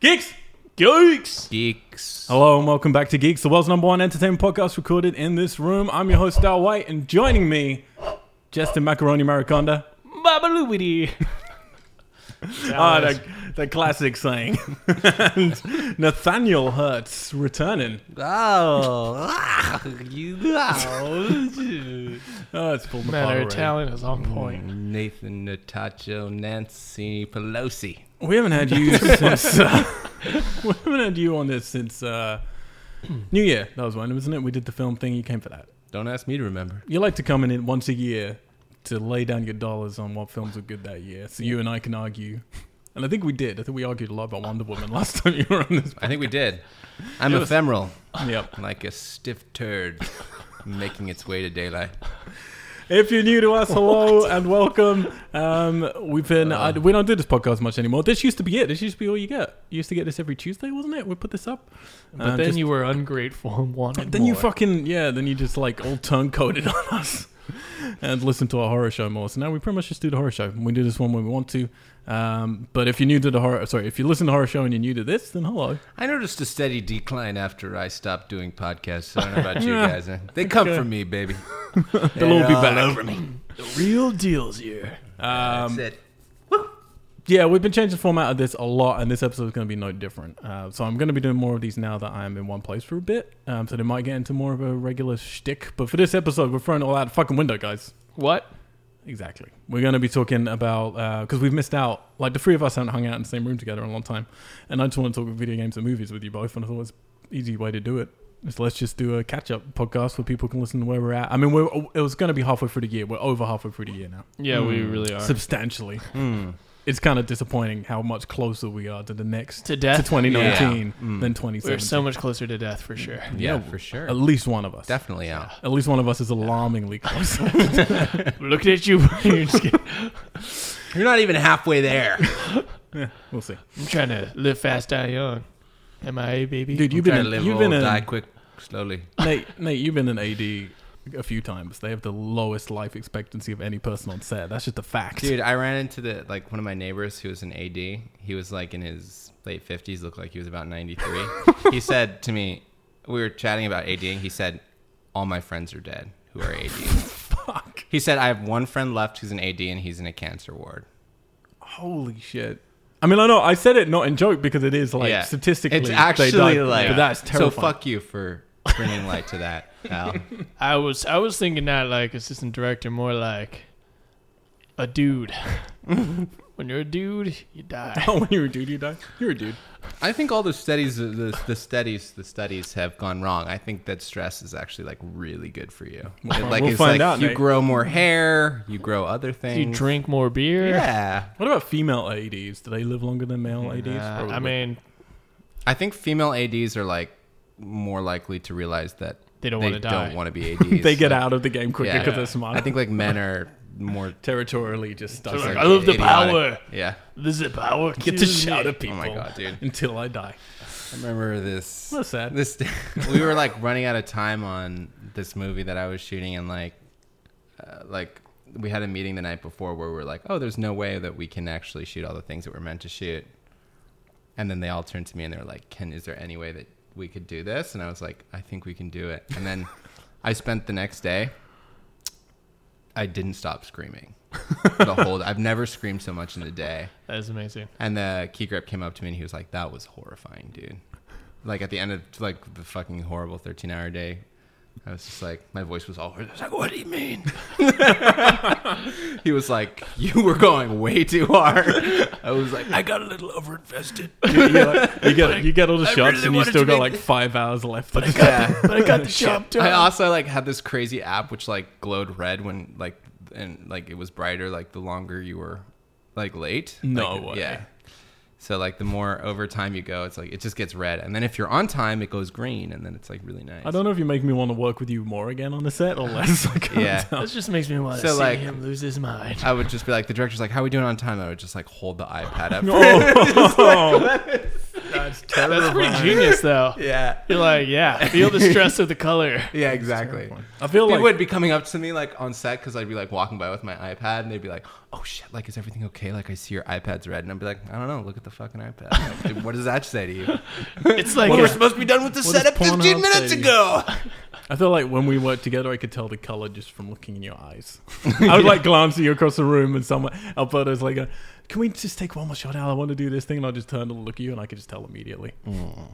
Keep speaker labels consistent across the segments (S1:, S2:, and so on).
S1: Geeks! Geeks!
S2: Geeks.
S1: Hello and welcome back to Geeks, the world's number one entertainment podcast recorded in this room. I'm your host, Dal White, and joining me, Justin Macaroni Mariconda.
S2: Babalooity.
S1: Ah, the, the classic saying. and Nathaniel Hertz returning.
S2: Oh. you know.
S1: Oh, it's pulled
S3: Man,
S1: apart
S3: our
S1: already.
S3: Italian is on point.
S1: Mm.
S2: Nathan, Natacho, Nancy, Pelosi.
S1: We haven't had you since. Uh, we haven't had you on this since uh, New Year. That was one, wasn't it? We did the film thing. You came for that.
S2: Don't ask me to remember.
S1: You like to come in once a year to lay down your dollars on what films were good that year, so you and I can argue. And I think we did. I think we argued a lot about Wonder Woman last time you were on this.
S2: I think we did. I'm
S1: was-
S2: ephemeral,
S1: Yep.
S2: like a stiff turd making its way to daylight.
S1: If you're new to us, hello and welcome. Um, we've been
S3: Uh.
S1: I, we don't do this podcast much anymore. This used to be it. This used to be all you get. You used to get this every Tuesday, wasn't it? We put this up.
S3: But
S1: Um,
S3: then
S1: just-
S3: you were ungrateful and wanted
S1: Then you
S3: more.
S1: fucking yeah. Then you just like all tone coded on us and listen to our horror show more. So now we pretty much just do the horror show. We do this one when we want to. Um, but if you're new to the horror, sorry, if you listen to the horror show and you're new to this, then hello.
S2: I noticed a steady decline after I stopped doing podcasts. I don't know about you
S1: Yeah.
S2: guys. eh? They come
S1: Okay.
S2: from me, baby.
S1: They'll all be back.
S2: me.
S3: The real deal's here.
S2: That's it.
S1: Yeah, we've been changing the format of this a lot, and this episode is going to be no different. Uh, so I'm going to be doing more of these now that I'm in one place for a bit. Um, so they might get into more of a regular shtick. But for this episode, we're throwing it all out the fucking window, guys.
S3: What?
S1: Exactly. We're going to be talking about because we've missed out. Like the three of us haven't hung out in the same room together in a long time, and I just want to talk video games and movies with you both. And I thought it's an easy way to do it. Is let's just do a catch up podcast where people can listen to where we're at. I mean, we're, it was going to be halfway through the year. We're over halfway through the year now,
S3: Yeah, we really are.
S1: substantially. It's kind of disappointing how much closer we are to the next
S3: To death?
S1: to 2019
S2: Yeah. Mm.
S1: than 2017.
S3: we're so much closer to death for sure.
S2: Yeah,
S1: Yeah.
S2: for sure.
S1: At least one of us.
S2: Definitely out.
S1: At least one of us is alarmingly close.
S3: Looking at you, Brian, just kidding.
S2: You're not even halfway there.
S1: we'll see,
S3: I'm trying to live fast, die young. Am I, baby?
S1: dude. You've
S2: Try
S1: been
S2: to
S1: in,
S2: live
S1: you've
S2: old,
S1: been in,
S2: die quick, slowly.
S1: Nate, Nate, you've been an AD a few times. They have the lowest life expectancy of any person on set. That's just a fact.
S2: Dude, I ran into the like one of my neighbors who was an AD. He was like in his late fifties, looked like he was about ninety three. he said to me, we were chatting about AD, and he said, "All my friends are dead who are AD."
S1: Fuck.
S2: he said, "I have one friend left who's an AD, and he's in a cancer ward."
S1: Holy shit. I mean, I know I said it not in joke because it is like
S2: yeah,
S1: statistically
S2: it's
S1: they
S2: actually
S1: die-
S2: like
S1: but that's terrifying.
S2: So fuck you for bringing light to that. Al.
S3: I was I was thinking not like assistant director, more like a dude. when you're a dude, you die.
S1: Oh, when you're a dude, you die. You're a dude.
S2: I think all the studies, the, the studies, the studies have gone wrong. I think that stress is actually like really good for you. It, like
S1: we'll
S2: it's
S1: find
S2: like
S1: out,
S2: you
S1: Nate.
S2: grow more hair, you grow other things.
S3: You drink more beer.
S2: Yeah,
S1: What about female ADs? Do they live longer than male ADs?
S3: Uh,
S1: Probably.
S3: I mean,
S2: I think female ads are like more likely to realize that
S3: They don't wanna die.
S2: want to be ads.
S1: they get
S2: Like,
S1: out of the game quicker
S2: Yeah.
S1: because they're smarter.
S2: I think like men are more.
S1: territorially just stuck.
S3: Like,
S2: like,
S3: I love the
S2: idiotic.
S3: power.
S2: Yeah.
S3: this is power.
S1: Get to shout at people.
S2: Oh my God, dude.
S1: Until I die.
S2: I remember this.
S1: That's sad.
S2: This we were like running out of time on this movie that I was shooting, and like, uh, like we had a meeting the night before where we were like, oh, there's no way that we can actually shoot all the things that we're meant to shoot. And then they all turned to me and they were like, Ken, is there any way that we could do this? And I was like, I think we can do it. And then I spent the next day. I didn't stop screaming. the whole. I've never screamed so much in a day.
S3: That is amazing.
S2: And the key grip came up to me and he was like, "That was horrifying, dude." Like at the end of like the fucking horrible thirteen hour day, I was just like, my voice was all. I was like, "What do you mean?" he was like, "You were going way too hard." I was like, "I got a little over invested."
S1: you, you, like, you get you get all the
S2: I
S1: shots
S2: really
S1: and you
S2: wanted
S1: still
S2: to
S1: got
S2: make
S1: like
S2: this-
S1: five hours left. But
S2: Yeah.
S3: But I got the shop done.
S2: I also like had this crazy app which like glowed red when like and like it was brighter like the longer you were like late.
S1: No
S2: Like,
S1: way.
S2: Yeah. So like the more over time you go, it's like it just gets red, and then if you're on time, it goes green, and then it's like really nice.
S1: I don't know if you make me want to work with you more again on the set or less. I can't
S2: Yeah.
S1: tell.
S3: This just makes me want to
S2: So,
S3: see
S2: like-
S3: him lose his mind.
S2: I would just be like, the director's like, "How are we doing on time?" I would just like hold the iPad up.
S1: Oh.
S2: That's
S3: That's pretty genius, though.
S2: Yeah.
S3: You're like, yeah, feel the stress of the color.
S2: Yeah, exactly.
S1: I feel
S2: People
S1: like
S2: would be coming up to me like on set because I'd be like walking by with my iPad and they'd be like, "Oh shit, like is everything okay? Like I see your iPad's red," and I'd be like, "I don't know. Look at the fucking iPad. Like, dude, what does that say to you?
S3: It's like
S2: Well,
S3: a-
S2: we're supposed to be done with the
S1: What does
S2: setup
S1: Pornhub
S2: 15 minutes
S1: say to you?
S2: ago."
S1: I feel like when we worked together, I could tell the color just from looking in your eyes. I would like glance at you across the room, and someone Alberto's like, uh, "Can we just take one more shot, Al? I want to do this thing." And I just turn to look at you, and I could just tell immediately.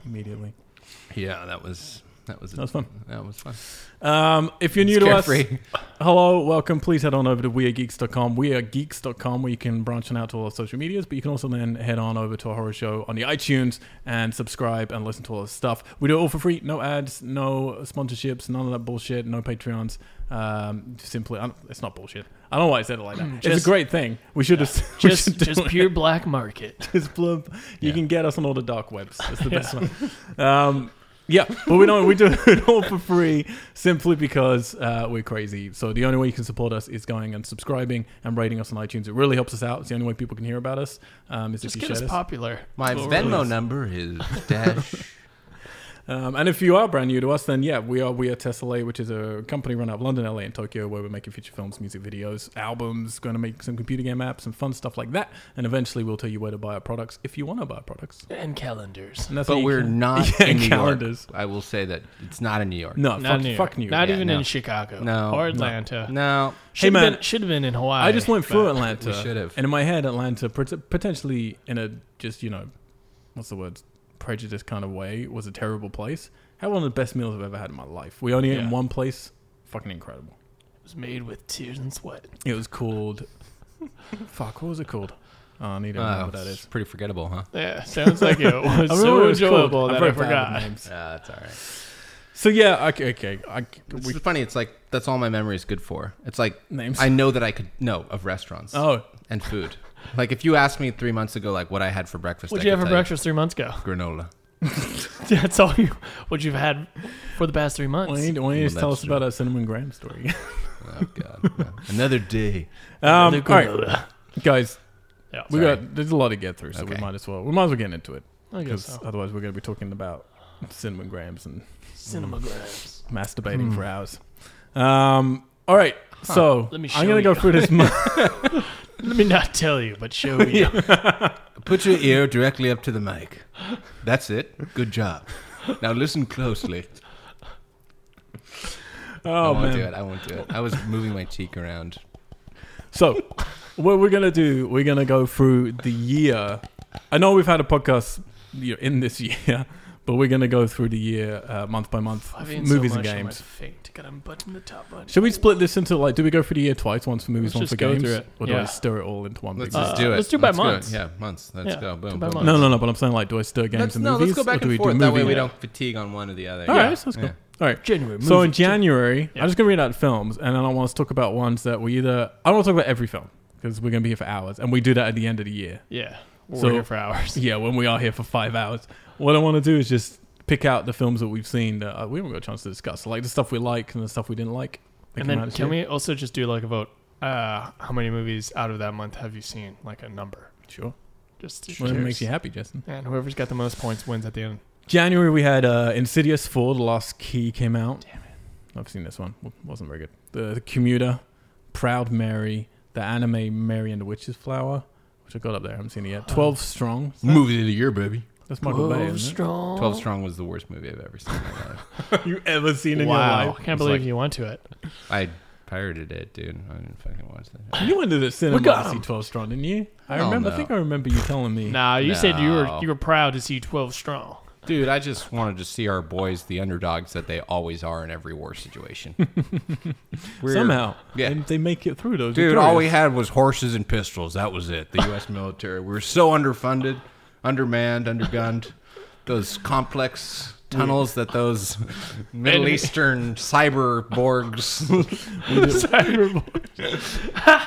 S1: Immediately,
S2: Mm, Yeah, that was that was
S1: that was fun.
S2: that was fun.
S1: Um, if you're new to us,
S2: Carefree.
S1: Hello, welcome. Please head on over to wearegeeks.com, wearegeeks.com, where you can branch on out to all our social medias, but you can also then head on over to our horror show on the iTunes and subscribe and listen to all the stuff. We do it all for free. No ads, no sponsorships, none of that bullshit, no Patreons. Um, simply, I don't- it's not bullshit. I don't know why I said it like that. it's
S3: Mm. Just-
S1: a great thing. We should have we should
S3: just
S1: do
S3: just
S1: it.
S3: pure black market.
S1: Just blub. You
S2: Yeah.
S1: can get us on all the dark webs. That's the best one. Um, yeah, but we don't. We do it all for free simply because uh, we're crazy. So the only way you can support us is going and subscribing and rating us on iTunes. It really helps us out. It's the only way people can hear about us. Um, is
S3: Just
S1: if you
S3: get
S1: share
S3: us
S1: this.
S3: popular.
S2: My
S1: Well,
S2: Venmo
S1: really.
S2: number is dash.
S1: Um, and if you are brand new to us, then yeah, we are We Are Tesla, which is a company run out of London, LA, and Tokyo, where we're making feature films, music videos, albums, going to make some computer game apps and fun stuff like that. And eventually, we'll tell you where to buy our products if you want to buy our products.
S3: And calendars.
S1: And that's how
S2: but
S1: you
S2: we're
S1: can-
S2: not
S1: Yeah,
S2: in New
S1: calendars.
S2: York. I will say that it's not in New York.
S1: No,
S3: Not
S1: fuck,
S3: New York.
S1: fuck New York.
S3: Not
S2: Yeah,
S3: even
S2: no.
S3: in Chicago.
S2: No,
S3: Or
S2: no.
S3: Atlanta.
S2: No.
S1: Hey,
S3: Should have
S1: man.
S3: been, should've been in Hawaii.
S1: I just went through
S3: but-
S1: Atlanta.
S2: We should've.
S1: And in my head, Atlanta, pot- potentially in a just, you know, what's the word? Prejudice kind of way, was a terrible place. Had one of the best meals I've ever had in my life. We only ate in
S3: Yeah.
S1: one place. Fucking incredible.
S3: It was made with tears and sweat.
S1: It was called. fuck, what was it called? Oh, I need to remember
S2: Oh,
S1: what that
S2: it's
S1: is.
S2: pretty forgettable, huh?
S3: Yeah, sounds like it was
S1: I remember what
S3: so
S1: it was called.
S3: enjoyable
S1: I'm
S3: that
S1: very
S3: I
S1: bad with
S3: forgot.
S1: names.
S2: Yeah, that's all right.
S1: So yeah, okay, okay. I,
S2: It's
S1: we,
S2: funny. It's like that's all my memory is good for. It's like
S1: names.
S2: I know that I could know of restaurants
S1: oh,
S2: and food. Like if you asked me three months ago, like what I had for breakfast,
S3: What'd
S2: I
S3: you have
S2: could
S3: for
S2: tell
S3: breakfast three months ago?
S2: Granola.
S3: That's all you. What you've had for the past three
S1: why
S3: months?
S1: don't you- why don't you
S2: Well,
S1: just tell
S2: that's
S1: us about our cinnamon graham story?
S2: Oh god, yeah. another day.
S1: um, all
S3: They're
S1: right,
S3: granola.
S1: guys,
S3: Yeah.
S1: we
S2: Sorry.
S1: got there's a lot to get through, so we
S2: Okay.
S1: might as well we might as well get into it.
S3: I guess
S1: because
S3: so.
S1: otherwise we're going to be talking about cinnamon grams and Mm.
S3: Cinemograms. Hmm.
S1: masturbating for hours. Um, all right, so
S3: Let me
S1: I'm
S3: show
S1: going to go
S3: you.
S1: through this. Mo-
S3: Let me not tell you, but show you.
S2: Put your ear directly up to the mic. That's it. Good job. Now listen closely. I
S1: oh
S2: won't do
S1: man!
S2: it. I won't do it. I was moving my cheek around.
S1: So what we're going to do? We're going to go through the year. I know we've had a podcast you know, in this year, but we're going to go through the year uh, month by month,
S3: I've eaten so
S1: movies and
S3: much, I might
S1: games.
S3: faint. Gotta unbutton the top button.
S1: Should we split this into like? Do we go through the year twice? Once for movies, once
S3: Let's
S1: for
S3: just go
S1: games,
S3: through it.
S1: or do I
S3: Yeah.
S1: stir it all into one? big
S2: Let's
S1: mess?
S2: just
S3: Uh,
S2: do it.
S3: let's do by
S2: go.
S3: months.
S2: Yeah, months. Let's
S3: Yeah,
S2: go.
S3: do
S2: Boom.
S3: by
S2: boom,
S3: months.
S2: boom.
S1: No, no, no. But I'm saying, like, do I stir games
S2: Let's,
S1: and
S2: no,
S1: movies,
S2: let's go
S1: or
S2: back
S1: do we
S2: and forth.
S1: do
S2: That way
S1: movie?
S2: we
S3: Yeah.
S2: don't fatigue on one or the other.
S1: All
S2: yeah.
S1: right, so let's go.
S2: Yeah.
S1: All right.
S3: January.
S1: So
S3: movie.
S1: in January,
S3: Yeah.
S1: I'm just gonna read out films, and then I want us to talk about ones that we either I don't want to talk about every film because we're gonna be here for hours, and we do that at the end of the year.
S3: Yeah. We're
S1: So-
S3: here for hours.
S1: Yeah, when we are here for five hours. What I want to do is just pick out the films that we've seen that uh, we haven't got a chance to discuss, like the stuff we like and the stuff we didn't like. that
S3: And
S1: came out
S3: then
S1: this
S3: can
S1: year.
S3: we also just do like a vote? Uh, how many movies out of that month have you seen? Like a number.
S1: Sure.
S3: Just
S1: Whatever
S3: curious.
S1: makes you happy, Justin.
S3: And whoever's got the most points wins at the end.
S1: January we had uh, Insidious Four: The Last Key came out. Damn it! I've seen this one. W- wasn't very good. The, the Commuter, Proud Mary, the anime Mary and the Witch's Flower, which I got up there. I haven't seen it yet. Twelve Strong. Is that-
S2: Movie of the year, baby.
S1: That's Michael Bay. Isn't
S3: strong.
S2: 12 Strong was the worst movie I've ever seen in my life.
S1: it? You ever seen in
S3: Wow.
S1: your life?
S3: Can't
S2: It's
S3: believe
S2: like-
S3: you went to it.
S2: I pirated it, dude. I didn't fucking watch that.
S1: You went to the cinema
S3: We got
S1: to see
S3: him.
S1: Twelve Strong, didn't you? I
S2: Hell
S1: remember. I
S2: Oh, no.
S1: think I remember you telling me.
S3: Nah, you said you were
S2: No.
S3: you were proud to see 12 strong.
S2: Dude, I just wanted to see our boys, the underdogs that they always are in every war situation. We're-
S1: Somehow,
S2: Yeah.
S1: they, they make it through those.
S2: Dude,
S1: victorious.
S2: all we had was horses and pistols. That was it. The U.S. military. We were so underfunded, undermanned, undergunned. Those complex tunnels that those Middle
S3: Enemy-
S2: Eastern cyberborgs.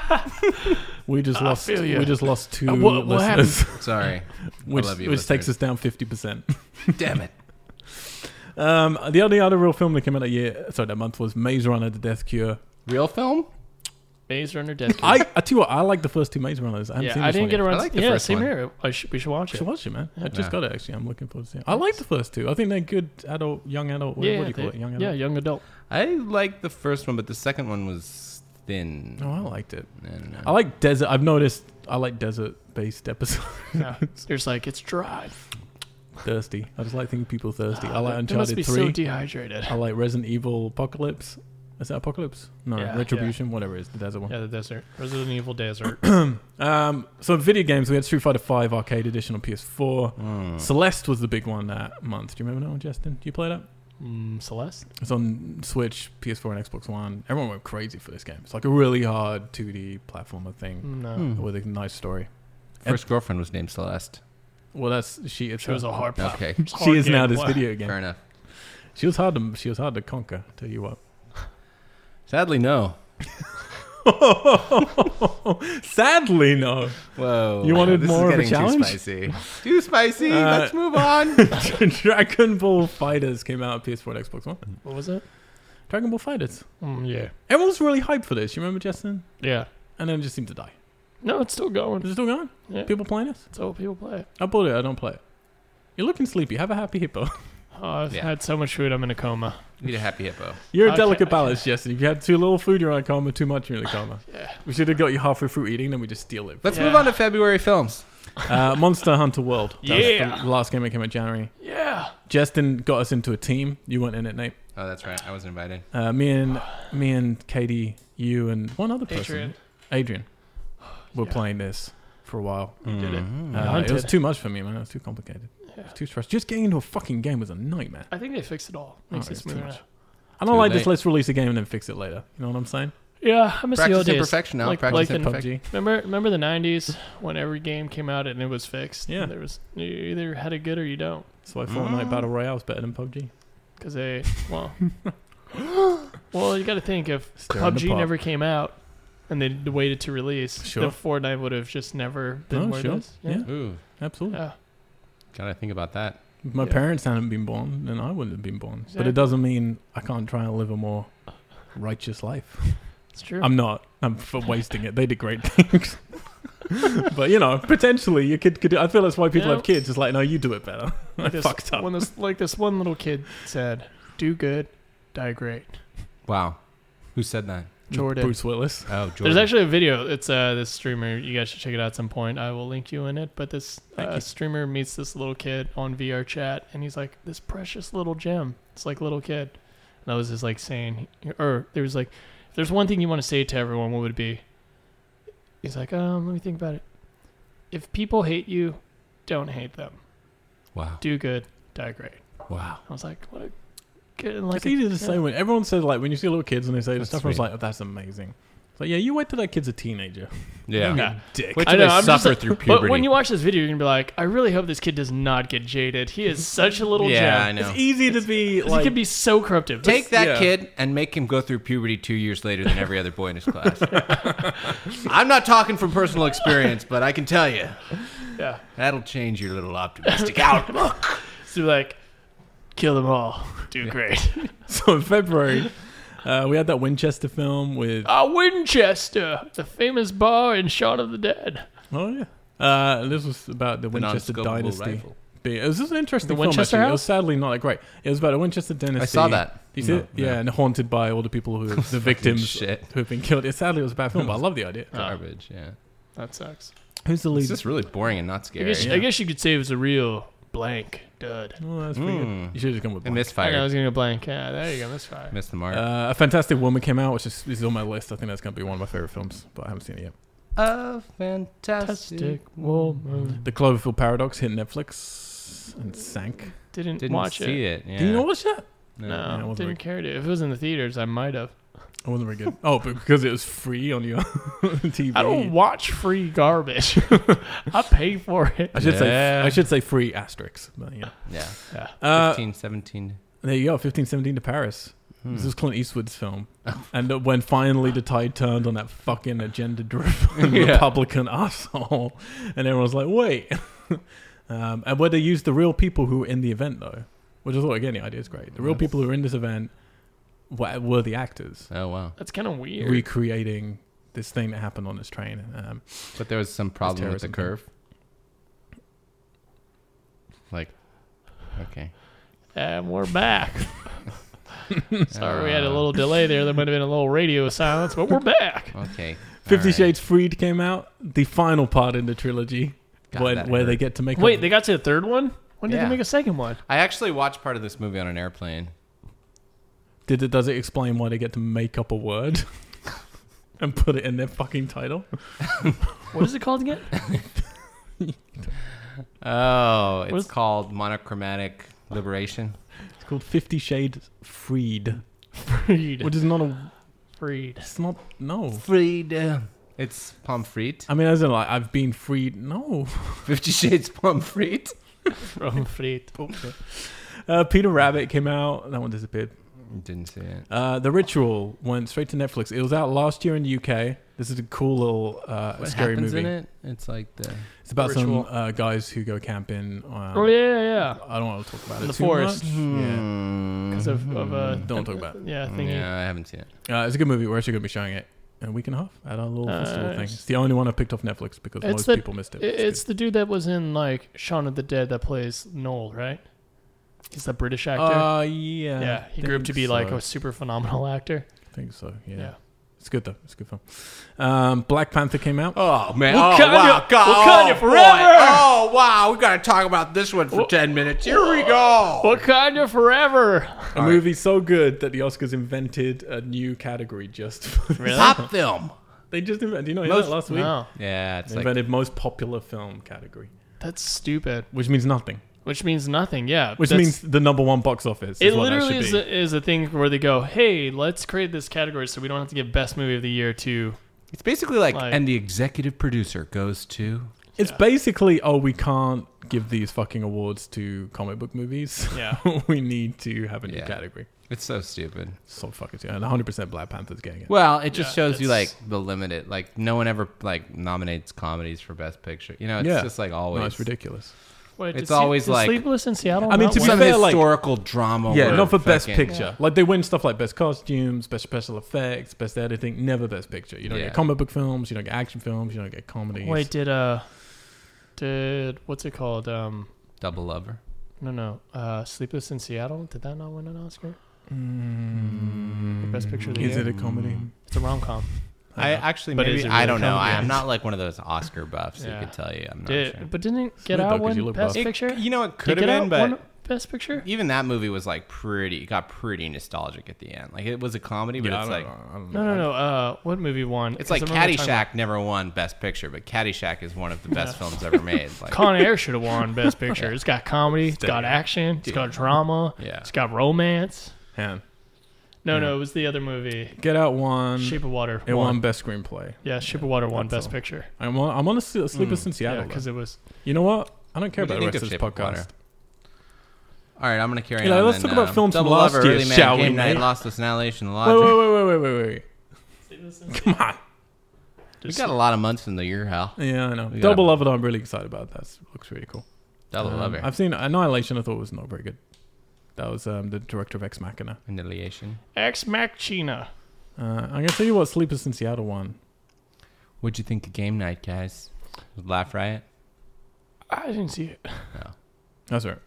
S1: we just
S3: I
S1: lost.
S3: feel ya.
S1: We just lost two
S3: Uh, what- what
S1: listeners,
S2: Sorry,
S1: which,
S2: I love you,
S1: which takes us
S2: listeners.
S1: down fifty percent.
S2: Damn it.
S1: Um, the only other real film that came out that year, sorry, that month was Maze Runner: The Death Cure.
S2: Real film?
S3: Maze Runner Death Kiss.
S1: I, I tell you what, I like the first two Maze Runners. I haven't
S3: yeah,
S1: seen
S3: I
S1: this
S3: didn't
S1: one
S3: get
S1: yet.
S3: around.
S2: I like the
S3: yeah,
S2: first
S3: same
S2: one.
S3: here. I should, we should
S1: I
S3: watch it.
S1: should watch it, man. I
S2: Yeah.
S1: just got it actually. I'm looking forward to seeing. it. I like the first two. I think they're good adult, young adult. What,
S3: yeah,
S1: what do you call
S3: they-
S1: it? Young adult.
S3: yeah, young adult.
S2: I liked the first one, but the second one was thin.
S3: Oh,
S1: No, I liked it.
S2: I don't know.
S1: I like desert. I've noticed I like desert-based episodes.
S3: No, there's like it's dry.
S1: thirsty. I just like thinking people thirsty. I
S3: Ah,
S1: like
S3: they must
S1: Uncharted
S3: be
S1: Three. Oh.
S3: so dehydrated.
S1: I like Resident Evil Apocalypse. Is that Apocalypse? No,
S3: Yeah,
S1: Retribution, whatever it is, the desert one.
S3: Yeah, the desert. Resident Evil desert.
S1: Um, so video games, we had Street Fighter Five Arcade Edition on PS4.
S2: Mm.
S1: Celeste was the big one that month. Do you remember that one, Justin? Do you play that?
S3: mm, Celeste.
S1: It's on Switch, PS4, and Xbox One. Everyone went crazy for this game. It's like a really hard 2D platformer thing
S3: No,
S2: Hmm.
S1: with a nice story.
S2: First girlfriend was named Celeste.
S1: Well, that's she. It's
S3: she was
S1: her-
S3: a hard. pla-
S2: Okay,
S3: it's a
S1: She
S3: hard
S1: is now
S3: game.
S1: this
S3: Wow.
S1: video game.
S2: fair enough.
S1: She was hard to she was hard to conquer. Tell you what.
S2: Sadly, no.
S1: Sadly, no.
S2: Whoa!
S1: You wanted
S2: this
S1: more of a
S2: is getting
S1: challenge?
S2: Too spicy. too spicy.
S1: Uh,
S2: Let's move on.
S1: Dragon Ball Fighters came out on PS4 and Xbox One.
S3: What was it?
S1: Dragon Ball Fighters.
S3: Mm, yeah,
S1: Everyone was really hyped for this. You remember Justin?
S3: yeah.
S1: And then it just seemed to die.
S3: No, it's still going.
S1: Is it still going?
S3: Yeah.
S1: People playing this?
S3: That's how people play it.
S1: I bought it. I don't play it. You're looking sleepy. Have a happy hippo.
S3: Oh, I've
S2: Yeah.
S3: had so much food. I'm in a coma.
S2: Need a happy hippo.
S1: You're a
S3: Okay,
S1: delicate
S3: okay.
S1: balance, Justin. If you had too little food, you're in a coma. Too much, you're in a coma.
S3: Yeah.
S1: We should have got you halfway through eating, then we just steal it.
S2: Let's
S3: Yeah.
S2: move on to February films.
S1: Uh, Monster Hunter World. That was
S3: Yeah.
S1: the last game that came out January.
S3: Yeah.
S1: Justin got us into a team. You weren't in it, Nate.
S2: Oh, that's right. I was invited.
S1: Uh, me and me and Katie, you and one other person,
S3: Adrian.
S1: Adrian, were
S3: Yeah.
S1: playing this for a while.
S3: You did it.
S2: Mhm.
S1: Uh, it
S3: Hunted.
S1: was too much for me, man. It was too complicated. It
S3: Yeah.
S1: was too stressful. Just getting into a fucking game was a nightmare.
S3: I think they fixed it all.
S1: Oh,
S3: Makes it
S1: it's too
S3: smoother.
S1: much.
S3: now.
S1: I don't
S2: Too
S1: like
S2: late.
S1: this. Let's release a game and then fix it later. You know what I'm saying?
S3: Yeah, I miss the old
S2: Practice
S3: days.
S2: imperfection now.
S3: Like-
S2: Practice
S3: like in
S2: imperfection.
S1: PUBG.
S3: Remember, remember the '90s when every game came out and it was fixed.
S1: Yeah.
S3: there was you either had it good or you don't,
S1: That's why Fortnite
S2: Mm.
S1: Battle Royale is better than PUBG.
S3: because they well, well, you got to think if
S1: Stirring the
S3: PUBG
S1: pot.
S3: never came out and they waited to release,
S1: Sure.
S3: the Fortnite would have just never been
S1: No,
S3: where
S1: sure.
S3: it is.
S1: Yeah.
S2: Ooh,
S1: Absolutely.
S3: yeah,
S2: gotta think about that.
S1: If my
S3: Yeah.
S1: parents hadn't been born, then I wouldn't have been born. But
S3: Exactly.
S1: it doesn't mean I can't try and live a more righteous life.
S3: it's true.
S1: I'm not. I'm for wasting it. They did great things. but you know, potentially your kid could. Do, I feel that's why people
S3: Yeah.
S1: have kids. It's like, no, you do it better. I
S3: this,
S1: fucked up.
S3: When this, like this one little kid said, "Do good, die great."
S2: Wow, who said that?
S3: Jordan.
S1: Bruce Willis.
S2: Oh, Jordan.
S3: There's actually a video. It's uh, this streamer. You guys should check it out at some point. I will link you in it. But this
S1: Thank
S3: uh,
S1: you.
S3: streamer meets this little kid on VR chat, and he's like, "This precious little gem." It's like little kid, and that was his like saying, or there was like, if "There's one thing you want to say to everyone. What would it be?" He's like, "Um, let me think about it. If people hate you, don't hate them.
S2: wow,
S3: Do good, die great."
S2: wow.
S3: I was like, "What a good and like."
S1: it's easy to say when everyone says like when you see little kids and they say this
S2: That's
S1: stuff. I was
S2: sweet.
S1: like, oh, that's amazing. It's like, yeah, you wait till that kid's a teenager.
S2: Yeah.
S3: Yeah.
S1: Dick.
S2: Wait
S3: I
S2: till
S3: know,
S2: they
S3: I'm just
S2: suffer
S3: like-
S2: through puberty.
S3: But when you watch this video, you're gonna be like, "I really hope this kid does not get jaded. He is such a little
S2: yeah,
S3: gem."
S2: I know.
S1: It's easy to be
S3: Because
S1: like.
S3: he could be so corruptive.
S2: Take that
S1: yeah.
S2: kid and make him go through puberty two years later than every other boy in his class. I'm not talking from personal experience, but I can tell you
S3: yeah.
S2: that'll change your little optimistic outlook.
S3: So like, kill them all. Do great.
S1: so in February, uh, we had that Winchester film with.
S3: Ah, Winchester, the famous bar in Shot of the Dead.
S1: Oh yeah. Uh, this was about the,
S2: The
S1: Winchester
S2: non-scopable
S1: dynasty.
S2: rifle.
S1: Be- It was just an interesting
S3: The
S1: film.
S3: Winchester
S1: actually. It
S3: House?
S1: was sadly not that great. It was about a Winchester dynasty.
S2: I saw that.
S1: You see
S2: No,
S1: it? Yeah, and haunted by all the people who the victims
S2: shit.
S1: who have been killed. It sadly was a bad film, but I love the idea.
S2: Garbage, yeah.
S3: That sucks.
S1: Who's the
S2: It's
S1: lead?
S2: just really boring and not
S3: I
S2: scary.
S3: guess,
S1: Yeah.
S3: I guess you could say it was a real blank dud.
S1: Oh, that's pretty good.
S2: Mm.
S1: You should have come with
S2: It
S1: one.
S3: I, know, I
S2: misfired.
S3: was gonna go blank. Yeah, there you go. Misfire.
S2: Missed the mark.
S1: Uh, a Fantastic Woman came out, which is, is on my list. I think that's going to be one of my favorite films, but I haven't seen it yet.
S2: a fantastic.
S3: Fantastic woman.
S1: The Cloverfield Paradox hit Netflix and sank.
S3: Didn't,
S2: Didn't
S3: watch
S2: see
S3: it.
S2: it. Yeah.
S1: Did you not watch that?
S3: No,
S1: Yeah, it wasn't
S3: didn't
S1: very-
S3: care to. If it was in the theaters, I might have.
S1: It wasn't very good. oh, but because it was free on your TV.
S3: I don't watch free garbage. I pay for it.
S1: I should say
S2: Yeah.
S1: I should say free asterisks, but yeah.
S2: Yeah.
S3: Yeah.
S1: Uh,
S2: 15, 17.
S1: There you go, fifteen seventeen to Paris.
S2: Hmm. Oh.
S1: This is Clint Eastwood's film, and uh, when finally the tide turned on that fucking agenda-driven
S2: Yeah.
S1: Republican asshole, and everyone's like, "Wait," um, and where they used the real people who were in the event though, which is what again the idea is great. The real people who were in this event were, were the actors
S2: Oh, wow.
S3: That's kind of weird.
S1: recreating this thing that happened on this train. Um,
S2: But there was some problem with the
S1: terrorism thing.
S2: curve. Like, okay.
S3: And we're back. Sorry, we had a little delay there. There might have been a little radio silence, but we're back.
S2: Okay.
S1: Fifty
S2: All right.
S1: Shades Freed came out, the final part in the trilogy,
S2: God,
S1: when,
S2: that
S1: where they
S2: hurt.
S1: get to make
S3: Wait,
S1: up-
S3: they got to the third one? When did
S2: Yeah.
S3: they make a second one?
S2: I actually watched part of this movie on an airplane.
S1: Did it, does it explain why they get to make up a word and put it in their fucking title?
S3: What is it called again?
S2: Oh, it's
S3: What is-
S2: called Monochromatic Liberation.
S1: It's called Fifty Shades Freed,
S3: Freed.
S1: which is not a.
S3: Freed.
S1: It's not no.
S2: Freedom. It's Pomfret.
S1: I mean, as in like I've been freed. No.
S2: Fifty Shades Pomfret.
S3: From Freed.
S1: Uh, Peter Rabbit came out. That one disappeared.
S2: Didn't see it.
S1: Uh, the Ritual went straight to Netflix. It was out last year in the UK. This is a cool little uh,
S2: What
S1: scary
S2: happens
S1: movie.
S2: in it? It's like the
S1: It's about
S3: Ritual.
S1: some uh, guys who go camping. Um,
S3: Oh, yeah, yeah, yeah.
S1: I don't want to talk about
S3: In
S1: it
S3: the
S1: too
S3: forest. Hmm.
S1: much.
S3: Because of, of uh,
S1: Don't wanna talk about it.
S3: yeah, thingy.
S2: Hmm. Yeah, I haven't seen it.
S1: Uh, it's a good movie. We're actually going to be showing it in a week and a half at our little festival
S3: Nice.
S1: thing. It's the only one I picked off Netflix because
S3: Uh, It's
S1: most
S3: the-
S1: people missed it.
S3: I- It's the dude that was in like Shaun of the Dead that plays Noel, right? He's the British
S1: good.
S3: actor.
S1: Uh, yeah.
S3: yeah, he
S1: I
S3: grew up to
S1: think
S3: be like
S1: so.
S3: a super phenomenal actor.
S1: I think so. Yeah.
S3: Yeah.
S1: It's good though. It's a good film. Um, Black Panther came out.
S2: Oh man! oh,
S3: Wakanda-
S2: wow. God.
S3: Wakanda
S2: oh,
S3: forever.
S2: boy. Oh wow! We gotta talk about this one for ten minutes. Here we go.
S3: Wakanda Forever.
S1: a movie so good that the Oscars invented a new category just. For
S3: Really?
S2: Top film.
S1: they just invented. You know,
S2: Most-
S1: that last week
S3: No,
S2: Yeah, it's
S1: they
S2: like
S1: invented most popular film category,
S3: that's stupid.
S1: which means nothing.
S3: Which means nothing. Yeah,
S1: Which
S3: that's-
S1: means the number one box office.
S3: it
S1: is what that
S3: literally
S1: should
S3: is
S1: be.
S3: a, is a thing where they go, "Hey, let's create this category so we don't have to give best movie of the year to."
S2: it's basically like,
S3: Like-
S2: and the executive producer goes to.
S1: It's basically, oh, we can't give these fucking awards to comic book movies.
S3: Yeah.
S1: we need to have a new
S2: Yeah.
S1: category.
S2: It's so stupid.
S1: So fucking yeah. And 100% Black Panther's getting it.
S2: Well, it just
S3: Yeah,
S2: shows you like
S3: it's-
S2: the limited. Like no one ever like nominates comedies for best picture. You know, it's
S1: Yeah.
S2: just like always.
S1: no, it's ridiculous.
S3: Wait,
S2: It's
S3: did Sleep-
S2: always
S3: did
S2: like-
S3: Sleepless in Seattle.
S1: I mean,
S3: not
S1: to be
S3: win?
S2: Some
S1: fair, like-
S2: historical drama.
S1: Yeah,
S2: where
S1: not for best
S2: fucking-
S1: picture. Like they win stuff like best costumes, best special effects, best editing, never best picture. You don't
S2: Yeah.
S1: get comic book films, you don't get action films, you don't get comedies.
S3: Wait, did uh, did what's it called? Um,
S2: Double Lover.
S3: no, no, uh, Sleepless in Seattle. Did that not win an Oscar?
S2: Mm.
S3: Best Picture of the
S1: is
S3: Year.
S1: it a comedy?
S3: It's a rom com.
S2: I
S1: I know.
S2: actually
S3: But
S2: maybe
S3: is it
S2: I
S3: really
S2: don't know.
S3: comedy?
S2: I'm not like one of those Oscar buffs.
S3: Yeah.
S2: You could tell you. I'm not
S3: Did
S2: sure.
S3: but didn't it
S1: weird,
S3: Get
S1: though,
S3: Out
S1: 'cause you
S3: win
S1: look
S3: Best
S1: buff.
S2: It-
S3: Picture?
S2: You know, it
S3: Did
S2: could
S3: Get
S2: have been,
S3: Out
S2: but Mm,
S3: win Best Picture.
S2: even that movie was like pretty. Got pretty nostalgic at the end. Like it was a comedy, but
S1: Yeah, I
S2: it's
S1: don't
S2: like
S1: know. I don't
S3: No,
S1: know.
S3: no, no. Uh, what movie won?
S2: it's
S3: 'Cause
S2: like
S3: I remember talking about-
S2: Caddyshack never won Best Picture, but Caddyshack is one of the best films ever made. Like
S3: Con Air should have won Best Picture. It's got comedy. It's got action. It's got drama.
S2: Yeah.
S3: It's got romance.
S1: Han.
S3: No, no, it was the other movie.
S1: Get out one.
S3: Shape of Water.
S1: Um, it
S3: won.
S1: won best screenplay.
S3: Yeah, Shape of Water won
S1: that's
S3: Best
S1: all.
S3: Picture.
S1: I'm on, I'm on a sl- sleepless in Seattle.
S3: Yeah,
S1: though.
S3: because it was.
S1: You know what? I don't care
S2: Mm.
S1: about
S2: What do
S1: the
S2: you think
S1: rest
S2: of
S1: of this
S2: Shape of Water?
S1: podcast.
S2: all right, I'm gonna carry
S1: You know,
S2: on.
S1: let's
S2: then,
S1: talk about
S2: um,
S1: films from
S2: Double
S1: last
S2: Lover,
S1: year,
S2: Early Man,
S1: shall we,
S2: Game Night,
S1: mate?
S2: Lost Annihilation, The
S1: Wait,
S2: Lodger.
S1: wait, wait, wait, wait, wait, wait. Come on.
S2: We got a lot of months in the year, Hal.
S1: Yeah, I know.
S2: We got
S1: Double
S2: a-
S1: Lover, I'm really excited about. That looks really cool.
S2: Double
S1: Um,
S2: Lover,
S1: I've seen Annihilation. I thought was not very good. That was um, the director of Ex Machina.
S2: Annihilation.
S3: Ex Machina.
S1: Uh, I'm gonna tell you what Sleepers in Seattle won.
S2: What'd you think of Game Night, guys? Laugh Riot.
S3: I didn't see it.
S1: That's right.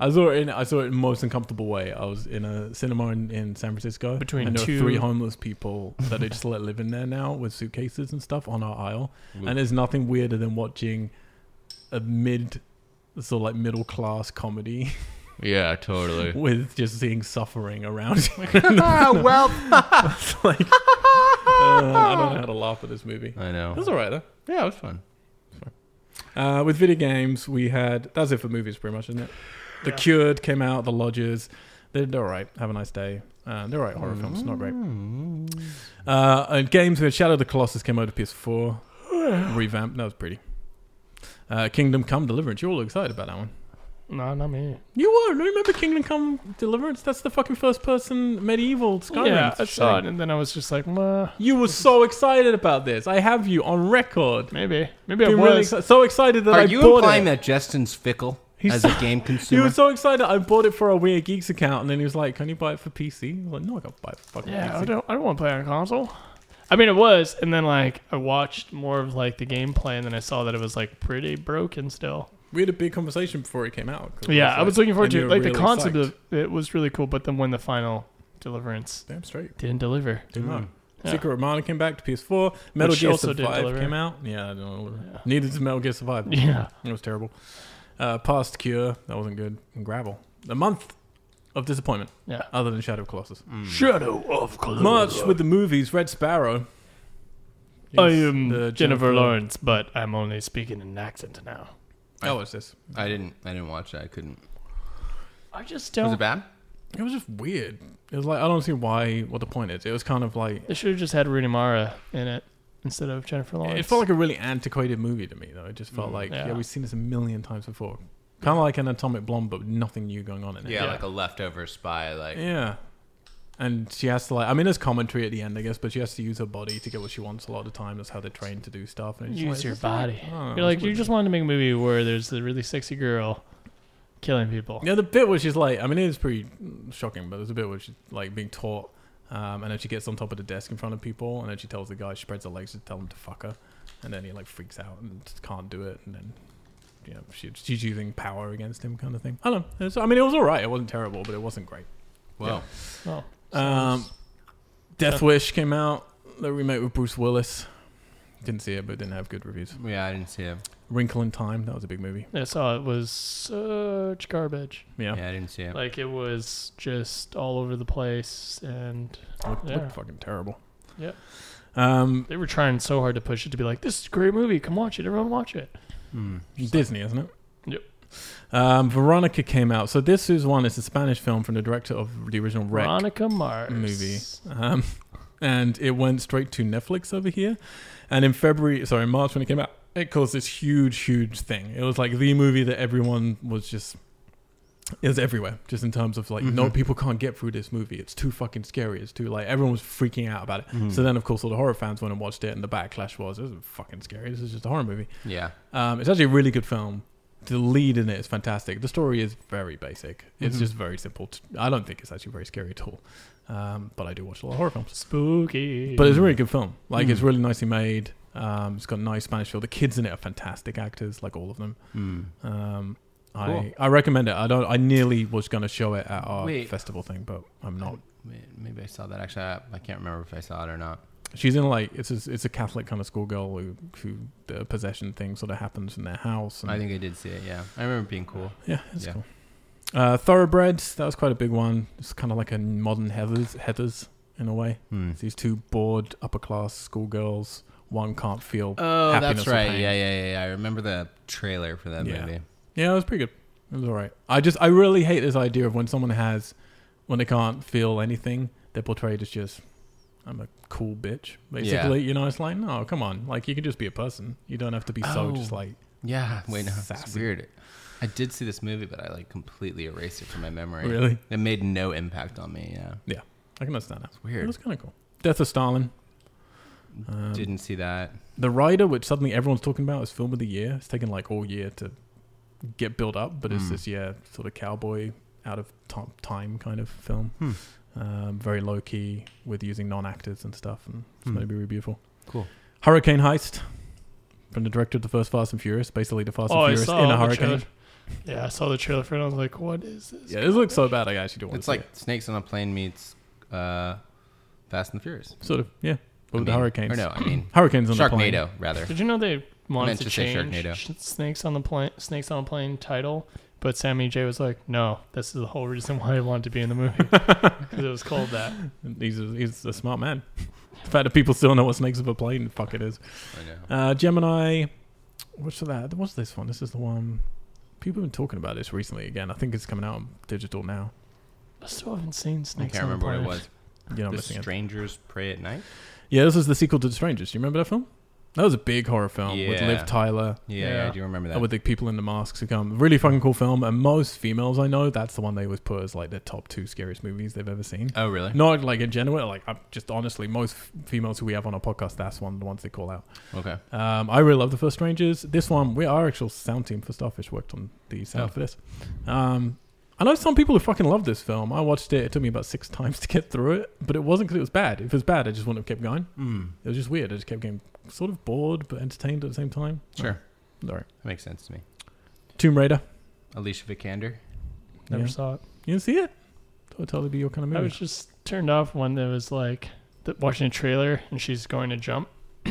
S1: I saw it in I saw it in the most uncomfortable way. I was in a cinema in, in San Francisco
S3: Between
S1: and there
S3: two-
S1: were three homeless people that they just let live in there now with suitcases and stuff on our aisle. And there's nothing weirder than watching a mid sort of like middle class comedy
S2: Yeah, totally.
S1: with just seeing suffering around you.
S2: ah, well,
S1: It's like uh, I don't know how to laugh at this movie.
S2: I
S1: It
S2: know.
S1: was alright though.
S2: Yeah, it was fun.
S1: Uh, with video games, we had that's it for movies, pretty much, isn't it? The
S3: Yeah.
S1: Cured came out. The Lodgers, they're, they're all right. Have a nice day. Uh, they're all right. Horror films, not
S3: Mm.
S1: great.
S2: Mm-hmm.
S1: Uh, and games with Shadow of the Colossus came out to PS4, revamped. That was pretty. Uh, Kingdom Come Deliverance. You're all excited about that one.
S3: No, not me.
S1: You were. No, remember Kingdom Come Deliverance? That's the fucking first person medieval Skyrim.
S3: yeah, I
S1: thing.
S3: saw it, and then I was just like, "Meh,
S1: You were so excited about this. I have you on record.
S3: maybe, maybe I
S1: Been
S3: was.
S1: really exci- so excited that
S2: Are
S1: I
S2: you
S1: bought
S2: implying
S1: it.
S2: that Justin's fickle
S1: He's-
S2: as a game
S1: He
S2: consumer?
S1: was so excited. I bought it for our Weird Geeks account, and then he was like, "Can you buy it for PC?" I was like, "No, I can't buy it for fucking
S3: yeah, I
S1: PC."
S3: don't. I don't want to play on console. I mean, it was, and then like I watched more of like the gameplay, and then I saw that it was like pretty broken still.
S1: We had a big conversation before it came out. 'cause
S3: yeah, I was looking forward
S1: and
S3: to
S1: you
S3: it.
S1: were
S3: Like the
S1: really
S3: concept
S1: psyched.
S3: of it was really cool, but then when the final deliverance
S1: damn straight.
S3: didn't deliver,
S2: Mm.
S1: Didn't know.
S3: Yeah.
S1: Secret of Mana came back to PS4. Metal
S3: Which
S1: Gear
S3: also didn't
S1: Survive
S3: deliver.
S1: came out. Yeah, I don't know.
S3: Yeah.
S1: neither did Metal Gear Survive.
S3: yeah,
S1: It was terrible. Uh, past Cure, that wasn't good. And Gravel, a month of disappointment.
S3: Yeah.
S1: Other than Shadow of Colossus.
S2: Mm,
S3: Shadow of Colossus.
S1: March with the movies. Red Sparrow.
S3: I
S1: Is
S3: am
S1: the
S3: Jennifer, Lawrence, but I'm only speaking in an accent now.
S1: Oh, it's this.
S2: I didn't. I didn't watch it. I couldn't.
S3: I just
S2: Was it
S3: don't.
S2: bad?
S1: It was just weird. It was like I don't see why. What the point is? It was kind of like
S3: They should have just had Rooney Mara in it instead of Jennifer Lawrence.
S1: it felt like a really antiquated movie to me. Though it just felt like yeah.
S3: Mm, Yeah.
S1: we've seen this a million times before. Kind of like an Atomic Blonde, but nothing new going on in it.
S2: Yeah,
S3: Yeah.
S2: like a leftover spy. Like
S1: Yeah. And she has to like I mean there's commentary at the end, I guess, but she has to use her body to get what she wants a lot of the time. That's how they're trained to do stuff. And it's
S3: use
S1: like,
S3: your
S1: it's like-
S3: body.
S1: oh,
S3: You're like,
S1: it's
S3: you
S1: weird.
S3: just wanted to make a movie where there's the really sexy girl killing people.
S1: Yeah, the bit where she's like I mean it is pretty shocking, but there's a bit where she's like being taught um, and then she gets on top of the desk in front of people and then she tells the guy she spreads her legs to tell him to fuck her and then he like freaks out and just can't do it and then you know, she, she's using power against him kind of thing. I don't know. It's- I mean it was alright, it wasn't terrible, but it wasn't great.
S2: whoa.
S3: Oh,
S1: Um, Death Wish came out, the remake with Bruce Willis. Didn't see it, but didn't have good reviews.
S2: Yeah, I didn't see it.
S1: Wrinkle in Time, that was a big movie.
S3: I saw it was such garbage.
S1: Yeah,
S2: Yeah, I didn't see it.
S3: Like it was just all over the place, and
S1: Looked,
S3: Yeah.
S1: looked fucking terrible.
S3: Yeah.
S1: Um,
S3: they were trying so hard to push it to be like, "This is a great movie. Come watch it. Everyone watch it."
S2: Hmm.
S1: Disney, isn't it?
S3: Yep.
S1: Um, Veronica came out. So this is one. It's a Spanish film from the director of the original Wreck.
S3: Veronica Mars
S1: movie. Um, and it went straight to Netflix over here. And in February, sorry, in March when it came out, it caused this huge, huge thing. It was like the movie that everyone was just. It was everywhere, just in terms of like, no,
S2: Mhm.
S3: Mm-hmm.
S1: people can't get through this movie. It's too fucking scary. It's too like everyone was freaking out about it.
S2: Mhm.
S3: Mm.
S1: So then, of course, all the horror fans went and watched it, and the backlash was, "This is fucking scary. This is just a horror movie."
S2: Yeah.
S1: Um, it's actually a really good film. The lead in it is fantastic. The story is very basic. It's
S2: Mhm.
S1: just very simple. t I don't think it's actually very scary at all. Um, but I do watch a lot of horror films.
S2: Mm-hmm.
S3: Spooky.
S1: But it's a really good film. Like it's
S2: Mhm.
S1: really nicely made. Um, it's got a nice Spanish feel. The kids in it are fantastic actors, like all of them.
S2: Hmm.
S1: Um,
S2: Cool.
S1: I I recommend it. I don't. I nearly was going to show it at our
S2: Wait.
S1: festival thing, but I'm not.
S2: Wait, Maybe I saw that. Actually, I, I can't remember if I saw it or not.
S1: She's in like it's a, it's a Catholic kind of schoolgirl who who the possession thing sort of happens in their house. And
S2: I think I did see it. Yeah, I remember it being cool.
S1: Yeah, that's
S2: Yeah.
S1: cool. Uh, Thoroughbreds, that was quite a big one. It's kind of like a modern Heathers, Heathers in a way.
S2: Hmm.
S1: It's these two bored upper class schoolgirls. One can't feel.
S2: Oh,
S1: Happiness
S2: that's right.
S1: or pain.
S2: Yeah, yeah, yeah, yeah. I remember the trailer for that
S1: Yeah.
S2: movie.
S1: yeah, it was pretty good. It was all right. I just I really hate this idea of when someone has when they can't feel anything, they're portrayed as just I'm a cool bitch. Basically, you know, it's like no, come on, like you can just be a person. You don't have to be so just
S2: Oh.
S1: like
S2: Yeah. Wait, no, it's
S1: Sassy.
S2: weird. I did see this movie, but I like completely erased it from my memory.
S1: really.
S2: It made no impact on me. Yeah,
S1: I can understand that.
S2: it's
S1: It
S2: weird.
S1: was kind of cool. Death of Stalin. Um,
S2: Didn't see that.
S1: The Rider, which suddenly everyone's talking about, is film of the year. It's taken like all year to get built up, but it's
S2: Mm.
S1: this yeah sort of cowboy out of tom- time kind of film.
S2: Hmm.
S1: Um, very low key with using non actors and stuff, and it's
S2: Hmm.
S1: going to be really beautiful.
S2: Cool.
S1: Hurricane Heist from the director of the first Fast and Furious, basically the Fast
S3: Oh,
S1: and
S3: I
S1: Furious
S3: saw
S1: in a
S3: the
S1: hurricane.
S3: trailer. Yeah, I saw the trailer for it. and I was like, "What is this?"
S1: Yeah, this looks so bad. I actually don't want
S2: It's
S1: to
S2: like
S1: see
S2: Snakes on a Plane meets uh, Fast and the Furious.
S1: it. sort of yeah, but
S2: I
S1: with the
S2: mean-
S1: hurricanes.
S2: Or no, I mean
S1: Hurricanes on the plane.
S2: Sharknado rather.
S3: Did you know they wanted
S2: meant
S3: to,
S2: to say
S3: change
S2: Sharknado.
S3: sh- "Snakes on the Plane" "Snakes on a Plane" title? But Sammy J was like, "No, this is the whole reason why I wanted to be in the movie because it was called that."
S1: He's a, he's a smart man. The fact that people still know what snakes of a plane, fuck it is.
S2: I know.
S1: Uh, Gemini. What's that? What's this one? This is the one. People have been talking about this recently again. I think it's coming out on digital now.
S3: I still haven't seen
S2: I
S3: "Snakes
S2: can't
S3: on a
S2: remember what
S3: Plane."
S2: it was.
S1: You're not
S2: the
S1: missing it.
S2: Strangers Pray at Night.
S1: Yeah, this is the sequel to The Strangers. Do you remember that film? That was a big horror film with
S2: Yeah.
S1: Liv Tyler
S2: Yeah,
S3: Yeah.
S2: I do remember that.
S1: and Oh, with the people in the masks who come. Really fucking cool film. And most females I know, that's the one they always put as like their top two scariest movies they've ever seen.
S2: oh, really?
S1: Not like in general, like I'm just honestly, most f- females who we have on our podcast, that's one of the ones they call out.
S2: Okay.
S1: Um, I really love the first Strangers. This one, we our actual sound team for Starfish worked on the sound
S2: Oh.
S1: for this. Um, I I know some people who fucking love this film. I watched it. It took me about six times to get through it, but it wasn't because it was bad. If it was bad, I just wouldn't have kept going.
S2: Mm.
S1: It was just weird. I just kept getting sort of bored but entertained at the same time.
S2: Sure.
S1: Oh, all right.
S2: That makes sense to me.
S1: Tomb Raider.
S2: Alicia Vikander.
S3: Never
S1: Yeah.
S3: saw it.
S1: You didn't see it? That would totally be your kind of
S3: I
S1: movie.
S3: was just turned off when there was like the, watching a trailer and she's going to jump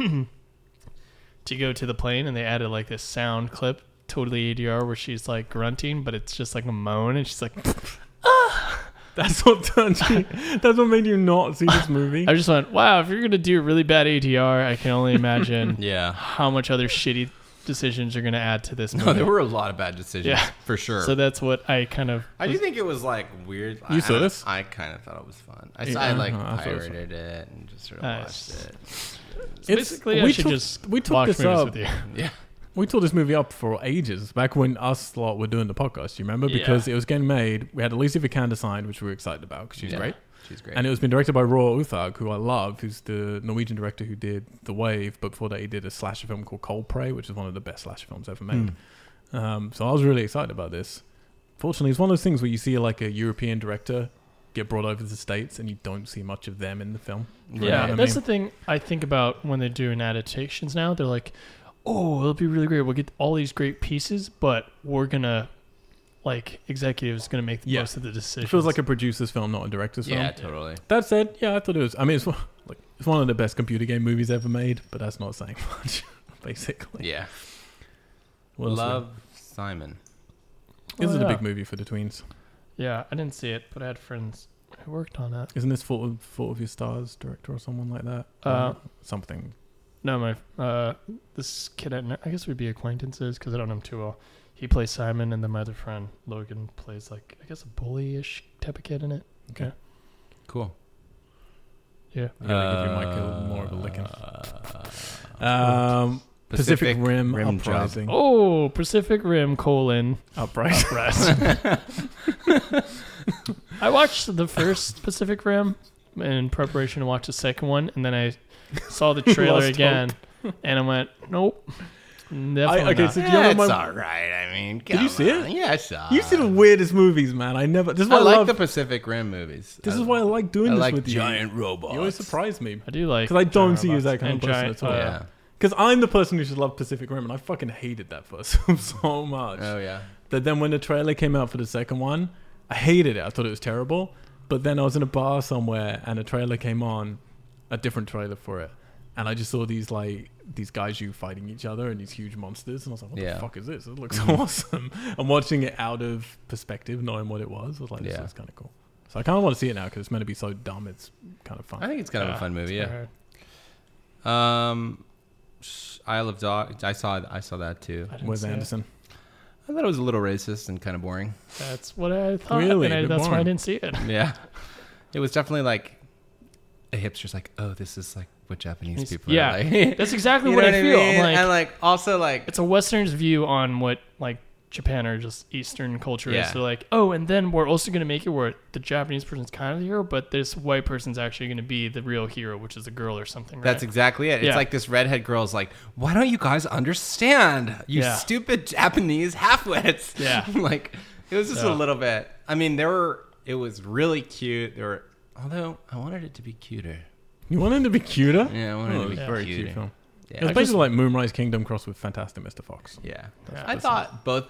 S3: to go to the plane, and they added like this sound clip, totally ADR, where she's like grunting, but it's just like a moan, and she's like,
S1: that's what turned you. that's what made you not see this movie.
S3: I just went, wow, if you're gonna do really bad ADR, I can only imagine
S2: Yeah.
S3: how much other shitty decisions you're gonna add to this movie.
S2: No, there were a lot of bad decisions
S3: Yeah.
S2: for sure.
S3: So that's what I kind of.
S2: I do think it was like weird.
S1: You
S2: I-
S1: saw
S2: I-
S1: this?
S2: I kind of thought it was fun. I,
S3: Yeah.
S2: I like
S1: Uh-huh, I thought it was
S2: pirated it and just sort of
S3: Nice.
S2: watched it.
S1: It's-
S3: basically, I
S1: we
S3: should
S1: took-
S3: just
S1: we took
S3: watch
S1: this
S3: movies
S1: up.
S3: with you.
S2: Yeah.
S1: We tore this movie up for ages back when us lot were doing the podcast. You remember
S3: Yeah.
S1: because it was getting made. We had Alicia Vikander signed, which we were excited about because she's
S2: Yeah.
S1: great,
S2: She's great.
S1: and it was been directed by Roar Uthag, who I love, who's the Norwegian director who did The Wave. But before that, he did a slasher film called Cold Prey, which is one of the best slasher films ever
S2: Hmm.
S1: made. Um, so I was really excited about this. Fortunately, it's one of those things where you see like a European director get brought over to the states, and you don't see much of them in the film.
S2: Right.
S3: Yeah,
S1: I mean-
S3: that's the thing I think about when they're doing adaptations now. They're like, "Oh, it'll be really great. We'll get all these great pieces, but we're gonna, like, executives gonna make the
S1: Yeah.
S3: most of the decisions."
S1: It feels like a producer's film, not a director's film.
S2: Yeah, totally.
S1: That said, yeah, I thought it was. I mean, it's one- like it's one of the best computer game movies ever made, but that's not saying much, basically.
S2: Yeah.
S1: What else
S2: Love Simon.
S1: we- This
S3: Oh,
S1: is a
S3: yeah.
S1: big movie for the tweens.
S3: Yeah, I didn't see it, but I had friends who worked on it.
S1: Isn't this Fault of, Fault of Your Stars director or someone like that? Um,
S3: Uh,
S1: something.
S3: No, my uh, this kid I, kn- I guess we'd be acquaintances because I don't know him too well. He plays Simon, and then my other friend Logan plays like I guess a bully-ish type of kid in it.
S2: Cool.
S3: Yeah.
S1: I'm gonna give you Mike a- more of a licking.
S2: Uh,
S1: Um, Pacific,
S2: Pacific
S1: Rim,
S2: Rim Job.
S1: Uprising.
S3: Oh, Pacific Rim colon
S1: Uprising.
S3: Uprising. I watched the first Pacific Rim in preparation to watch the second one, and then I saw the trailer
S1: Lost
S3: again, and I went, nope, definitely
S1: okay,
S3: not.
S1: so- Did you
S2: yeah,
S1: know
S2: it's
S1: my-
S2: all right. I mean,
S1: Did you
S2: come
S1: see
S2: on.
S1: it?
S2: Yeah, I saw.
S1: You see the
S2: it.
S1: weirdest movies, man. I never. This is
S2: I
S1: why I,
S2: like
S1: love.
S2: the Pacific Rim movies.
S1: this
S2: I,
S1: is why I like doing
S2: I
S1: this
S2: like
S1: with
S2: giant
S1: you.
S2: robots.
S1: You always surprise me
S3: I do like
S1: because I don't
S3: giant
S1: see you as that
S3: robots
S1: kind of
S3: and
S1: person at
S3: giant-
S1: all.
S3: uh,
S2: yeah.
S1: Because I'm the person who should love Pacific Rim, and I fucking hated that first film so much.
S2: Oh yeah.
S1: That then when the trailer came out for the second one, I hated it. I thought it was terrible. But then I was in a bar somewhere, and a trailer came on, a different trailer for it, and I just saw these like these guys you fighting each other and these huge monsters, and I was like, "What
S2: Yeah. Mm.
S1: the fuck is this? It looks awesome!" And watching it out of perspective, knowing what it was, I was like, "This
S2: Yeah.
S1: is kind of cool." So I kind of want to see it now because it's meant to be so dumb. It's kind of
S2: I
S1: fun.
S2: think it's kind of
S3: Yeah,
S2: a fun movie.
S3: it's
S2: Yeah.
S3: hard.
S2: Um, sh- Isle of Dogs. I saw. I saw that too.
S3: I didn't
S1: Wes
S3: see it.
S1: Anderson.
S2: I thought it was a little racist and kind of boring.
S3: That's what I thought,
S1: Really?
S3: and I,
S1: Bit
S3: that's why I
S1: boring.
S3: didn't see it.
S2: Yeah, it was definitely like a hipster's like, oh, this is like what Japanese people
S3: yeah,
S2: are like.
S3: that's exactly
S2: You
S3: what,
S2: know
S3: I feel.
S2: mean?
S3: I'm like,
S2: and like also like
S3: it's a Western's view on what like Japan or just Eastern culture
S2: Yeah.
S3: is. They're like, oh, and then we're also going to make it where the Japanese person's kind of the hero, but this white person's actually going to be the real hero, which is a girl or something. Right?
S2: that's exactly it.
S3: Yeah.
S2: It's like this redhead girl's like, why don't you guys understand? You
S3: Yeah.
S2: stupid Japanese halfwits.
S3: Yeah.
S2: like it was just
S3: So-
S2: a little bit. I mean, there were. It was really cute. There were. Although I wanted it to be cuter.
S1: You want him to be cuter?
S2: Yeah, I wanted
S1: Oh,
S2: it to
S1: it's
S2: be
S1: a very cute
S2: cuter.
S1: film.
S2: Yeah.
S1: It's basically like Moonrise Kingdom crossed with Fantastic Mr. Fox.
S2: Yeah.
S3: Yeah.
S2: I thought both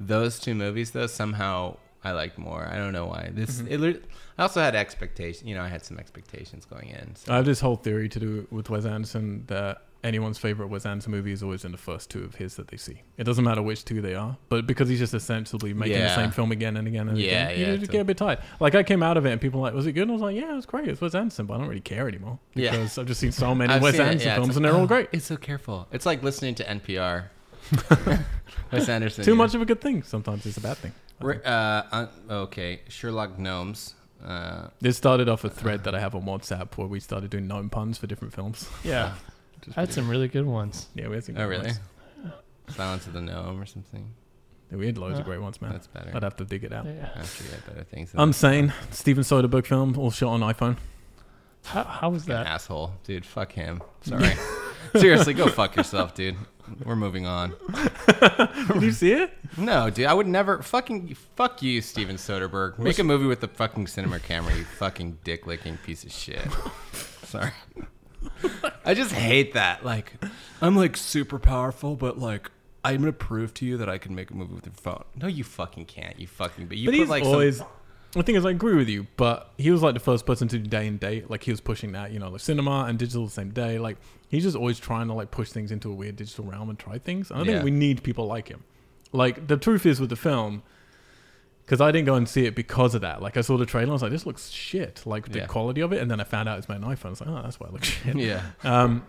S2: those two movies though somehow I liked more. I don't know why. This
S3: Mm-hmm.
S2: it lit- I also had expectations, you know, I had some expectations going in. So
S1: I have this whole theory to do with Wes Anderson that anyone's favorite Wes Anderson movie is always in the first two of his that they see. It doesn't matter which two they are, but because he's just essentially making the
S2: Yeah.
S1: same film again and again and
S2: Yeah,
S1: again,
S2: yeah,
S1: you just get a bit tired. Like I came out of it and people were like, "Was it good?" And I was like, "Yeah, it was great. It's Wes Anderson, but I don't really care anymore
S2: Yeah.
S1: because I've just seen so many
S2: I've
S1: Wes
S2: seen it,
S1: Anderson
S2: yeah, it's
S1: films
S2: like,
S1: and they're all
S2: "Oh,
S1: great.
S2: It's so careful. It's like listening to NPR. Wes Anderson.
S1: Too
S2: yeah.
S1: much of a good thing sometimes is a bad thing." I
S2: Re-
S1: think.
S2: uh, un- okay, Sherlock Gnomes. Uh,
S1: This started off a thread that I have on WhatsApp where we started doing gnome puns for different films.
S3: yeah,
S1: Which is
S3: I had some really good ones.
S1: pretty- yeah, we had some
S2: oh
S1: good
S2: really?
S1: ones.
S2: Silence of the Gnome or something.
S1: Yeah, We had loads
S3: Uh,
S1: of great ones, man.
S2: That's better.
S1: I'd have to dig it out.
S3: Yeah.
S2: I'm sure you had better things. than that.
S1: Unsane, Steven Soderbergh film, all shot on iPhone.
S3: How, how was
S2: Fucking
S3: that?
S2: asshole, dude. Fuck him. Sorry. Seriously, go fuck yourself, dude. We're moving on.
S1: Did you see it?
S2: No, dude, I would never fucking fuck you, Steven Soderbergh. Make a movie with the fucking cinema camera, you fucking dick licking piece of shit. Sorry. I just hate that. Like, I'm like super powerful, but like, I'm gonna prove to you that I can make a movie with your phone. No, you fucking can't. You fucking. But you
S1: but
S2: put
S1: he's
S2: like some-
S1: always. The thing is, I agree with you, but he was like the first person to do day and date. Like he was pushing that, you know, like cinema and digital the same day. Like he's just always trying to like push things into a weird digital realm and try things. And I
S2: Yeah.
S1: think we need people like him. Like the truth is with the film, because I didn't go and see it because of that. Like I saw the trailer, I was like, this looks shit. Like the
S2: Yeah.
S1: quality of it, and then I found out it's made on iPhone. I was like, oh, that's why it looks shit.
S2: yeah.
S1: Um,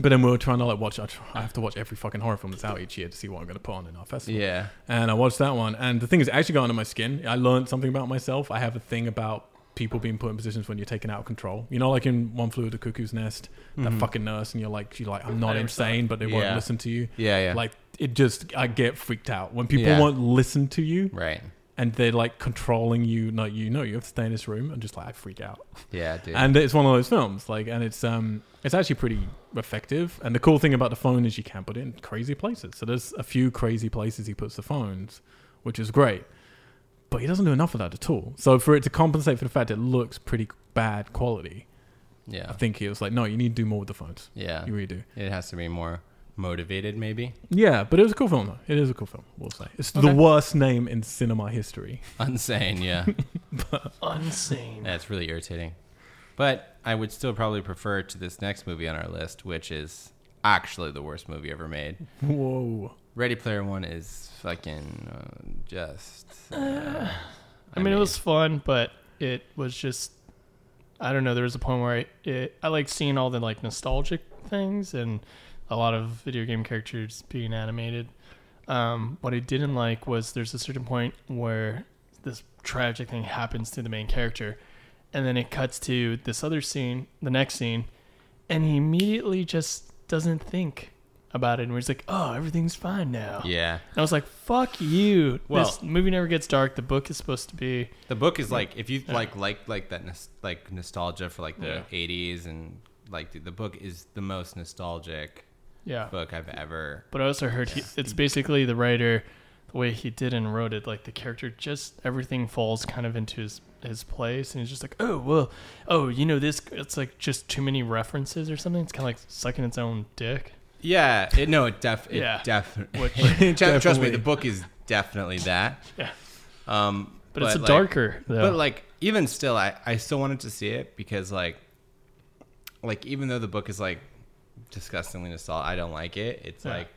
S1: but then we were trying to like watch. I, tr- I have to watch every fucking horror film that's out each year to see what I'm going to put on in our festival.
S2: Yeah.
S1: And I watched that one, and the thing is, it actually got under my skin. I learned something about myself. I have a thing about people being put in positions when you're taken out of control. You know, like in One Flew Over the Cuckoo's Nest, that
S2: Mm-hmm.
S1: fucking nurse, and you're like, you're like, I'm not
S3: I never saw
S1: insane, but they won't
S2: Yeah.
S1: listen to you.
S2: Yeah. Yeah.
S1: Like it just, I get freaked out when people
S2: Yeah.
S1: won't listen to you
S2: right.
S1: and they're like controlling you. No, you know, you have to stay in this room, and just like I freak out
S2: Yeah, dude.
S1: and it's one of those films like and it's um it's actually pretty effective and the cool thing about the phone is you can put it in crazy places so there's a few crazy places he puts the phones which is great but he doesn't do enough of that at all so for it to compensate for the fact it looks pretty bad quality i
S2: yeah.
S1: think he was like no you need to do more with the phones
S2: Yeah.
S1: you really do
S2: It has to be more motivated, maybe.
S1: yeah but it was a cool film though it is a cool film we'll say it's the
S2: Okay.
S1: worst name in cinema history
S2: Unsane. Yeah.
S3: Unsane.
S2: Yeah, it's really irritating. But I would still probably prefer to this next movie on our list, which is actually the worst movie ever made.
S1: whoa
S2: Ready Player One is fucking uh, just. uh,
S3: I mean, it was fun, but it was just I don't know. There was a point where I it, I like seeing all the like nostalgic things and a lot of video game characters being animated. Um, what I didn't like was there's a certain point where this tragic thing happens to the main character, and then it cuts to this other scene, the next scene, and he immediately just doesn't think about it, and he's like, "Oh, everything's fine now."
S2: Yeah.
S3: And I was like, "Fuck you!"
S2: Well-
S3: this movie never gets dark. The book is supposed to be
S2: The book is like if you like like like that nos- like nostalgia for like
S3: Yeah.
S2: the '80s and like the, the book is the most nostalgic
S3: yeah.
S2: book I've ever.
S3: But I also heard he, it's basically the writer, the way he did and wrote it, like the character just everything falls kind of into his his place, and he's just like, oh well, oh you know this. It's like just too many references or something. It's kind of like sucking its own dick.
S2: Yeah. It, no. It def. It
S3: Yeah.
S2: def-
S3: Which-
S2: Def- Trust me,
S1: Definitely.
S2: the book is definitely that.
S3: Yeah.
S2: Um,
S3: But, it's a
S2: like-
S3: darker though.
S2: But like even still, I I still wanted to see it because like like even though the book is like disgustingly nostalgic, I don't like it. It's
S3: Yeah.
S2: like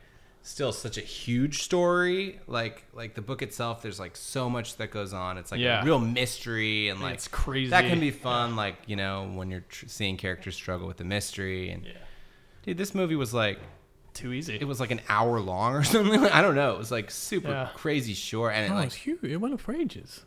S2: still such a huge story. Like like the book itself, there's like so much that goes on. It's like
S3: Yeah.
S2: a real mystery and like
S3: it's crazy.
S2: that can be fun. Like you know when you're tr- seeing characters struggle with the mystery and
S3: Yeah.
S2: dude, this movie was like
S3: too easy.
S2: it was like an hour long or something. I don't know. It was like super
S3: Yeah.
S2: crazy short and it,
S1: oh,
S2: like
S1: it's huge it went up for ages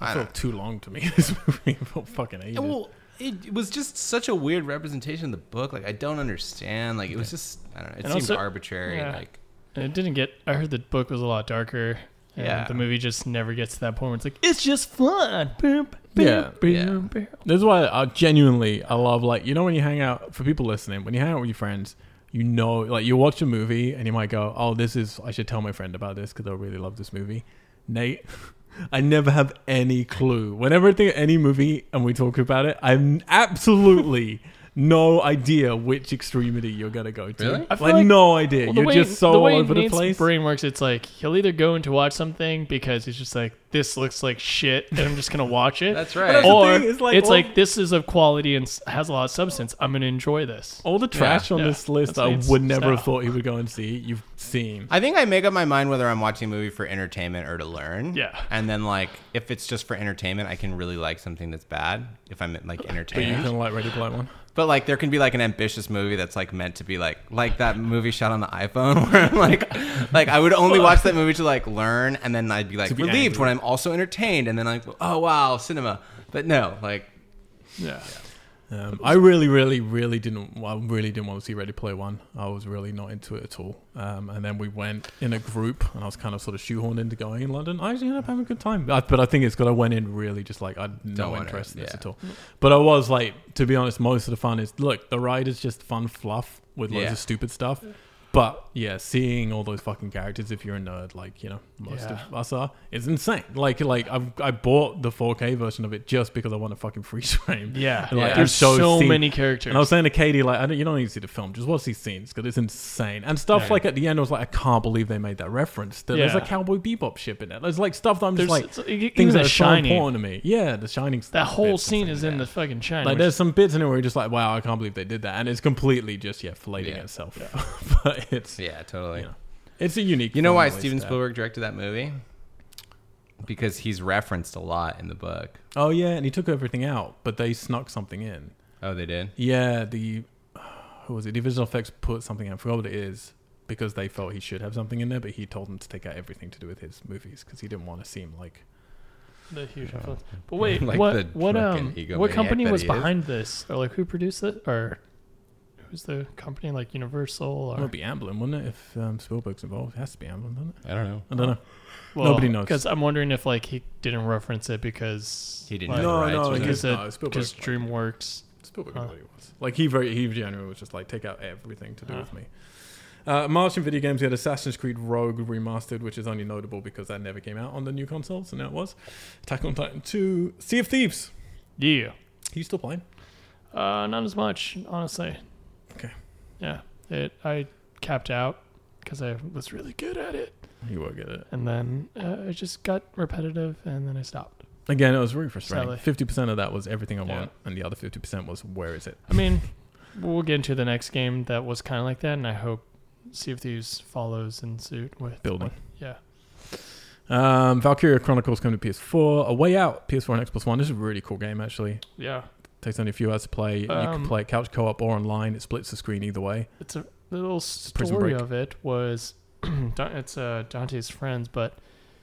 S2: I
S1: I
S2: don't-
S1: felt too long to me this movie it felt fucking ages
S2: Well, it, it was just such a weird representation of the book. Like I don't understand. Like it was just I don't know. It
S3: And
S2: seemed
S3: also-
S2: arbitrary.
S3: yeah.
S2: Like
S3: And it didn't get. I heard the book was a lot darker. And
S2: Yeah.
S3: The movie just never gets to that point where it's like it's just fun. Boom, boom,
S1: Yeah,
S3: boom, boom.
S1: This is why I genuinely I love like you know when you hang out for people listening when you hang out with your friends you know like you watch a movie and you might go oh this is I should tell my friend about this because I really love this movie Nate I never have any clue whenever I think of any movie and we talk about it I'm absolutely no idea which extremity you're gonna go to
S2: Really?
S3: I feel
S1: like,
S3: like-
S1: no idea
S3: Well,
S1: you're just so
S3: the
S1: all
S3: way
S1: over
S3: Nate's
S1: the place
S3: brain works, it's like he'll either go in to watch something because he's just like, this looks like shit, and I'm just gonna watch it.
S2: that's
S1: But
S2: right.
S1: that's the
S3: Or
S1: thing,
S3: it's
S1: it's
S3: like,
S1: like all-
S3: this is of quality and s- has a lot of substance. I'm gonna enjoy this.
S2: Oh,
S1: all the trash on
S3: yeah,
S1: this list
S3: that's
S1: I
S3: Nate's
S1: would never have
S3: style.
S1: thought he would go and see you've seen
S2: I think I make up my mind whether I'm watching a movie for entertainment or to learn.
S3: Yeah.
S2: And then like if it's just for entertainment, I can really like something that's bad if I'm like
S1: but you
S2: entertained.
S1: can like Ready Player One.
S2: But like there can be like an ambitious movie that's like meant to be like like that movie shot on the iPhone where I'm like like I would only watch that movie to like learn and then I'd be like
S1: To be
S2: relieved
S1: angry.
S2: when I'm also entertained and then like oh wow cinema. But no, like
S3: Yeah.
S1: Um, I really, really, really didn't. I really didn't want to see Ready Player One. I was really not into it at all. Um, and then we went in a group, and I was kind of sort of shoehorned into going in London. I actually ended up having a good time, I, but I think it's because I went in really just like I had
S2: Don't
S1: no
S2: want
S1: interest
S2: it,
S1: in this
S2: yeah.
S1: at all. But I was like, to be honest, most of the fun is look, the ride is just fun fluff. with loads
S2: Yeah.
S1: of stupid stuff. But yeah, seeing all those fucking characters, if you're a nerd, like you know most
S3: Yeah.
S1: of us are, it's insane. Like like I I bought the 4K version of it just because I want a fucking freeze frame.
S3: Yeah,
S1: And, like,
S2: Yeah.
S1: I've
S3: there's
S1: so
S3: so,
S1: seen-
S3: many characters.
S1: And I was saying to Katie, like, I don't, you don't need to see the film. Just watch these scenes because it's insane. And stuff
S3: Yeah.
S1: like at the end, I was like, I can't believe they made that reference. That There's a
S3: Yeah.
S1: Cowboy Bebop ship in it. There's like stuff that I'm
S3: there's
S1: just like,
S3: it's- e- even
S1: things that
S3: the
S1: are
S3: shining.
S1: so important to me. Yeah, the Shining stuff.
S3: that whole
S1: bits and
S3: scene
S1: stuff
S3: is
S1: like
S3: in
S1: that.
S3: the fucking shine.
S1: Like,
S3: which
S1: there's some bits in it where you're just like, wow, I can't believe they did that. And it's completely just, yeah, filleting
S2: Yeah.
S1: itself. but it's,
S2: Yeah, totally.
S1: You know. it's a unique
S2: You know
S1: film
S2: why
S1: at least
S2: Steven
S1: there.
S2: Spielberg directed that movie? Because he's referenced a lot in the book.
S1: Oh, yeah, and he took everything out, but they snuck something in.
S2: Oh, they did.
S1: Yeah, the who was it? The visual effects put something out. I forgot what it is because they felt he should have something in there, but he told them to take out everything to do with his movies because he didn't want to seem like.
S3: the huge influence. But wait,
S2: Like
S3: what?
S2: the
S3: what?
S2: drunken
S3: Um,
S2: egomaniac
S3: what company
S2: that
S3: was
S2: he is.
S3: behind this, or like who produced it, or who's the company? Like Universal, or
S1: It would be Amblin, wouldn't it? If um, Spielberg's involved, it has to be Amblin, doesn't it?
S2: I don't know.
S1: I don't know. nobody knows.
S3: Because I'm wondering if like he didn't reference it because
S2: He didn't
S3: Like,
S2: have the
S1: No,
S2: rights,
S1: no,
S2: was
S1: he
S2: it?
S1: didn't.
S3: because it-
S1: No, it's Spielberg.
S3: because DreamWorks.
S1: Spielberg
S3: Huh.
S1: really was. Like he very he generally was just like take out everything to do
S3: Huh.
S1: with me. Uh, March in video games, we had Assassin's Creed Rogue remastered, which is only notable because that never came out on the new console, so now it was. Attack on Titan 2, Sea of Thieves.
S3: Yeah,
S1: Are you still playing?
S3: uh, not as much honestly.
S1: Okay.
S3: Yeah, it. I capped out because I was really good at it,
S1: You won't get it.
S3: and then uh, it just got repetitive, and then I stopped.
S1: Again, it was really frustrating.
S3: Sadly.
S1: Fifty percent of that was everything I
S3: Yeah.
S1: want, and the other fifty percent was where is it?
S3: I mean, we'll get into the next game that was kind of like that, and I hope Sea of Thieves follows in suit with
S1: Building.
S3: Yeah,
S1: Um, Valkyria Chronicles coming to PS4. A Way Out, PS4 and Xbox One. This is a really cool game actually.
S3: yeah.
S1: takes only a few hours to play. you
S3: Um,
S1: can play it couch co-op or online. It splits the screen either way.
S3: It's a the little
S1: Prison
S3: story
S1: Break.
S3: of it was Dan- it's uh, Dante's friends, but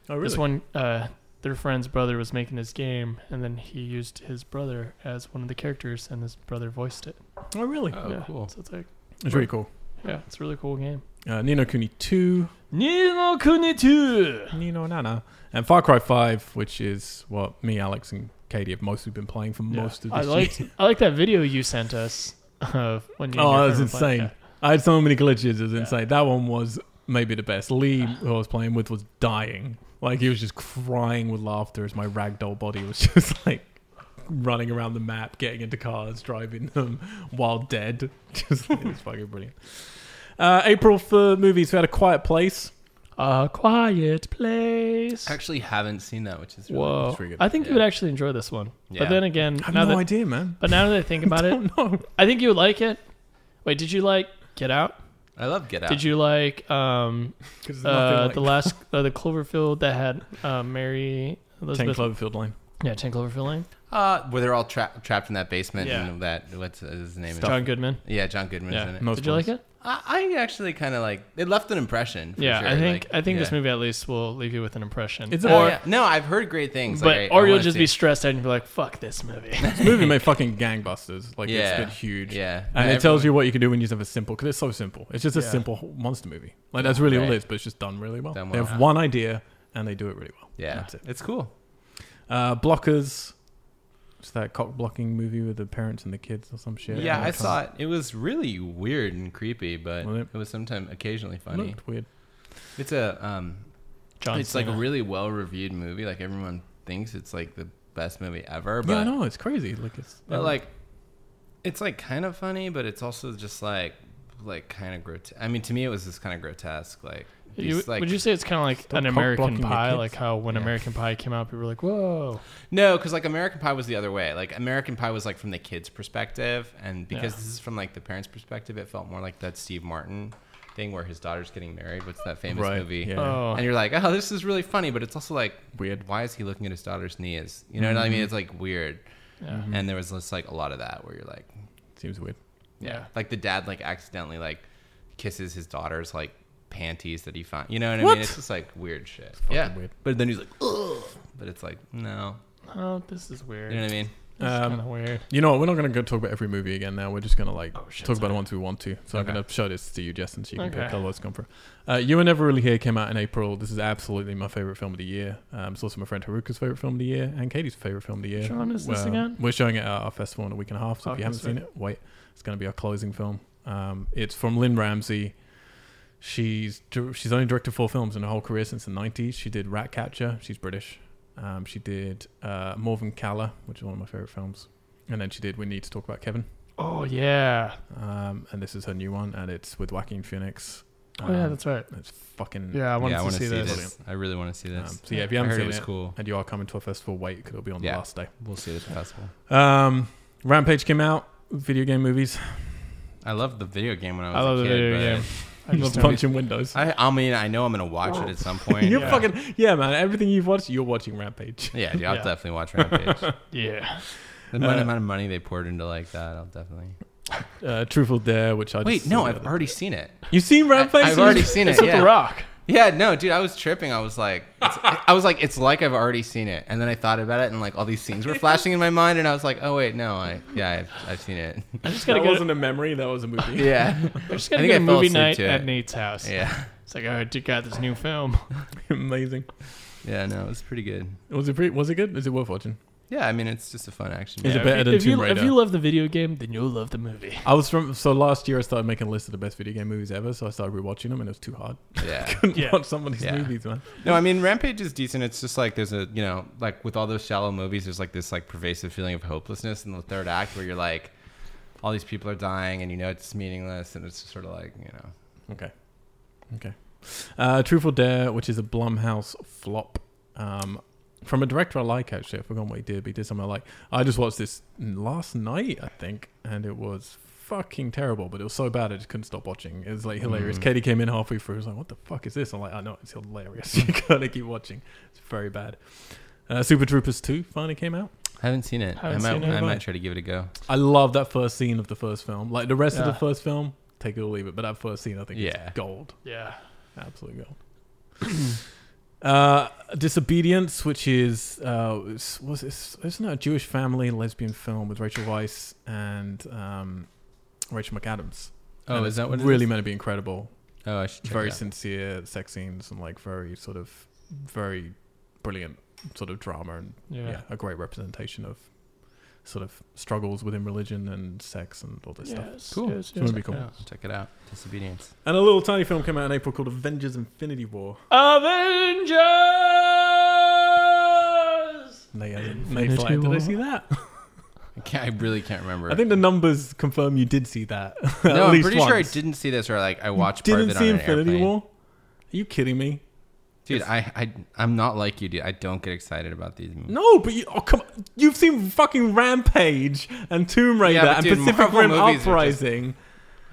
S1: Oh
S3: this one uh, their friend's brother was making this game, and then he used his brother as one of the characters, and his brother voiced it.
S1: Oh really?
S2: Oh,
S3: yeah.
S2: cool.
S3: So it's like
S1: It's really cool.
S3: yeah, it's a really cool game.
S1: Uh, Nino Kuni two,
S3: Nino Kuni 2!
S1: Nino Nana, and Far Cry Five, which is what me, Alex, and Katie have mostly been playing for
S3: Yeah.
S1: most of this
S3: I
S1: year.
S3: liked I like that video you sent us of when you. and
S1: Oh,
S3: your
S1: that was
S3: friend were playing.
S1: insane. I had so many glitches. It was
S3: Yeah.
S1: insane. That one was maybe the best. Lee, who I was playing with, was dying. Like he was just crying with laughter as my ragdoll body was just like running around the map, getting into cars, driving them while dead. Just it was fucking brilliant. Uh, April for movies, we had a quiet place.
S3: A quiet place.
S2: I actually haven't seen that, which is really
S3: Whoa.
S1: it's really good.
S3: I think you
S2: Yeah.
S3: would actually enjoy this one.
S2: Yeah.
S3: But then again,
S1: I have
S3: Mm. now
S1: no
S3: that,
S1: idea, man.
S3: but now that I think about it,
S1: Don't know.
S3: I think you would like it. Wait, did you like Get Out?
S2: I love Get Out.
S3: Did you like um
S1: 'Cause there's nothing
S3: uh,
S1: like
S3: the last uh, the Cloverfield that had uh, Mary
S1: Ten
S3: Elizabeth?
S1: Cloverfield Lane.
S3: yeah, Ten Cloverfield Lane.
S2: Uh, where they're all tra- trapped in that basement
S3: Yeah.
S2: and that what's his name? Is?
S3: John Goodman.
S2: Yeah, John Goodman's
S3: Yeah.
S2: in it.
S1: Most
S3: did you
S1: ones.
S3: like it?
S2: I, I actually kind of like it left an impression. For
S3: Yeah,
S2: sure.
S3: I think
S2: like,
S3: I think this
S2: yeah.
S3: movie at least will leave you with an impression.
S1: It's a-
S2: Oh,
S3: or
S2: yeah. No, I've heard great things.
S3: but
S2: like, I-
S3: or
S2: I
S3: you'll
S2: wanna
S3: just
S2: see
S3: be
S2: it.
S3: stressed out and be like, "Fuck this movie."
S1: This movie made fucking gangbusters. Like
S2: Yeah.
S1: it's been huge.
S2: Yeah.
S1: And
S2: No,
S1: it tells
S2: everyone-
S1: you what you can do when you just have a simple, because it's so simple. It's just a
S3: Yeah.
S1: simple monster movie. Like that's really all
S2: Right.
S1: it is, but it's just done really well.
S2: Done
S1: They
S2: well.
S1: have one idea and they do it really well.
S2: Yeah,
S1: That's it.
S2: it's cool.
S1: Uh, Blockers. It's that cock blocking movie with the parents and the kids or some shit.
S2: Yeah, I saw it. It was really weird and creepy, but
S1: Was it?
S2: it? was sometimes occasionally
S1: It
S2: funny.
S1: looked weird.
S2: It's a um,
S3: John
S2: it's like a
S3: Cena.
S2: really well reviewed movie. Like everyone thinks it's like the best movie ever, but
S1: yeah, I know. It's crazy. Like it's
S2: But like, it's like kind of funny, but it's also just like, like kind of grotesque. I mean, to me, it was just kind of grotesque. Like,
S3: You-
S2: these, like
S3: would you say it's kind of like
S1: Stop
S3: an
S1: cock blocking
S3: American
S1: your
S3: Pie,
S1: kids.
S3: like how when
S2: Yeah.
S3: American Pie came out, people were like, "Whoa!"
S2: no? Because like American Pie was the other way. Like American Pie was like from the kids' perspective, and because
S3: Yeah.
S2: this is from like the parents' perspective, it felt more like that Steve Martin thing where his daughter's getting married. What's that famous
S1: Right,
S2: movie?
S1: yeah.
S3: Oh,
S2: And you're like, oh, this is really funny, but it's also like
S1: Weird.
S2: Why is he looking at his daughter's knees? You know what I
S3: Mm-hmm.
S2: mean? It's like weird.
S3: yeah.
S2: And there was just like a lot of that where you're like,
S1: seems weird.
S3: Yeah.
S2: Like the dad like accidentally like kisses his daughter's like panties that he found. You know what, I
S1: What?
S2: mean? It's just like weird shit.
S1: fucking
S2: Yeah.
S1: weird.
S2: But then he's like, ugh. But it's like, no.
S3: Oh, this is weird.
S2: You know what I mean?
S3: This is
S1: Um,
S3: kind of weird.
S1: You know what? We're not going to go talk about every movie again now. We're just going to like
S3: Oh, shit,
S1: talk about the ones we want to. So I'm
S2: Okay.
S1: going to show this to you, Justin, so you can
S3: Okay.
S1: pick. Otherwise, it's gone for. Uh, you were never really here came out in April. This is absolutely my favorite film of the year. Um, it's also my friend Haruka's favorite film of the year and Katie's favorite film of the year.
S3: Which one is this
S1: Um,
S3: again?
S1: We're showing it at our festival in a week and a half. So if
S3: Okay,
S1: you haven't seen
S3: sweet.
S1: it, wait. It's going to be our closing film. Um, it's from Lynn Ramsey. She's dir- she's only directed four films in her whole career since the '90s. She did Ratcatcher. She's British. Um, she did uh, Morven Calla, which is one of my favorite films, and then she did We Need to Talk About Kevin.
S3: Oh yeah.
S1: Um, and this is her new one, and it's with Joaquin Phoenix.
S3: Oh yeah,
S1: Um,
S3: that's right.
S1: it's fucking
S3: Yeah, I wanted
S2: yeah, I
S3: to
S2: want
S3: see, this.
S2: I really want to see
S1: Um,
S2: this.
S1: so yeah, if you
S2: I
S1: haven't
S2: heard
S1: seen
S2: it was
S1: it,
S2: cool.
S1: and you are coming to a festival, wait because it'll be on
S2: Yeah.
S1: the last day.
S2: We'll see it at the festival.
S1: Um, Rampage came out. Video game movies.
S2: I loved the video game when I was
S3: I love
S2: a
S3: the
S2: kid.
S3: video
S2: but
S3: game. I
S1: Just
S3: just know-
S1: punching windows.
S2: I, I mean, I know I'm gonna watch it at some point.
S1: You're
S2: yeah.
S1: fucking yeah, man. Everything you've watched, you're watching Rampage.
S2: Yeah, dude, I'll
S3: Yeah.
S2: definitely watch Rampage.
S3: Yeah.
S2: the amount,
S1: Uh,
S2: amount of money they poured into like that, I'll definitely.
S1: Uh, Truthful Dare, which I just
S2: Wait, no,
S1: saw the
S2: I've
S1: other-
S2: already seen it.
S1: You've seen Rampage.
S2: I've already seen it.
S3: Except
S2: Yeah.
S3: the Rock.
S2: Yeah, no, dude, I was tripping. I was like, it's, I was like, it's like I've already seen it, and then I thought about it, and like all these scenes were flashing in my mind, and I was like, oh wait, no, I yeah, I've, I've seen it.
S3: I just gotta
S1: That
S3: go.
S1: wasn't a memory. That was a movie.
S2: yeah,
S3: I just
S2: I think
S3: gotta get a
S2: I fell
S3: movie
S2: asleep
S3: night
S2: to
S3: at
S2: it.
S3: Nate's house.
S2: yeah,
S3: It's like, oh, dude, got this new film.
S1: Amazing.
S2: yeah. No, it was pretty good.
S1: Was it pretty, was it good? Is it worth watching?
S2: Yeah, I mean, it's just a fun action.
S1: Is
S2: movie.
S1: it better
S3: if,
S1: than
S3: if you,
S1: Tomb Raider?
S3: If you love the video game, then you'll love the movie.
S1: I was from so last year I started making a list of the best video game movies ever, so I started rewatching them and it was too hard.
S2: Yeah.
S1: Couldn't
S3: Yeah.
S1: watch some of these
S2: Yeah.
S1: movies, man.
S2: No, I mean Rampage is decent. It's just like there's a you know like with all those shallow movies, there's like this like pervasive feeling of hopelessness in the third act where you're like, all these people are dying and you know it's meaningless and it's just sort of like you know
S1: Okay. Okay. Uh, Truth or Dare, which is a Blumhouse flop. Um, from a director I like, actually. I've forgotten what he did, but he did something I like. I just watched this last night, I think, and it was fucking terrible, but it was so bad I just couldn't stop watching. It was like hilarious.
S2: Mm.
S1: Katie came in halfway through, was like, what the fuck is this? I'm like, I know, it's hilarious. you gotta keep watching. It's very bad. Uh, Super Troopers 2 finally came out.
S2: I haven't seen it.
S3: Haven't
S2: I might
S3: seen it,
S2: I
S1: but-
S2: might try to give it a go.
S1: I love that first scene of the first film. Like the rest of the
S3: Yeah.
S1: first film, take it or leave it, but that first scene I think
S2: Yeah.
S1: is gold.
S3: Yeah.
S1: Absolute gold. uh, Disobedience, which is uh, it's- was it, isn't it a Jewish family lesbian film with Rachel Weisz and um, Rachel McAdams?
S2: Oh,
S1: And
S2: is
S1: it's
S2: that what it
S1: really
S2: is?
S1: meant to be incredible?
S2: Oh, I should check
S1: very
S2: it out.
S1: sincere sex scenes and like very sort of very brilliant sort of drama and
S3: Yeah.
S1: yeah. a great representation of sort of struggles within religion and sex and all this stuff.
S3: Yes,
S2: Cool.
S3: yes,
S1: It's gonna
S3: yes,
S1: be cool.
S3: yes.
S2: Check it out. Disobedience.
S1: And a little tiny film came out in April called Avengers: Infinity War.
S3: Avengers!
S1: Nate, hasn't-
S3: Infinity
S1: Nate's like, did I
S3: War.
S1: see that?
S2: I, can't, I really can't remember.
S1: I think the numbers confirm you did see that. At
S2: no, I'm
S1: least
S2: pretty sure I
S1: once.
S2: didn't see this or like I
S1: You
S2: watched part of
S1: Didn't
S2: it
S1: see
S2: on an
S1: Infinity
S2: airplane.
S1: War? Are you kidding me?
S2: Dude, I, I I'm not like you, dude. I don't get excited about these movies.
S1: No, but you, oh come on, you've seen fucking Rampage and Tomb Raider
S2: but
S1: and
S2: dude,
S1: Pacific
S2: Marvel
S1: Rim
S2: movies are just-
S1: Uprising.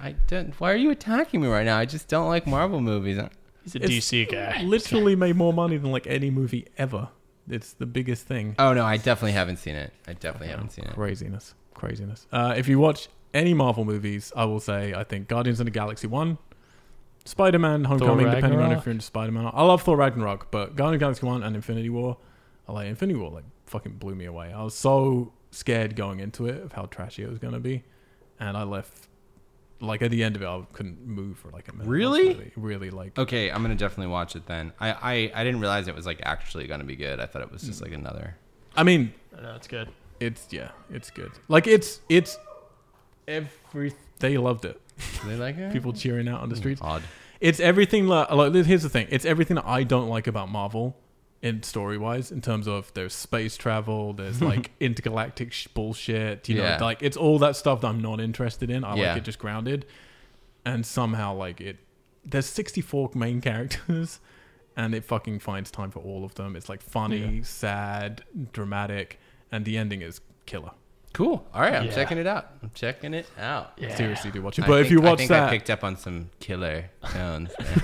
S2: I don't. Why are you attacking me right now? I just don't like Marvel movies.
S3: He's a
S1: It's
S3: DC guy.
S1: Literally made more money than like any movie ever. It's the biggest thing.
S2: Oh no, I definitely haven't seen it. I definitely haven't seen it.
S1: Craziness, craziness. Uh, if you watch any Marvel movies, I will say I think Guardians of the Galaxy one, Spider Man Homecoming, depending on
S3: Ragnarok.
S1: if you're into Spider Man. I love Thor Ragnarok, but Guardians of the Galaxy one and Infinity War, I like Infinity War. Like fucking blew me away. I was so scared going into it of how trashy it was gonna be, and I left. Like at the end of it, I couldn't move for like a minute. I was
S2: Really?
S1: really, really, like
S2: Okay, I'm gonna definitely watch it then. I, I I didn't realize it was like actually gonna be good. I thought it was just like another.
S1: I mean,
S3: I know, it's good.
S1: it's yeah, it's good. Like it's it's every they loved it.
S2: They like it.
S1: People cheering out on the streets.
S2: Odd.
S1: It's everything. Like, like here's the thing. It's everything that I don't like about Marvel, in story wise, in terms of there's space travel, there's like intergalactic sh- bullshit. You
S2: Yeah.
S1: know, like it's all that stuff that I'm not interested in. I
S2: Yeah.
S1: like it just grounded, and somehow like it. There's 64 main characters, and it fucking finds time for all of them. It's like funny, sad, dramatic, and the ending is killer.
S2: Cool. All right, I'm
S3: Yeah.
S2: checking it out. I'm checking it out.
S3: Yeah.
S1: Seriously, do watch it.
S2: I
S1: But if
S2: think-
S1: you
S2: I
S1: watch
S2: think
S1: that,
S2: I picked up on some killer tones. man.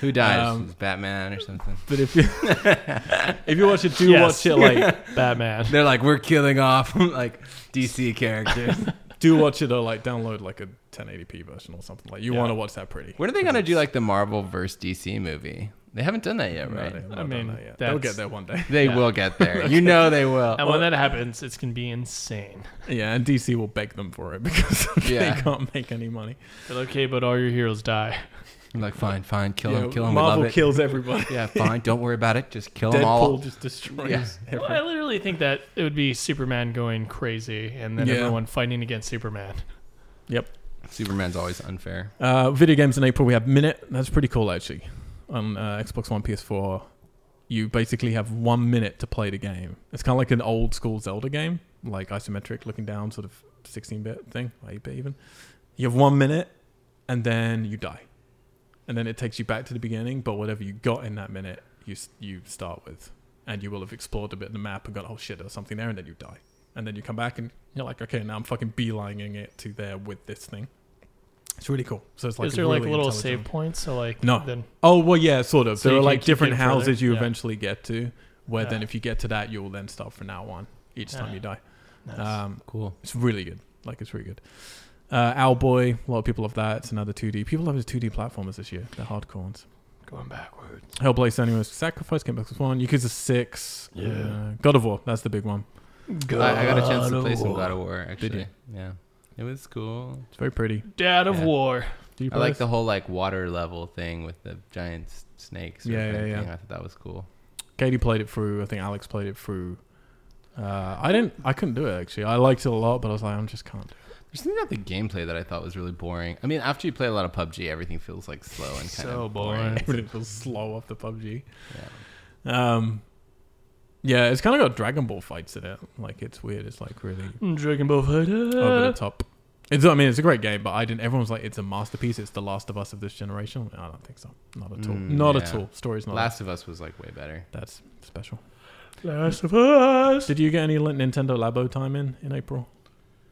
S2: Who dies?
S1: Um,
S2: Is Batman or something?
S1: but if you if you watch it, do
S3: Yes.
S1: watch it like.
S3: Batman.
S2: They're like, we're killing off like DC characters.
S1: do watch it or like download like a 1080p version or something. Like you
S3: Yeah.
S1: want to watch that pretty.
S2: when are they gonna do like the Marvel versus DC movie? They haven't done that yet,
S1: No,
S2: right?
S1: they- no,
S3: I
S1: no,
S3: mean,
S1: no, yeah. they'll
S3: that's-
S1: get there one day.
S2: They
S3: Yeah.
S2: will get there. You know they will.
S3: And when that happens, it's going to be insane.
S1: yeah, and DC will beg them for it because
S2: Yeah.
S1: they can't make any money.
S3: But okay, but all your heroes die.
S2: I'm like, fine, fine, kill
S1: Yeah,
S2: him, kill him.
S1: Marvel
S2: we love
S1: kills everybody.
S2: it. Yeah, fine. Don't worry about it. Just kill them
S1: Deadpool
S2: all.
S1: just destroys
S2: Yeah.
S1: everyone.
S3: Well, I literally think that it would be Superman going crazy and then
S1: Yeah.
S3: everyone fighting against Superman.
S1: Yep.
S2: Superman's always unfair.
S1: Uh, video games in April, we have Minute. That's pretty cool, actually. On uh, Xbox One, PS4, you basically have one minute to play the game. It's kind of like an old school Zelda game, like isometric, looking down, sort of 16 bit thing, or 8 bit even. You have one minute, and then you die. And then it takes you back to the beginning, but whatever you got in that minute, you, s- you start with. And you will have explored a bit of the map and got, oh shit, there's something there, and then you die. And then you come back and you're like, okay, now I'm fucking beelining it to there with this thing. It's really cool. So it's like
S3: Is there
S1: really
S3: like little
S1: intelligent-
S3: save points? So like
S1: No.
S3: Then
S1: Oh well, yeah, sort of.
S3: So
S1: there
S3: you
S1: are
S3: can
S1: like
S3: keep
S1: different
S3: getting further?
S1: houses you
S3: Yeah.
S1: eventually get to, where then
S3: Yeah.
S1: if you get to that, you will then start from now on each time
S3: Yeah.
S1: you die.
S3: nice.
S1: Um,
S2: Cool.
S1: it's really good. Like it's really good. Uh, Owlboy, a lot of people love that. It's another 2D. People love the 2D platformers this year. The hardcore ones.
S3: going backwards.
S1: Hellblade: Senua's Sacrifice came back with one. Yakuza Six.
S3: Yeah.
S1: Uh, God of War. That's the big one.
S2: I, I got a chance
S3: God
S2: to
S3: of
S2: play some
S3: War.
S2: God of War actually.
S1: you?
S2: Yeah. It was cool.
S1: It's very pretty.
S3: Dad of
S2: Yeah.
S3: War.
S1: Do you
S2: I
S1: play
S2: like
S1: this?
S2: the whole like water level thing with the giant s- snakes. sort of
S1: Yeah, yeah,
S2: thing.
S1: yeah.
S2: I thought that was cool.
S1: Katie played it through. I think Alex played it through. Uh, I didn't. I couldn't do it actually. I liked it a lot, but I was like, I just can't. do it.
S2: There's something about the gameplay that I thought was really boring. I mean, after you play a lot of PUBG, everything feels like slow and kind
S3: So
S2: of boring.
S1: Everything feels slow off the PUBG.
S2: Yeah.
S1: Um, yeah, it's kind of got Dragon Ball fights in it. Like it's weird. It's like really
S3: Dragon Ball
S1: over the
S2: Uh.
S3: Fighter.
S1: top. Oh, It's. I mean, it's a great game, but I didn't. Everyone's like, it's a masterpiece. It's the Last of Us of this generation. I don't think so. Not at all.
S2: Mm,
S1: not
S2: yeah.
S1: at all. Story's not.
S2: Last of Us was like way better.
S1: that's special.
S3: Last of Us.
S1: Did you get any Nintendo Labo time in in April?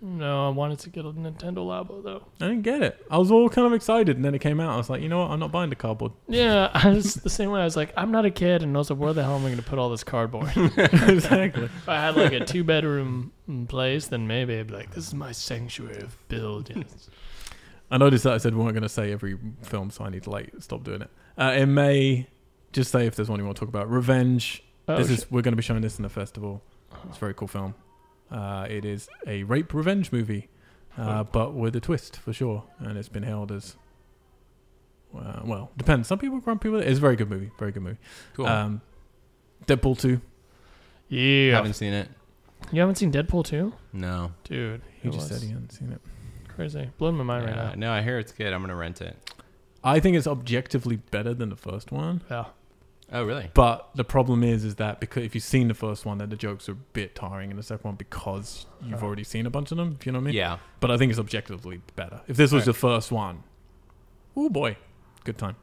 S3: No, I wanted to get a Nintendo Labo though.
S1: I didn't get it. I was all kind of excited, and then it came out. I was like, you know what? I'm not buying the cardboard.
S3: Yeah, I was the same way. I was like, I'm not a kid, and I was like, where the hell am I going to put all this cardboard?
S1: exactly.
S3: if I had like a two bedroom place, then maybe I'd be like, this is my sanctuary of buildings.
S1: I noticed that I said we weren't going to say every film, so I need to like stop doing it. Uh, in May, just say if there's one you want to talk about. Revenge.
S3: Oh,
S1: this
S3: shit.
S1: is we're going to be showing this in the festival. It's a very cool film. Uh, it is a rape revenge movie, uh,
S3: Oh.
S1: but with a twist for sure, and it's been hailed as uh, well. Depends. Some people are grumpy with it. It's a very good movie. Very good movie.
S2: Cool.
S1: Um, Deadpool two.
S3: yeah.
S2: Haven't seen it.
S3: you haven't seen Deadpool 2?
S2: No.
S3: Dude,
S1: He
S3: it
S1: just
S3: was
S1: said he hadn't seen it.
S3: crazy. Blowing my mind
S2: Yeah,
S3: right
S2: No, I hear it's good. I'm gonna rent it.
S1: I think it's objectively better than the first one.
S3: now.
S2: Oh, really?
S1: But the problem is, is that because if you've seen the first one, then the jokes are a bit tiring in the second one because you've
S3: Oh.
S1: already seen a bunch of them. If you know what I mean.
S2: Yeah.
S1: But I think it's objectively better. If this was
S2: Right.
S1: the first one, oh boy, good time.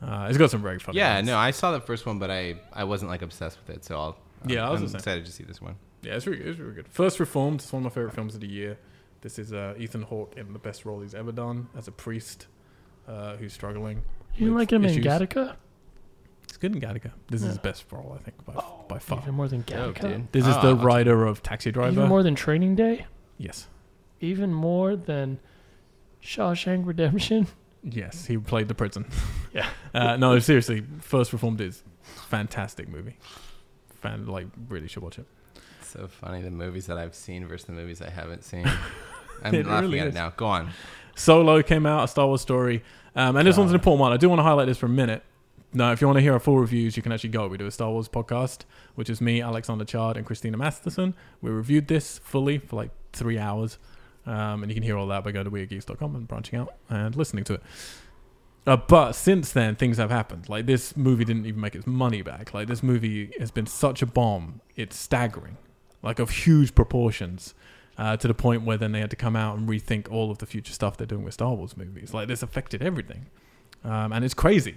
S1: Uh, it's got some very funny.
S2: Yeah.
S1: moments.
S2: No, I saw the first one, but I I wasn't like obsessed with it, so I'll.
S1: Yeah, I was
S2: I'm
S1: the same.
S2: excited to see this one.
S1: yeah, it's really, it's really good. First Reformed. It's one of my favorite films of the year. This is uh, Ethan Hawke in the best role he's ever done as a priest uh, who's struggling.
S3: Yeah. You didn't
S1: with
S3: like him
S1: issues.
S3: in Gattaca?
S1: It's good in Gattaca. This is his
S3: Yeah.
S1: best role, I think, by, by far.
S3: Even more than
S2: Dope,
S3: Gattaca?
S1: This is
S2: Oh,
S1: the
S2: I'll-
S1: writer of Taxi Driver.
S3: even more than Training Day?
S1: yes.
S3: Even more than Shawshank Redemption?
S1: Yes, he played the prison.
S3: Yeah.
S1: Uh, no, seriously, First Reformed is fantastic movie. Fan, like, really should watch it.
S2: It's so funny the movies that I've seen versus the movies I haven't seen. I'm
S1: It
S2: laughing
S1: really
S2: at
S1: is.
S2: it now. Go on.
S1: Solo came out, a Star Wars story. Um, and this one's an
S2: God.
S1: important one. I do want to highlight this for a minute. Now, if you want to hear our full reviews, you can actually go. We do a Star Wars podcast, which is me, Alexander Chard, and Christina Masterson. We reviewed this fully for like three hours. Um, and you can hear all that by going to weirdgeeks.com and branching out and listening to it. Uh, but since then, things have happened. Like this movie didn't even make its money back. Like this movie has been such a bomb, it's staggering, like of huge proportions, uh, to the point where then they had to come out and rethink all of the future stuff they're doing with Star Wars movies. Like this affected everything, um, and it's crazy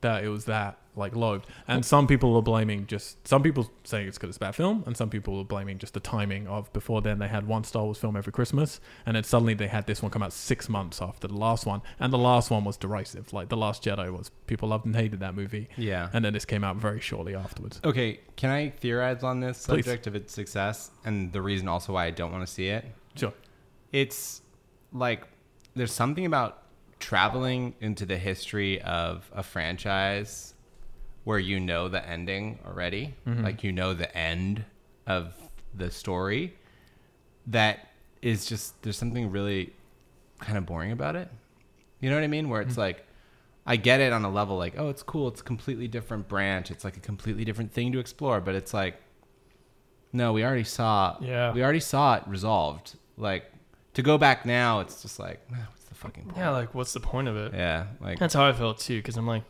S1: that it was that like low. And some people are blaming just some people saying it's because it's a bad film, and some people are blaming just the timing of before then they had one Star Wars film every Christmas, and then suddenly they had this one come out six months after the last one, and the last one was derisive. Like the Last Jedi was people loved and hated that movie,
S2: Yeah.
S1: and then this came out very shortly afterwards.
S2: Okay, can I theorize on this
S1: Please.
S2: subject of its success and the reason also why I don't want to see it?
S1: Sure.
S2: It's like there's something about traveling into the history of a franchise where you know the ending already, like you know the end of the story that is just there's something really kind of boring about it. You know what I mean? Where it's like, I get it on a level like, oh, it's cool. It's a completely different branch. It's like a completely different thing to explore. But it's like, no, we already saw.
S3: Yeah.
S2: We already saw it resolved. Like, To go back now, it's just like, "Ah, what's the fucking point?
S3: Yeah, like what's the point of it?
S2: Yeah, like
S3: That's how I felt too, because I'm like,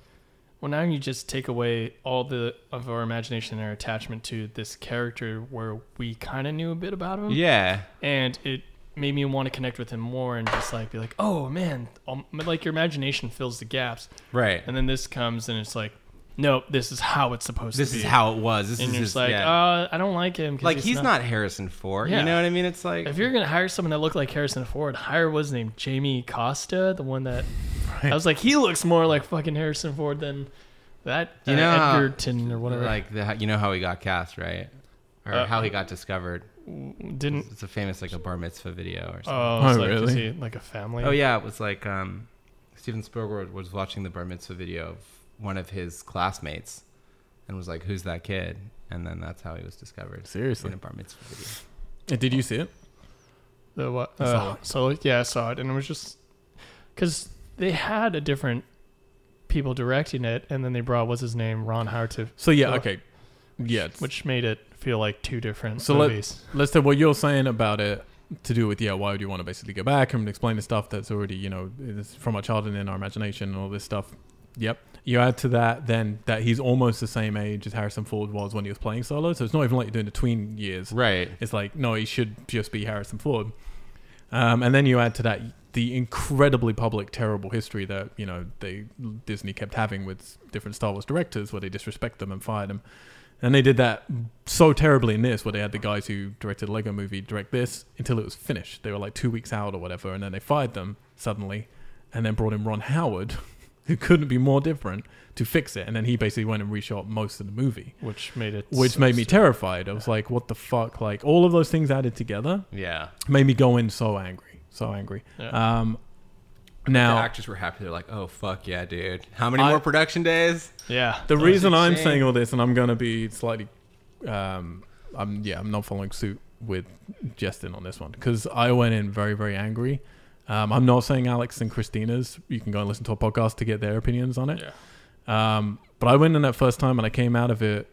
S3: well, now you just take away all the of our imagination and our attachment to this character where we kind of knew a bit about him,
S2: yeah,
S3: and it made me want to connect with him more and just like be like, oh man, um, like your imagination fills the gaps,
S2: right.
S3: and then this comes and it's like, nope, this is how it's supposed
S2: This
S3: to be.
S2: is how it was. This
S3: and
S2: is
S3: you're
S2: just
S3: just like,
S2: yeah.
S3: uh, I don't like him. 'cause
S2: like he's not, Harrison Ford.
S3: Yeah.
S2: You know what I mean? It's like
S3: If you're gonna hire someone that looked like Harrison Ford, hire was named Jamie Costa, the one that I was like, he looks more like fucking Harrison Ford than that
S2: You
S3: uh,
S2: know how-
S3: Edgerton or whatever.
S2: like the, you know how he got cast, right? Or
S3: Uh,
S2: how he got discovered.
S3: didn't.
S2: It's a famous like a bar mitzvah video or something.
S3: Oh, it's
S1: Oh,
S3: like,
S1: really?
S3: is he like a family?
S2: Oh yeah, it was like um, Steven Spielberg was watching the bar mitzvah video of one of his classmates, and was like, "Who's that kid?" And then that's how he was discovered in
S1: Seriously.
S2: a bar mitzvah video.
S1: Uh, Did you see it?
S3: The what?
S1: I saw
S3: Uh, so yeah, I saw it, and it was just because they had a different people directing it, and then they brought what's his name, Ron Howard, to,
S1: So yeah,
S3: So-
S1: okay, yeah. it's-
S3: which made it feel like two different
S1: So let-
S3: movies.
S1: let's say what you're saying about it to do with yeah why would you want to basically go back and explain the stuff that's already you know is from our childhood and in our imagination and all this stuff yep you add to that then that he's almost the same age as harrison ford was when he was playing solo so it's not even like you're doing the tween years
S2: Right.
S1: it's like no he should just be harrison ford um, and then you add to that the incredibly public terrible history that you know they disney kept having with different star wars directors where they disrespect them and fire them and they did that so terribly in this where they had the guys who directed the lego movie direct this until it was finished they were like two weeks out or whatever and then they fired them suddenly and then brought in ron howard who couldn't be more different to fix it and then he basically went and reshot most of the movie
S3: Which made it,
S1: which
S3: so
S1: made me
S3: stupid.
S1: terrified. I was like, what the fuck? Like all of those things added together
S2: Yeah.
S1: made me go in so angry, so angry.
S3: Yeah.
S1: Um,
S2: the
S1: now
S2: actors were happy. They're like, "Oh fuck yeah, dude! How many
S1: I-
S2: more production days?"
S3: yeah.
S1: the reason I'm
S2: insane.
S1: saying all this, and I'm gonna be slightly, um, I'm yeah, I'm not following suit with Justin on this one because I went in very very angry. Um, I'm not saying Alex and Christina's. You can go and listen to a podcast to get their opinions on it.
S3: Yeah.
S1: Um, but I went in that first time and I came out of it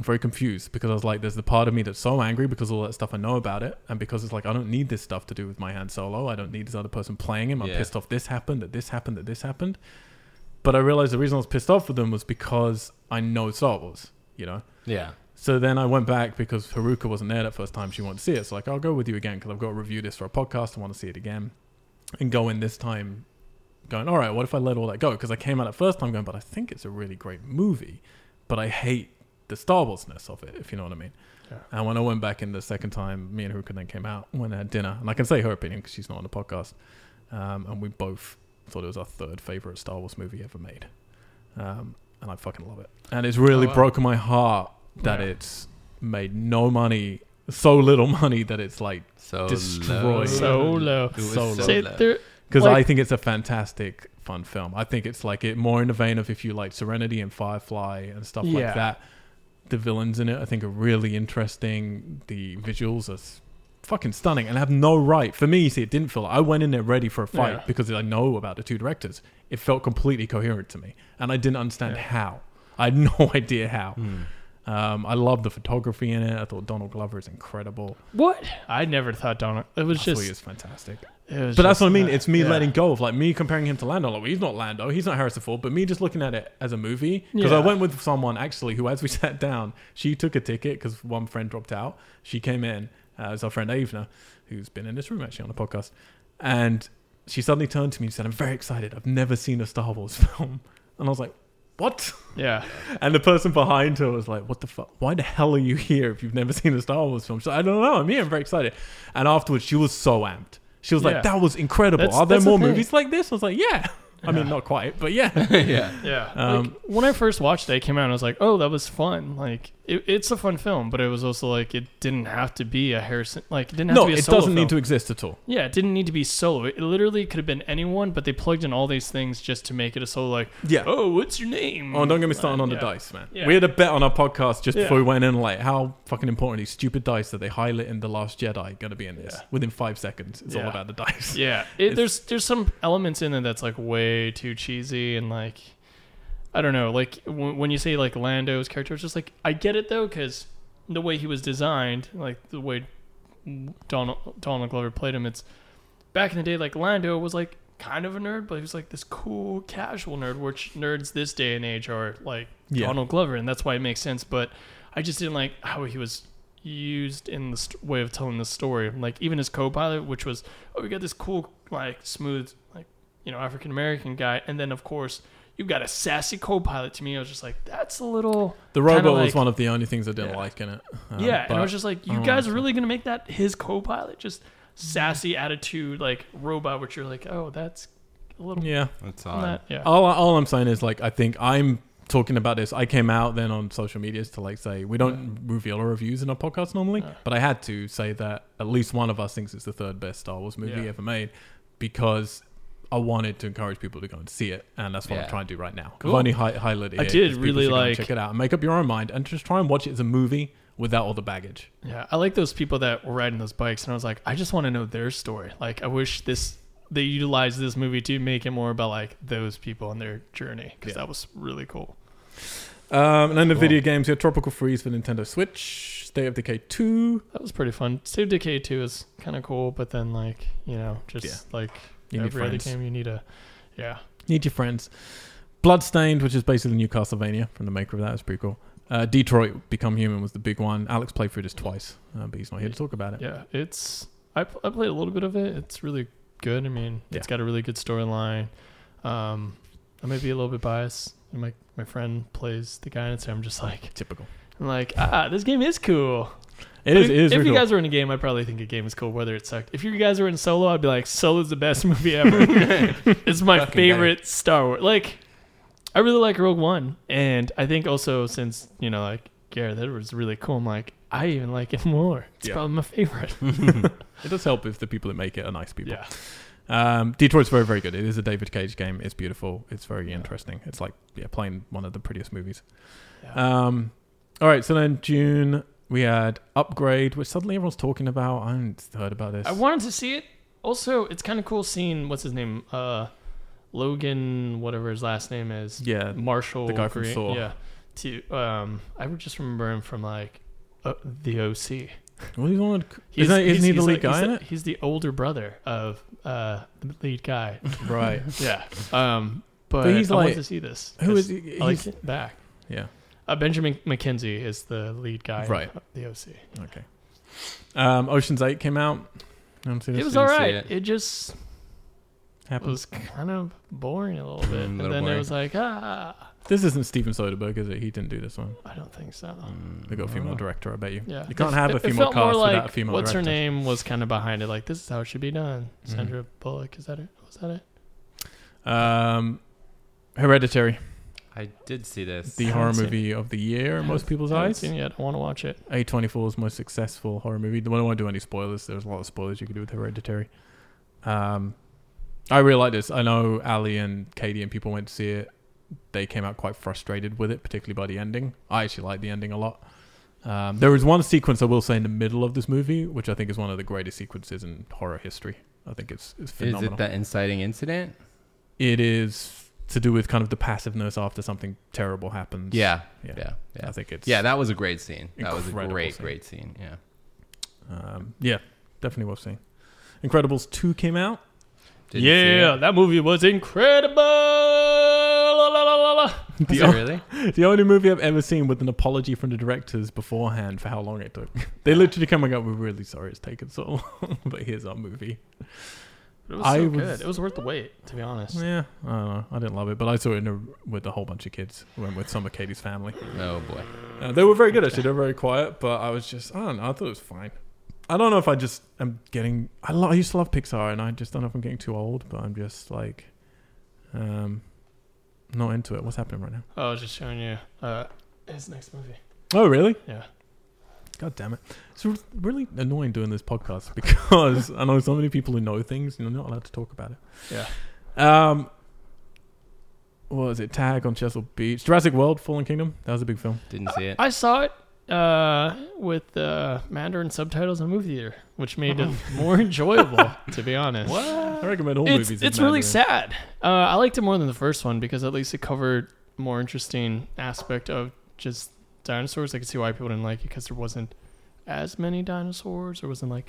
S1: very confused because I was like, there's the part of me that's so angry because all that stuff I know about it, and because it's like I don't need this stuff to do with my hand solo. I don't need this other person playing him. I'm
S2: Yeah.
S1: pissed off. This happened. That this happened. That this happened. But I realized the reason I was pissed off with them was because I know Star Wars. You know.
S2: Yeah.
S1: So then I went back because Haruka wasn't there that first time. She wanted to see it. So like, I'll go with you again because I've got to review this for a podcast. I want to see it again, and go in this time, going, all right, what if I let all that go? Because I came out at first time going, but I think it's a really great movie, but I hate the Star Warsness of it, if you know what I mean.
S3: Yeah.
S1: And when I went back in the second time, me and Haruka then came out when I had dinner, and I can say her opinion because she's not on the podcast, um, and we both thought it was our third favorite Star Wars movie ever made, um, and I fucking love it. And it's really
S3: Oh, wow.
S1: broken my heart that
S3: Yeah.
S1: it's made no money, so little money that it's like
S2: So
S1: Destroy.
S3: Solo.
S2: It was
S1: Solo.
S2: so
S3: Say
S2: low.
S3: there-
S1: because
S3: Like-
S1: I think it's a fantastic fun film. I think it's like it more in the vein of if you like Serenity and Firefly and stuff
S3: Yeah.
S1: like that. The villains in it, I think, are really interesting. The visuals are s- fucking stunning and have no right for me. You see, it didn't feel. I went in there ready for a fight
S3: Yeah.
S1: because I know about the two directors. It felt completely coherent to me, and I didn't understand
S3: Yeah. Mm.
S1: how. I had no idea how.
S2: Hmm.
S1: Um, I love the photography in it. I thought Donald Glover is incredible.
S3: What? I never thought Donald. It was
S1: I
S3: just.
S1: thought he was fantastic.
S3: it was
S1: But that's
S3: just
S1: what I mean.
S3: that-
S1: It's me
S3: yeah.
S1: letting go of like me comparing him to Lando. Like, well, he's not Lando. He's not Harrison Ford. But me just looking at it as a movie because I
S3: Yeah.
S1: went with someone actually who, as we sat down, she took a ticket because one friend dropped out. She came in uh, as our friend Avner, who's been in this room actually on the podcast, and she suddenly turned to me and said, "I'm very excited. I've never seen a Star Wars film," and I was like, "What?"
S3: Yeah.
S1: And the person behind her was like, "What the fuck? Why the hell are you here if you've never seen a Star Wars film?" She's like, "I don't know. I'm here. I'm very excited." And afterwards, she was so amped. She was
S3: Yeah.
S1: like, "That was incredible.
S3: That's-
S1: are there
S3: that's the
S1: more
S3: thing.
S1: movies like this?" I was like, "Yeah." I mean,
S3: Yeah.
S1: not quite, but yeah.
S2: yeah.
S3: Yeah. like,
S1: Um,
S3: when I first watched it, I came out and I was like, oh, that was fun. Like, it, it's a fun film, but it was also like, it didn't have to be a Harrison. Like, it didn't have
S1: no,
S3: to be a
S1: it
S3: solo
S1: doesn't
S3: film.
S1: need to exist at all.
S3: Yeah, it didn't need to be solo. It literally could have been anyone, but they plugged in all these things just to make it a solo. Like,
S1: Yeah. Oh,
S3: oh, what's your name?
S1: don't get me started on the
S3: Yeah.
S1: dice, man.
S3: Yeah.
S1: We had a bet on our podcast just
S3: Yeah.
S1: before we went in, like how fucking important these stupid dice that they highlight in the Last Jedi going to be in this.
S3: Yeah.
S1: Within five seconds, it's all
S3: Yeah.
S1: about the dice.
S3: Yeah, it,
S1: It's-
S3: there's there's some elements in there that's like way too cheesy and like I don't know, like w- when you say like Lando's character, it's just like I get it though because the way he was designed, like the way Donald Donald Glover played him, it's back in the day, like Lando was like kind of a nerd, but he was like this cool casual nerd, which nerds this day and age are like
S1: Yeah.
S3: Donald Glover, and that's why it makes sense. But I just didn't like how he was used in the st- way of telling the story. Like even his co-pilot, which was oh, we got this cool like smooth like you know African American guy, and then of course. You've got a sassy co-pilot. To me, I was just like, "That's a little."
S1: The
S3: kinda
S1: robot was
S3: like-
S1: one of the only things I didn't
S3: Yeah.
S1: like in it. Um,
S3: yeah, and I was
S1: but-
S3: just like,
S1: I
S3: you
S1: don't
S3: guys
S1: know.
S3: are really gonna make that his co-pilot, just
S1: Mm-hmm.
S3: sassy attitude, like robot, which you're like, oh, that's a little
S1: yeah. Um,
S2: That's
S3: not-
S2: odd.
S3: yeah.
S1: All, all I'm saying is like I think I'm talking about this. I came out then on social medias to like say we don't reveal our reviews in our podcast normally,
S3: Yeah.
S1: but I had to say that at least one of us thinks it's the third best Star Wars movie
S3: Yeah.
S1: ever made because I wanted to encourage people to go and see it, and that's what I'm
S2: Yeah.
S1: trying to do right now.
S3: Cool.
S1: I've only hi- highlighted it.
S3: I
S1: 'cause
S3: did
S1: people
S3: really
S1: should go and
S3: like-
S1: check it out and make up your own mind and just try and watch it as a movie without all the baggage.
S3: Yeah, I like those people that were riding those bikes, and I was like, I just want to know their story. Like, I wish this they utilized this movie to make it more about like those people and their journey because
S1: Yeah.
S3: that was really cool.
S1: Um, and then the
S2: Cool.
S1: video games, you had Tropical Freeze for Nintendo Switch, State of Decay 2.
S3: That was pretty fun. Save Decay Two is kind of cool, but then like you know, just
S1: Yeah.
S3: like
S1: You need
S3: every other
S1: friends.
S3: game, you need a yeah.
S1: Need your friends. Bloodstained, which is basically New Castlevania from the maker of that, it's pretty cool. Uh, Detroit Become Human was the big one. Alex played through this twice, uh, but he's not here to talk about it.
S3: Yeah, it's I, pl- I played a little bit of it. It's really good. I mean, it's
S1: Yeah.
S3: got a really good storyline. Um, I may be a little bit biased. And my my friend plays the guy, and so I'm just like,
S1: Typical.
S3: I'm like, ah, this game is cool.
S1: It
S3: But
S1: is.
S3: If,
S1: It is.
S3: if
S1: really
S3: you
S1: cool.
S3: guys were in a game, I'd probably think a game is cool, whether it sucked. If you guys were in Solo, I'd be like, Solo's the best movie ever. it's my
S2: Fucking
S3: favorite Star Wars. Like, I really like Rogue One, and I think also since you know, like Gareth Edwards, is really cool. I'm like, I even like it more. It's
S1: Yeah.
S3: probably my favorite.
S1: it does help if the people that make it are nice people.
S3: yeah.
S1: Um, Detroit's very, very good. It is a David Cage game. It's beautiful. It's very
S3: Yeah.
S1: interesting. It's like yeah, playing one of the prettiest movies.
S3: Yeah.
S1: Um, all right. So then June we had Upgrade, which suddenly everyone's talking about. I haven't heard about this.
S3: I wanted to see it. Also, it's kind of cool seeing what's his name, uh, Logan, whatever his last name is,
S1: yeah,
S3: Marshall,
S1: the guy from Saw.
S3: Yeah, to um, I would just remember him from like uh, the OC.
S1: Well, he's one. Of, isn't, isn't he the lead
S3: like-
S1: guy
S3: he's
S1: in
S3: the-
S1: it?
S3: He's the older brother of uh, the lead guy.
S1: Right.
S3: yeah. Um, but,
S1: he's
S3: I wanted
S1: like-
S3: to see this.
S1: Who is
S3: It's-
S1: he?
S3: I like
S1: He's-
S3: it back.
S1: yeah.
S3: Uh, Benjamin McKenzie is the lead guy. in
S1: Right.
S3: The OC.
S1: Um, Ocean's Eight came out. I haven't seen
S3: It
S1: this.
S3: was
S2: didn't
S3: all
S2: see
S3: right.
S2: it.
S3: it just
S1: Happens.
S3: was kind of boring a little bit.
S2: Mm,
S3: and
S2: little
S3: then it
S2: boring.
S3: was like, ah,
S1: This isn't Steven Soderbergh, is it? He didn't do this one.
S3: I don't think so.
S2: Mm,
S1: They got a female director, I bet you.
S3: Yeah,
S1: You can't
S3: It-
S1: have
S3: it-
S1: a
S3: it
S1: female
S3: felt more
S1: cast
S3: like
S1: without a female
S3: What's
S1: director.
S3: her name was kind of behind it. Like this is how it should be done.
S1: Mhm.
S3: Sandra Bullock. Is that it? Was that it?
S1: Um, Hereditary,
S2: I did see this.
S1: the
S3: I
S1: horror
S3: haven't seen
S1: movie of the year in most people's
S3: I haven't
S1: eyes.
S3: seen it yet. I want to watch it.
S1: A24's most successful horror movie. I don't want to do any spoilers. There's a lot of spoilers you could do with Hereditary. Um, I really like this. I know Ali and Katie and people went to see it. They came out quite frustrated with it, particularly by the ending. I actually like the ending a lot. Um, there is one sequence I will say in the middle of this movie, which I think is one of the greatest sequences in horror history. I think it's, it's
S2: Is
S1: phenomenal
S2: it that inciting incident?
S1: it is to do with kind of the passiveness after something terrible happens.
S2: Yeah.
S1: Yeah.
S2: Yeah. Yeah.
S1: I
S2: Yeah.
S1: think it's
S2: that was a great scene. That was a
S1: Incredible
S2: great,
S1: scene.
S2: great scene. Yeah.
S1: um, yeah, definitely worth seeing. Incredibles two came out.
S2: Didn't see
S3: yeah,
S2: it.
S3: that movie was incredible. La, la, la, la, la.
S2: Was
S1: The,
S2: it
S1: o-
S2: really?
S1: the only movie I've ever seen with an apology from the directors beforehand for how long it took. They literally come and go, "We're really sorry it's taken so long, but here's our movie."
S3: It was
S1: I
S3: so
S1: was-
S3: good. It was worth the wait, to be honest.
S1: Yeah, I don't know. I didn't love it, but I saw it in a, with a whole bunch of kids. Went with some of Katie's family.
S2: Oh boy.
S1: Uh, they were very good actually. They were very quiet, but I was just I don't know. I thought it was fine. I don't know if I just am getting. I, lo- I used to love Pixar, and I just don't know if I'm getting too old. But I'm just like, um, not into it. What's happening right now?
S3: Oh, I was just showing you uh, his next movie.
S1: Oh really?
S3: Yeah.
S1: God damn it! It's r- really annoying doing this podcast because I know so many people who know things, and they're not allowed to talk about it.
S3: Yeah.
S1: Um. What was it? Tag on Chesil Beach, Jurassic World, Fallen Kingdom. That was a big film.
S2: Didn't see it.
S3: I saw it uh, with uh, Mandarin subtitles in a movie theater, which made it more enjoyable, to be honest.
S1: I recommend all
S3: Uh-huh. It's,
S1: movies. in
S3: it's really
S1: Mandarin.
S3: sad. Uh, I liked it more than the first one because at least it covered more interesting aspect of just dinosaurs. I could see why people didn't like it because there wasn't as many dinosaurs, or was it like,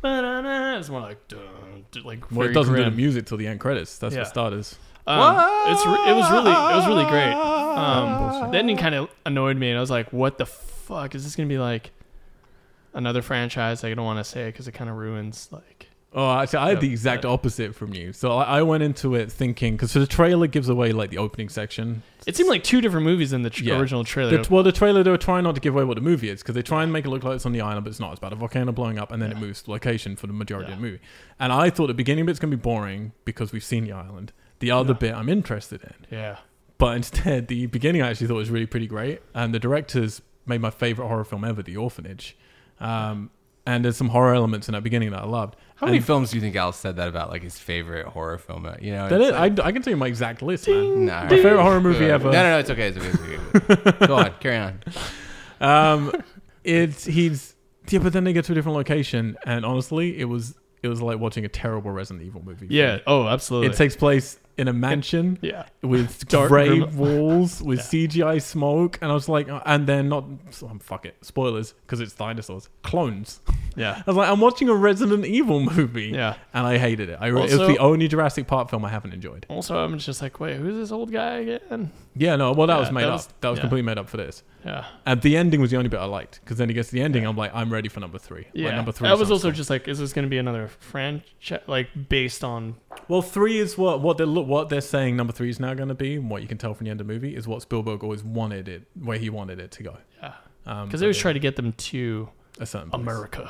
S3: "Ba-da-da," it's more like, dun, dun, like
S1: Well,
S3: very
S1: it doesn't do
S3: grim.
S1: the music till the end credits. That's
S3: Yeah.
S1: for starters.
S3: Um, it's re- it was really it was really great. Um,
S1: Oh, Bullshit.
S3: the ending kind of annoyed me, and I was like, "What the fuck is this gonna be like?" Another franchise I don't want to say because it kind of ruins like
S1: Oh, actually, I had the
S3: Yeah,
S1: exact
S3: yeah.
S1: opposite from you. So I, I went into it thinking because the trailer gives away like the opening section.
S3: it seemed like two different movies in the tr-
S1: Yeah.
S3: original trailer.
S1: The, well, the trailer they were trying not to give away what the movie is because they try and make it look like it's on the island, but it's not. It's about a volcano blowing up, and then it
S3: Yeah.
S1: moves to location for the majority of
S3: Yeah.
S1: the movie. And I thought the beginning bit's gonna be boring because we've seen the island. The other
S3: Yeah.
S1: bit I'm interested in,
S3: yeah,
S1: but instead the beginning I actually thought was really pretty great, and the directors made my favorite horror film ever, The Orphanage. Um, and there's some horror elements in that beginning that I loved.
S2: How many
S1: And
S2: films do you think Al said that about, like his favorite horror film? uh, You know,
S1: that
S2: it's
S1: is,
S2: like-
S1: I, I can tell you my exact list, man.
S2: No,
S1: My favorite horror movie ever.
S2: Whatever.
S1: Uh,
S2: No, no, no, it's okay. It's okay. It's okay. Go on, carry on.
S1: Um, it's he's yeah, but then they get to a different location, and honestly, it was it was like watching a terrible Resident Evil movie.
S3: yeah. Oh, absolutely.
S1: it takes place in a mansion
S3: yeah,
S1: with
S3: Dark
S1: gray
S3: room.
S1: walls with
S3: Yeah.
S1: CGI smoke, and I was like, uh, and then not oh, fuck it, spoilers because it's dinosaurs, clones.
S3: yeah,
S1: I was like, I'm watching a Resident Evil movie,
S3: yeah.
S1: and I hated it. I re- it was
S3: Also-
S1: the only Jurassic Park film I haven't enjoyed.
S3: Also, I'm just like, wait, who's this old guy again?
S1: Yeah, no, well that
S3: Yeah,
S1: was made
S3: that
S1: up.
S3: was-
S1: that was
S3: yeah.
S1: completely made up for this.
S3: Yeah,
S1: And the ending was the only bit I liked because then he gets to the ending. I'm like, I'm ready for number three. Like,
S3: yeah.
S1: number three.
S3: I was
S1: sounds
S3: also
S1: cool.
S3: just like, is this gonna be another franchise like based on?
S1: Well, three is what what they're look what they're saying. Number three is now going to be, and what you can tell from the end of the movie is what Spielberg always wanted it, where he wanted it to go.
S3: Yeah,
S1: Um,
S3: because they always try to get them to
S1: a certain place.
S3: America.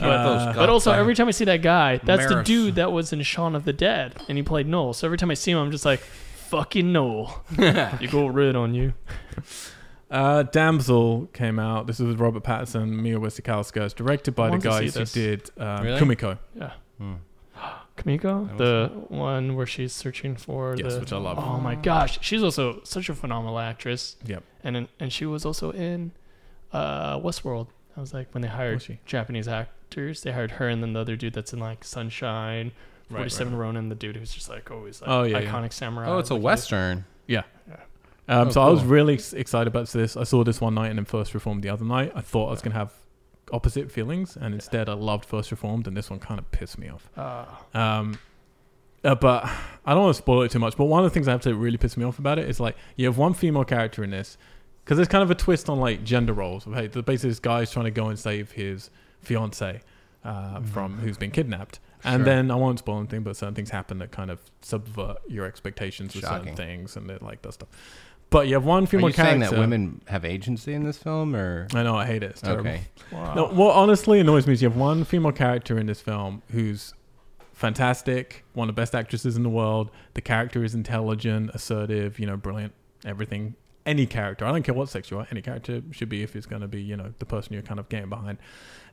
S1: Uh,
S3: But also, every time I see that guy, that's the
S2: Maris.
S3: dude that was in Shaun of the Dead, and he played Noel. So every time I see him, I'm just like, "Fucking Noel,
S2: Hmm.
S3: you go rid on you."
S1: Uh, Damsel came out. This was Robert Pattinson, Mia Wasikowska. It's directed by
S3: I
S1: the
S3: want to see
S1: guys who
S3: this.
S1: did um,
S2: Really?
S1: Kumiko.
S3: Yeah,
S2: Hmm.
S3: Kamiko, the one where she's searching for
S1: Yes,
S3: the.
S1: which I love.
S3: Oh my gosh, she's also such a phenomenal actress,
S1: Yep.
S3: and in, and she was also in uh, Westworld. I was like, when they hired
S1: Was she?
S3: Japanese actors, they hired her and then the other dude that's in like Sunshine,
S1: Right,
S3: Forty Seven Ronin, the dude who's just like always like
S1: Oh, yeah, yeah.
S3: iconic samurai.
S2: Oh, it's a
S3: like,
S2: western.
S1: Um,
S2: Oh,
S1: so I was
S2: cool.
S1: really ex- excited about this. I saw this one night and then First Reformed the other night. I thought I was going to have opposite feelings, and instead I loved First Reformed, and this one kind of pissed me off.
S3: Uh,
S1: Um, uh, but I don't want to spoil it too much. But one of the things I have to really piss me off about it is like you have one female character in this because there's kind of a twist on like gender roles. Of, hey, the basically this guy's trying to go and save his fiance uh, from who's been kidnapped. And
S2: Mm-hmm. Sure.
S1: then I won't spoil anything, but certain things happen that kind of subvert your expectations with certain
S2: Shocking.
S1: things and it, like that stuff. But you have one
S2: Are
S1: female
S2: you saying
S1: character.
S2: that women have agency in this film, or
S1: I know I hate it. It's terrible.
S2: okay?
S3: wow.
S1: No, what honestly annoys me is you have one female character in this film who's fantastic, one of the best actresses in the world. The character is intelligent, assertive, you know, brilliant, everything. Any character, I don't care what sex you are, any character should be if it's going to be, you know, the person you're kind of getting behind.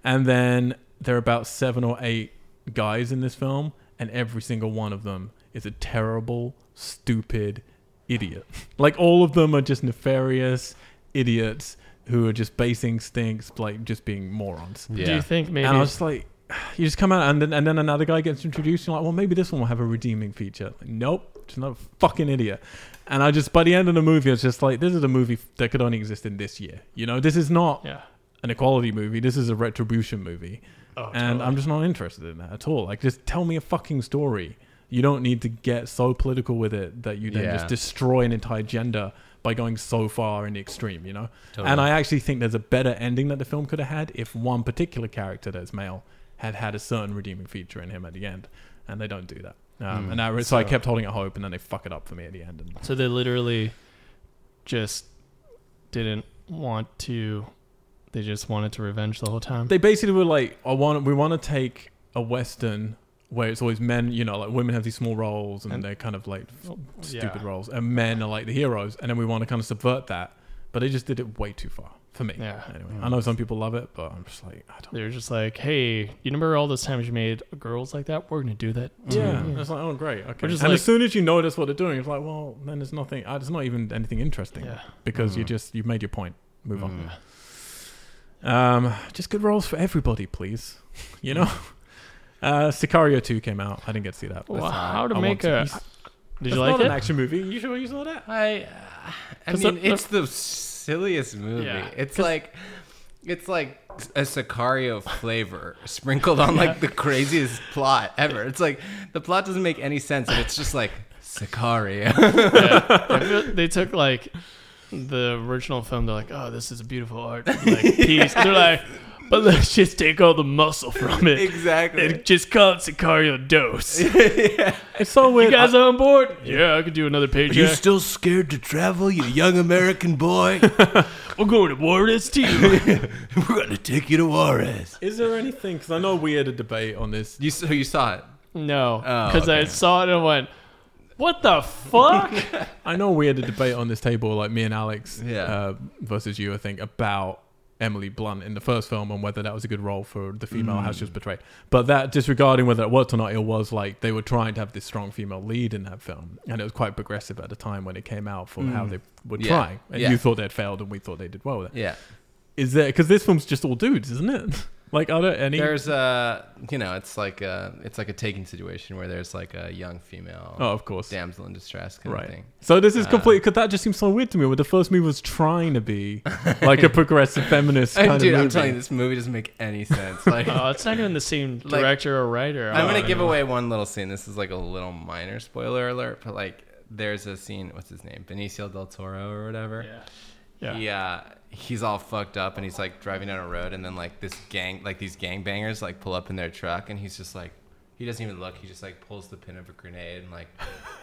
S1: And then there are about seven or eight guys in this film, and every single one of them is a terrible, stupid idiot. Like all of them are just nefarious idiots who are just basing stinks, like just being morons.
S3: Do
S2: Yeah.
S3: you think maybe?
S1: And I was just like, you just come out, and then and then another guy gets introduced. And you're like, well, maybe this one will have a redeeming feature. Like, nope, just another fucking idiot. And I just by the end of the movie, I was just like, this is a movie that could only exist in this year. You know, this is not
S3: yeah.
S1: an equality movie. This is a retribution movie
S3: Oh,
S1: and I'm just not interested in that at all. Like, just tell me a fucking story. You don't need to get so political with it that you then
S2: Yeah.
S1: just destroy an entire gender by going so far in the extreme, you know?
S2: Totally.
S1: And I actually think there's a better ending that the film could have had if one particular character that's male had had a certain redeeming feature in him at the end. And they don't do that. Um,
S2: Hmm.
S1: and I, so, I
S3: So-
S1: kept holding out hope, and then they fuck it up for me at the end. And,
S3: so they literally just didn't want to. They just wanted to revenge the whole time.
S1: they basically were like, "I want we want to take a western where it's always men, you know, like women have these small roles and,
S3: And-
S1: they're kind of like f-
S3: Yeah.
S1: stupid roles, and men are like the heroes, and then we want to kind of subvert that, but they just did it way too far for me.
S3: Yeah.
S1: Anyway,
S2: Mm.
S1: I know some people love it, but I'm just like, I don't.
S3: They're just like, hey, you remember all those times you made girls like that? We're gonna do that. to
S1: Yeah,
S2: Mm.
S3: you."
S1: it's like oh great, okay.
S3: We're just
S1: and
S3: like-
S1: as soon as you notice what they're doing, it's like well, then there's nothing. Uh, there's not even anything interesting
S3: Yeah.
S1: because you
S2: Mm.
S1: just you've made your point. Move on.
S2: Mm.
S3: Mm.
S1: Um, just good roles for everybody, please. You know, uh, Sicario two came out. I didn't get to see that.
S3: Well,
S2: not-
S3: how to
S1: I
S3: make a?
S1: want
S3: Did
S1: That's
S3: you like
S1: not an
S3: it?
S1: action movie. You sure you saw that?
S2: I, I
S3: 'Cause
S2: mean,
S3: the- the-
S2: it's the silliest movie.
S3: Yeah.
S2: It's
S3: 'Cause-
S2: like It's like a Sicario flavor sprinkled on like the craziest plot ever. It's like the plot doesn't make any sense, and it's just like Sicario.
S3: Yeah. I feel- they took like the original film. They're like, oh, this is a beautiful art like, piece. They're like, but let's just take all the muscle from it
S2: exactly.
S3: and just call it Sicario Dose.
S1: It's so
S3: You
S1: weird.
S3: guys on board? Yeah, I could do another page. yeah.
S2: still scared to travel, you young American boy?
S3: We're going to Juarez too.
S2: We're gonna take you to Juarez.
S1: is there anything? Because I know we had a debate on this.
S2: You so you saw it.
S3: no,
S2: Oh,
S3: because I
S2: okay.
S3: saw it and went, what the fuck?
S1: I know we had a debate on this table, like me and Alex
S2: Yeah.
S1: uh, versus you, I think, about Emily Blunt in the first film and whether that was a good role for the female
S2: Mm.
S1: how she was portrayed. But that, disregarding whether it worked or not, it was like they were trying to have this strong female lead in that film, and it was quite progressive at the time when it came out for how they were
S2: Mm. Yeah.
S1: trying. And
S2: Yeah.
S1: you thought they'd failed, and we thought they did well with it.
S2: Yeah.
S1: Is there because this film's just all dudes, isn't it? Like, are there any?
S2: There's a you know, it's like a it's like a taking situation where there's like a young female
S1: oh, of course.
S2: damsel in distress kind of
S1: Right.
S2: thing.
S1: So this
S2: Uh.
S1: is complete. Because that just seems so weird to me. Where the first movie was trying to be like a progressive feminist kind
S2: And dude,
S1: of movie.
S2: I'm telling you, this movie doesn't make any sense. Like,
S3: Oh, it's not even the same
S2: Like,
S3: director or writer.
S2: I'm
S3: Oh,
S2: gonna give away one little scene. This is like a little minor spoiler alert, but like, there's a scene. What's his name? Benicio del Toro or whatever.
S3: Yeah.
S2: Yeah.
S3: Yeah.
S2: He, uh, he's all fucked up and he's like driving down a road and then like this gang, like these gangbangers, like pull up in their truck and he's just like. He doesn't even look. He just like pulls the pin of a grenade and like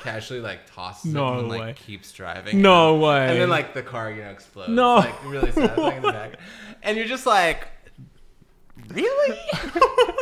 S2: casually like tosses
S1: No
S2: it and then,
S1: way.
S2: like keeps driving.
S1: No way.
S2: And then like the car, you know, explodes.
S1: No.
S2: Like really sad thing in the back. And you're just like, really?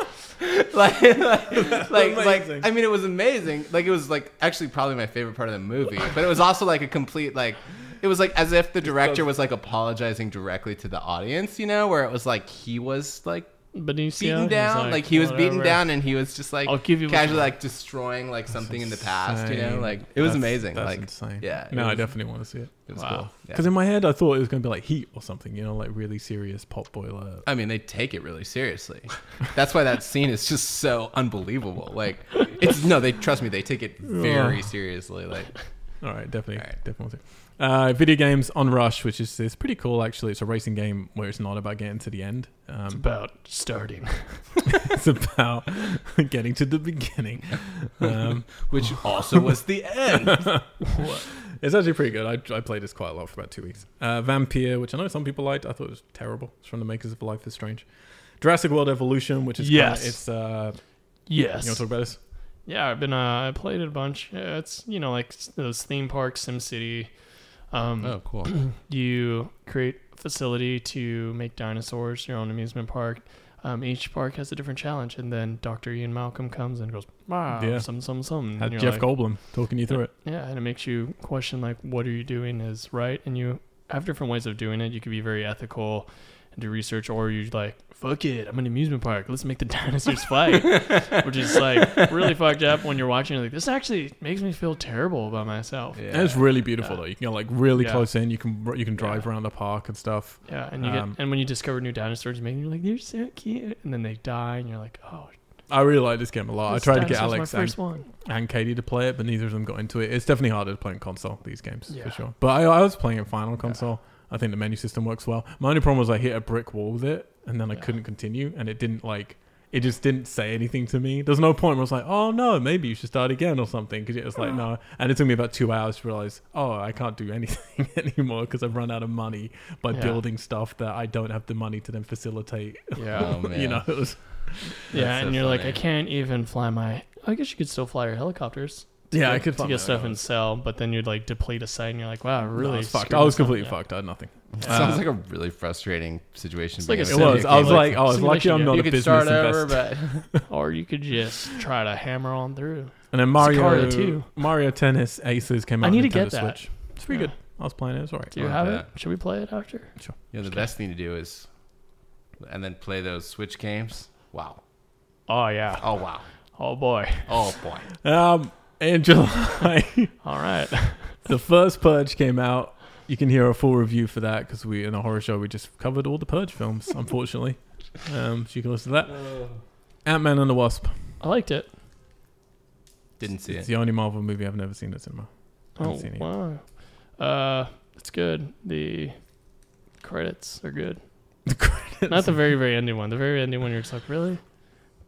S2: like, like, like,
S1: amazing.
S2: like, I mean, it was amazing. Like, it was like actually probably my favorite part of the movie. But it was also like a complete like, it was like as if the director was like apologizing directly to the audience, you know, where it was like he was like
S3: Benicio.
S2: beaten
S3: he's
S2: down, like, he was beaten
S3: whatever.
S2: down, and he was just like
S3: I'll give you what you
S2: casually
S3: want.
S2: like destroying like something in the past, you know,
S1: Insane.
S2: like it was
S1: That's-
S2: amazing,
S1: That's
S2: like
S1: insane.
S2: yeah, it
S1: No, I
S2: was-
S1: definitely want to see it.
S2: it was
S3: Wow.
S2: cool. Yeah.
S1: Because in my head, I thought it was going to be like Heat or something. You know, like really serious pot boiler.
S2: I mean, they take it really seriously. That's why that scene is just so unbelievable. Like, it's no, they trust me, they take it very
S1: Ugh.
S2: seriously. Like,
S1: All right, definitely,
S2: All right.
S1: definitely. want to see it. Uh, video games on Rush, which is it's pretty cool actually. It's a racing game where it's not about getting to the end.
S3: It's
S1: Um,
S3: about starting.
S1: it's about getting to the beginning. Um,
S2: which also was the end.
S1: It's actually pretty good. I, I played this quite a lot for about two weeks. Uh, Vampire, which I know some people liked. I thought it was terrible. It's from the makers of Life is Strange. Jurassic World Evolution, which is
S3: Yes.
S1: kinda- it's uh,
S3: yes.
S1: you
S3: Mm-hmm.
S1: want to talk about this?
S3: Yeah, I've been uh, I played it a bunch. Yeah, it's you know like s- those theme parks, SimCity. Um,
S2: Oh, cool.
S3: You create a facility to make dinosaurs your own amusement park. Um, each park has a different challenge, and then Dr. Ian Malcolm comes and goes, wow,
S1: Yeah.
S3: some, some, some.
S1: Had
S3: and you're
S1: Jeff
S3: like,
S1: Goldblum talking you through it.
S3: Yeah, and it makes you question like what are you doing is right, and you have different ways of doing it. You could be very ethical and do research, or you like fuck it, I'm in an amusement park. Let's make the dinosaurs fight, which is like really fucked up when you're watching. It, like this actually makes me feel terrible about myself. Yeah,
S1: And it's really beautiful though. You can go like really
S3: Yeah.
S1: close in. You can you can drive
S3: Yeah.
S1: around the park and stuff.
S3: and you
S1: Um,
S3: get and when you discover new dinosaurs, you make you're like they're so cute, and then they die, and you're like oh.
S1: I really like this game a lot.
S3: this
S1: Oh, I tried to get Alex
S3: dinosaur's my
S1: and,
S3: first one.
S1: and Katie to play it, but neither of them got into it. It's definitely harder to play on console these games
S3: Yeah.
S1: for sure. But I, I was playing it Final console. I think the menu system works well. My only problem was I hit a brick wall with it, and then I
S3: Yeah.
S1: couldn't continue, and it didn't like it just didn't say anything to me. There's no point where I was like, oh no, maybe you should start again or something, because it was like no. And it took me about two hours to realize, oh, I can't do anything anymore because I've run out of money by
S3: Yeah.
S1: building stuff that I don't have the money to then facilitate.
S3: Yeah,
S2: Oh, man.
S1: you know, it was
S3: yeah,
S2: That's so
S3: and you're like I
S2: funny.
S3: can't even fly my. I guess you could still fly your helicopters.
S1: yeah,
S3: to-
S1: I could
S3: to
S1: find my
S3: get stuff
S1: own.
S3: and sell, but then you'd like deplete a site, and you're like, wow,
S1: No, I
S3: really?
S1: was fucked.
S3: screwed
S1: I was
S3: this up.
S1: completely
S3: Yeah.
S1: fucked. I had nothing.
S2: Sounds like a really frustrating situation.
S3: It's like
S2: being
S3: a
S1: It
S2: in a
S1: was.
S2: video
S1: I was
S2: game.
S1: like, I was lucky
S3: Simulation
S1: I'm
S3: game.
S1: not
S2: you
S1: a
S2: could
S1: business
S2: start
S1: investor.
S2: over, but
S3: Or you could just try to hammer on through.
S1: and then
S3: Mario
S1: Mario
S3: 2.
S1: Mario Tennis Aces came
S3: I
S1: out. on
S3: need to
S1: Nintendo
S3: get that.
S1: Switch. It's pretty
S3: Yeah.
S1: good. I was playing it. It was alright.
S3: Do you
S2: Like
S3: have
S2: that.
S3: it? Should we play it after?
S2: you know, the best thing to do is, and then play those Switch games. Wow.
S3: Oh yeah.
S2: Oh wow.
S3: Oh boy.
S2: Oh boy.
S1: Um, in July,
S3: All right.
S1: the first Purge came out. You can hear a full review for that because we in a horror show we just covered all the Purge films. Unfortunately, um, so you can listen to that. Ant Man and the Wasp.
S3: I liked it.
S2: Didn't see
S1: It's
S2: it.
S1: the only Marvel movie I've never seen at cinema. Haven't
S3: Oh
S1: seen it yet.
S3: wow. Uh, it's good. The credits are good.
S1: The credits.
S3: Not the very, very ending one. The very ending one, you're just like, really?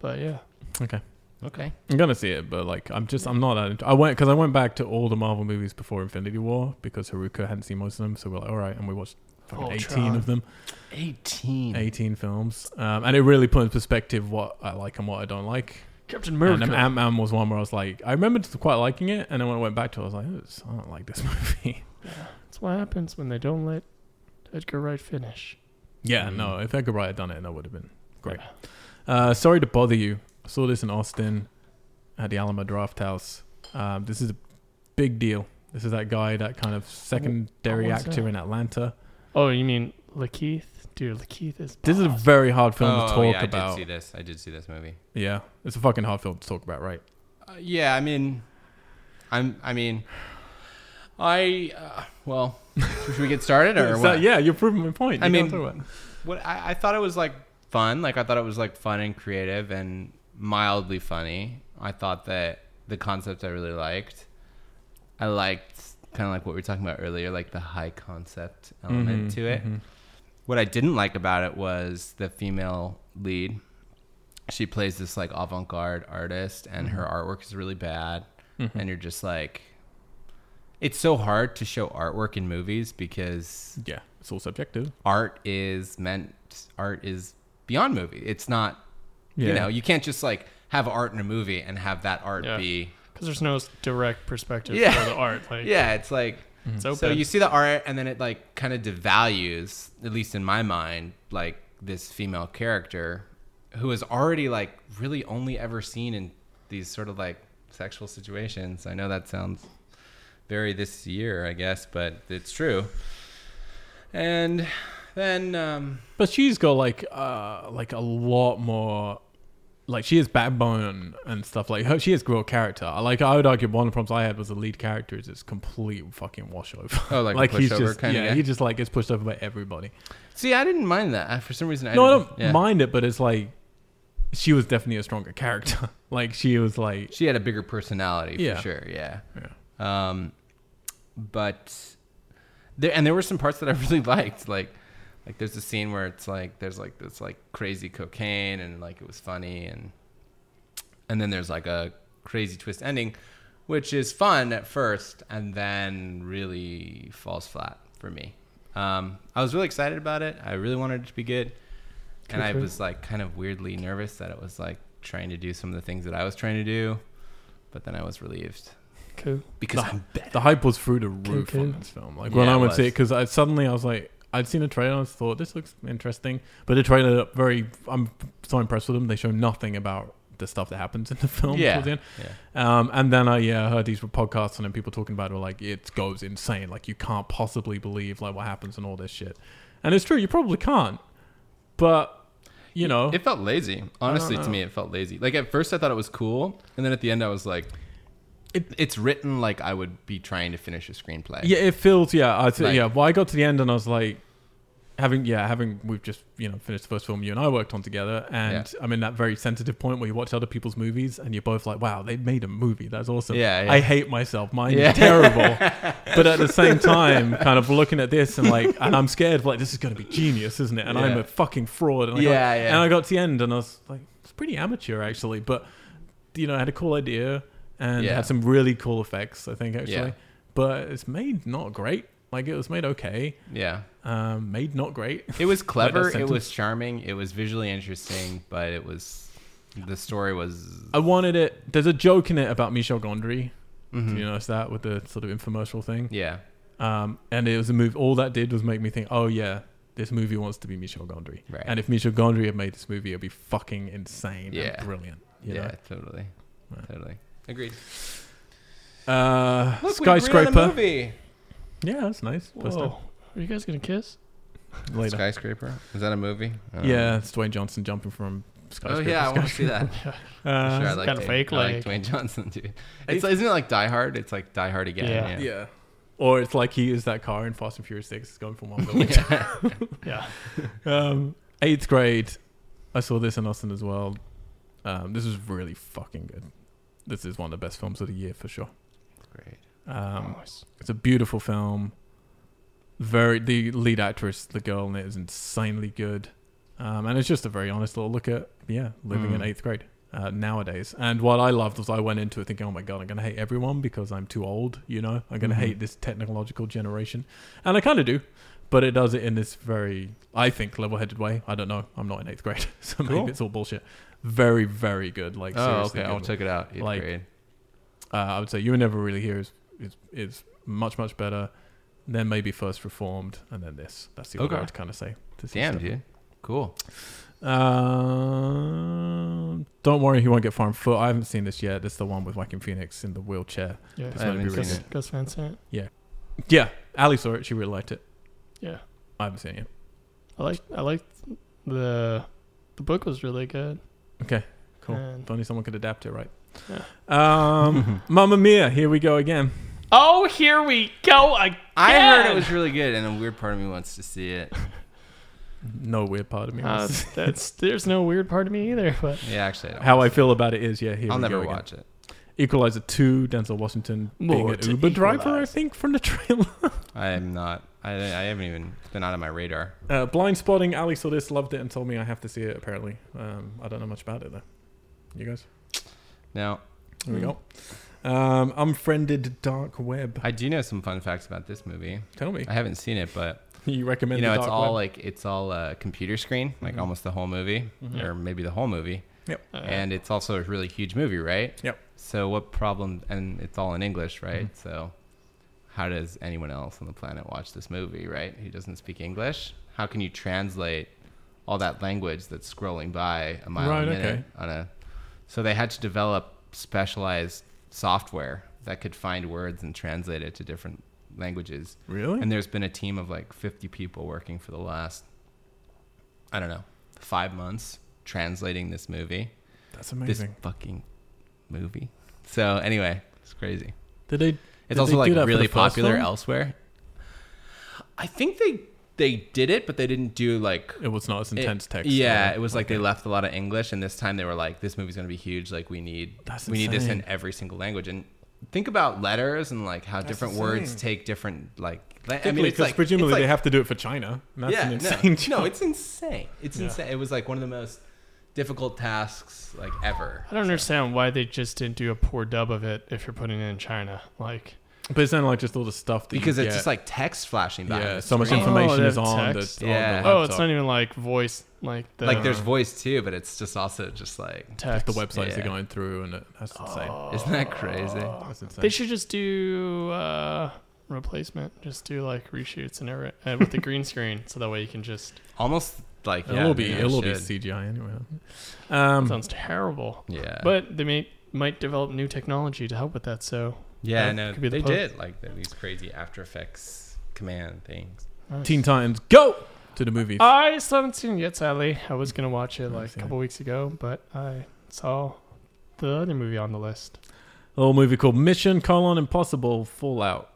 S3: But yeah.
S2: Okay.
S1: I'm gonna see it, but like I'm just I'm not that. Into, I went because I went back to all the Marvel movies before Infinity War because Haruka hadn't seen most of them, so we're like, all right, and we watched fucking
S3: Ultron.
S1: 18 of them,
S2: 18.
S1: 18 films, um, and it really put in perspective what I like and what I don't like.
S3: Captain
S1: And
S3: America.
S1: Ant Man was one where I was like, I remembered quite liking it, and then when I went back to it, I was like, oh, it's- I don't like this movie.
S3: That's what happens when they don't let Edgar Wright finish.
S1: yeah,
S2: Mm.
S1: no, if Edgar Wright had done it, that would have been great. Uh, sorry to bother you. I saw this in Austin at the Alamo Draft House. Um, this is a big deal. This is that guy, that kind of secondary
S3: what's
S1: actor
S3: that?
S1: in Atlanta.
S3: Oh, you mean Lakeith? Dude, Lakeith is.
S1: This is a
S3: boss.
S1: very hard film
S2: Oh,
S1: to talk
S2: yeah, I
S1: about.
S2: did see this. I did see this movie.
S1: Yeah, it's a fucking hard film to talk about, right?
S2: Uh, yeah, I mean, I'm. I mean, I. Uh, well, should we get started or
S1: So,
S2: what?
S1: yeah, you're proving my point.
S2: I
S1: You
S2: mean-
S1: can't talk about it.
S2: What I, I thought it was like fun. Like I thought it was like fun and creative and mildly funny. I thought that the concept I really liked. I liked kind of like what we were talking about earlier, like the high concept element
S1: Mhm,
S2: to it.
S1: mhm.
S2: What I didn't like about it was the female lead. She plays this like avant-garde artist, and her artwork is really bad.
S1: Mhm.
S2: And you're just like, it's so hard to show artwork in movies because
S1: Yeah, it's all subjective.
S2: art is meant art is beyond movie it's not you
S1: Yeah.
S2: know you can't just like have art in a movie and have that art
S3: Yeah.
S2: be
S3: Because there's no s- direct perspective
S2: Yeah.
S3: for the art. Like,
S2: yeah it's like
S3: It's open.
S2: so you see the art and then it like kind of devalues at least in my mind like this female character who is already like really only ever seen in these sort of like sexual situations i know that sounds very this year i guess but it's true and then um
S1: But she's got like uh like a lot more like she is backbone and stuff like her she has real character. Like I would argue one of the problems I had was the lead character is this complete fucking washover.
S2: Oh, like a
S1: he's
S2: pushover
S1: just
S2: kinda
S1: yeah,
S2: guy?
S1: he just like gets pushed over by everybody.
S2: See, I didn't mind that. I, for some reason, I
S1: no, I
S2: didn't,
S1: don't
S2: yeah.
S1: mind it, but it's like she was definitely a stronger character. like she was like
S2: She had a bigger personality for
S1: Yeah.
S2: sure. Yeah. Um, but there and there were some parts that I really liked. Like, like there's a scene where it's like there's like this like crazy cocaine and like it was funny and and then there's like a crazy twist ending, which is fun at first and then really falls flat for me. Um, I was really excited about it. I really wanted it to be good, and I
S3: Okay.
S2: was like kind of weirdly nervous that it was like trying to do some of the things that I was trying to do, but then I was relieved
S3: Cool.
S2: because
S1: No.
S2: I'm better.
S1: the hype was through the roof
S3: Okay.
S1: on this film. Like when
S2: Yeah,
S1: I
S2: it
S1: went to see it,
S2: was.
S1: because I suddenly I was like, I'd seen a trailer and I thought this looks interesting, but the trailer looked very. I'm so impressed with them. They show nothing about the stuff that happens in the film.
S2: Yeah.
S1: towards the end.
S2: Yeah.
S1: Um, and then I yeah heard these were podcasts and then people talking about it were like it goes insane. Like you can't possibly believe like what happens and all this shit. And it's true, you probably can't. But you know,
S2: It felt lazy. Honestly, to
S1: know.
S2: me, it felt lazy. Like at first, I thought it was cool, and then at the end, I was like,
S1: It-
S2: "It's written like I would be trying to finish a screenplay."
S1: Yeah, it feels. Yeah, I th-
S2: Like-
S1: yeah. Well, I got to the end and I was like, having yeah, having we've just you know finished the first film you and I worked on together, and I'm in that very sensitive point where you watch other people's movies and you're both like, wow, they made a movie. That's awesome.
S2: Yeah, yeah.
S1: I hate myself. Mine
S2: Yeah.
S1: is terrible. but at the same time, kind of looking at this and like, and I'm scared. Of, like this is going to be genius, isn't it? And I'm
S2: Yeah.
S1: a fucking fraud. And I got-
S2: Yeah, yeah.
S1: And I got to the end and I was like, it's pretty amateur actually, but you know, I had a cool idea and
S2: Yeah.
S1: had some really cool effects. I think actually
S2: Yeah.
S1: but it's made not great. Like it was made okay,
S2: yeah.
S1: um, made not great.
S2: It was clever. it
S1: sentence.
S2: was charming. It was visually interesting, but it was the story was
S1: I wanted it. There's a joke in it about Michel Gondry. Do you notice that with the sort of infomercial thing?
S2: yeah.
S1: Um, and it was a move. All that did was make me think, oh yeah, this movie wants to be Michel Gondry.
S2: Right.
S1: And if Michel Gondry had made this movie, it'd be fucking insane.
S2: Yeah.
S1: and brilliant. You
S2: Yeah,
S1: know?
S2: totally,
S1: Right.
S2: totally agreed.
S1: Uh,
S2: skyscraper.
S1: skyscraper. Yeah, that's nice. Plus
S3: Whoa. Are you guys going to kiss?
S1: that Later.
S2: Skyscraper. Is that a movie? Uh,
S1: yeah, it's Dwayne Johnson jumping from
S2: Oh
S1: skyscraper.
S2: yeah, I want to see that.
S1: Uh,
S2: sure, I
S3: it's
S2: like
S3: kinda
S2: Dwayne-
S3: fake,
S2: I like
S3: like-
S2: Dwayne Johnson, dude. It's, isn't it like Die Hard? It's like Die Hard again.
S3: Yeah.
S2: yeah.
S1: Yeah. Or it's like he is that car in Fast and Furious 6 it's going from one building.
S2: Yeah.
S3: Yeah.
S1: um, eighth grade, I saw this in Austin as well. Um, this is really fucking good. This is one of the best films of the year for sure.
S2: Great.
S1: Um,
S3: Nice.
S1: it's a beautiful film. very the lead actress, the girl in it, is insanely good, um, and it's just a very honest little look at yeah living in
S2: Mm.
S1: eighth grade uh, nowadays. And what I loved was I went into it thinking, oh my god, I'm gonna hate everyone because I'm too old, you know, I'm gonna
S2: Mhm.
S1: hate this technological generation, and I kind of do, but it does it in this very I think level-headed way. I don't know, I'm not in eighth grade, so
S2: Cool.
S1: maybe it's all bullshit. Very very good, like
S2: oh,
S1: seriously
S2: okay. I'll
S1: good
S2: check it out. Eighth
S1: Like-
S2: grade.
S1: uh, I would say You Were Never Really Here is, is is much much better. Then maybe First Reformed, and then this. That's the order
S2: Okay.
S1: I'd kind of say. This is
S2: Damn,
S1: the-
S2: dude. Cool.
S1: Um, don't worry, he won't get Farm Foot. I haven't seen this yet. This is the one with Joaquin Phoenix in the wheelchair.
S3: Yeah,
S1: This
S2: I
S1: might be
S2: haven't seen
S1: really-
S3: Gus,
S2: it.
S3: Gus Van Sant.
S1: Yeah, Ali saw it. She really liked it.
S3: Yeah,
S1: I haven't seen it. yet.
S3: I like I liked the the book was really good.
S1: Okay, cool.
S3: And-
S1: If only someone could adapt it right.
S3: Yeah.
S1: Um, Mamma Mia, here we go again.
S3: oh, here we go again.
S2: I heard it was really good, and a weird part of me wants to see it.
S1: No weird part of me.
S3: Uh, that's there's no weird part of me either, but
S2: Yeah, actually, I don't
S1: How I
S2: wanna see
S1: feel about it is, yeah, here
S2: it. I'll
S1: we
S2: never
S1: go again.
S2: watch it.
S1: Equalizer 2, Denzel Washington being
S3: More
S1: an
S3: to
S1: Uber driver, I
S3: Equalize.
S1: think, from the trailer.
S2: I am not. I, I haven't even it's been out of my radar.
S1: Uh, blind spotting. Ali saw this, loved it, and told me I have to see it. Apparently, um, I don't know much about it though. You guys,
S2: Now,
S1: here we
S3: Hmm.
S1: go. Um, unfriended dark web.
S2: I do know some fun facts about this movie.
S1: Tell me,
S2: I haven't seen it, but
S1: you recommend?
S2: you know,
S1: the
S2: it's
S1: dark
S2: all
S1: web?
S2: like it's all uh, computer screen, like
S1: Mhm.
S2: almost the whole movie,
S1: Mhm.
S2: or maybe the whole movie.
S3: uh,
S2: and it's also a really huge movie, right?
S1: Yep. Mm-hmm.
S2: So what problem? And it's all in English, right? So how does anyone else on the planet watch this movie, right? Who doesn't speak English? How can you translate all that language that's scrolling by a mile
S1: Right,
S2: a minute
S1: okay.
S2: on a? So they had to develop specialized software that could find words and translate it to different languages.
S1: really.
S2: And there's been a team of like 50 people working for the last, I don't know, five months translating this movie
S1: That's amazing.
S2: this fucking movie. So anyway, it's crazy.
S1: Did they?
S2: It's
S1: Did
S2: also
S1: they do
S2: like
S1: that for
S2: really
S1: the first
S2: popular
S1: one?
S2: elsewhere. I think they they did it, but they didn't do like
S1: It was not as
S2: it-
S1: intense text.
S2: Yeah,
S1: uh,
S2: it was like they left a lot of English, and this time they were like, "This movie's gonna be huge. Like we need
S1: That's
S2: we need this in
S1: insane.
S2: every single language." And think about letters and like how
S1: That's
S2: different words
S1: insane.
S2: take different like. la- I
S1: Particularly
S2: mean, it's
S1: 'cause
S2: like
S1: presumably
S2: it's like,
S1: they have to do it for China. And That's
S2: yeah,
S1: an
S2: no,
S1: insane
S2: no,
S1: job.
S2: it's insane. It's
S1: Yeah.
S2: insane. It was like one of the most difficult tasks like ever.
S3: I don't understand why they just didn't do a poor dub of it if you're putting it in China. Like,
S1: but it's not like just all the stuff that you
S2: because it's
S1: get.
S2: just like text flashing back.
S1: yeah,
S2: and
S1: so much
S2: forth.
S3: Oh,
S1: information
S3: they
S1: is
S3: have
S1: on the,
S3: text.
S1: on the
S2: Yeah.
S1: laptop.
S3: oh, it's not even like voice, like the
S2: like there's voice too, but it's just also just like
S1: Just
S3: text.
S1: the websites
S2: Yeah.
S1: they're going through, and it, that's insane.
S3: Oh.
S2: isn't that crazy?
S1: That's insane.
S3: They should just do uh, replacement. Just do like reshoots and every and with the green screen, so that way you can just.
S2: Almost like yeah,
S1: it'll be
S2: maybe I
S1: it'll be
S2: should.
S1: CGI anyway. Um,
S3: Sounds terrible.
S2: yeah,
S3: But they may might develop new technology to help with that. So
S2: yeah,
S3: that
S2: no,
S3: could be the
S2: they
S3: Pope.
S2: did like these crazy After Effects command things.
S3: nice.
S1: Teen Titans Go to the movies.
S3: I still haven't seen it yet, sadly. I was gonna watch it like a
S1: seen
S3: couple weeks ago, but I saw the other movie on the list,
S1: a little movie called Mission Colon Impossible Fallout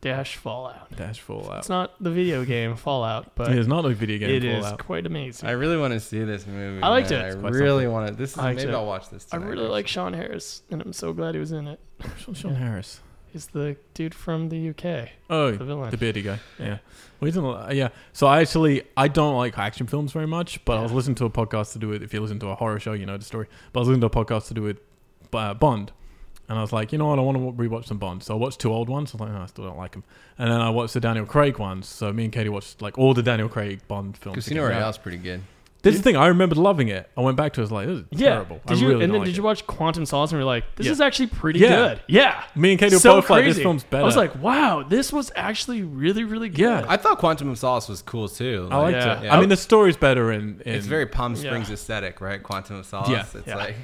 S3: Dash Fallout.
S1: Dash Fallout.
S3: It's not the video game Fallout, but
S1: Oh. it is not a video game.
S3: it is
S1: Fallout.
S3: quite amazing.
S2: I really want to see this movie.
S3: I liked
S2: man.
S3: it. It's
S2: I
S1: quite
S2: really want to. This is
S3: I liked
S2: maybe
S3: it.
S2: I'll watch this.
S3: I
S2: Tonight,
S3: really like Sean Harris, and I'm so glad he was in it.
S1: Sean, Sean Harris.
S3: He's the dude from the UK,
S1: Oh,
S3: the villain.
S1: the beardy guy. Yeah. Well, he's in a- yeah. So I actually I don't like action films very much, but I was
S3: Yeah.
S1: listening to a podcast to do with. If you listen to a horror show, you know the story. But I was listening to a podcast to do with uh, Bond, and I was like, you know what, I want to rewatch some Bond. So I watched two old ones. I was like, no, I still don't like them. And then I watched the Daniel Craig ones. So me and Katie watched like all the Daniel Craig Bond films.
S2: Casino
S1: together.
S2: Royale's pretty good.
S1: This is the thing. I remembered loving it. I went back to it. I was like, this is
S3: yeah.
S1: terrible.
S3: Did
S1: I
S3: you?
S1: really don't
S3: and then
S1: like
S3: did you
S1: it.
S3: watch Quantum Solace and we are like, this
S1: Yeah.
S3: is actually pretty
S1: Yeah.
S3: good. Yeah.
S1: Me and Katie were
S3: so
S1: both
S3: crazy.
S1: like, this film's better.
S3: I was like, wow, this was actually really, really good.
S1: Yeah.
S2: I thought Quantum of Solace was cool too.
S1: I liked
S3: Yeah.
S1: it.
S2: Yeah.
S1: I mean, the story's better in. in
S2: it's very Palm
S3: Yeah.
S2: Springs aesthetic, right? Quantum of Solace.
S1: Yeah.
S2: It's
S3: Yeah.
S2: like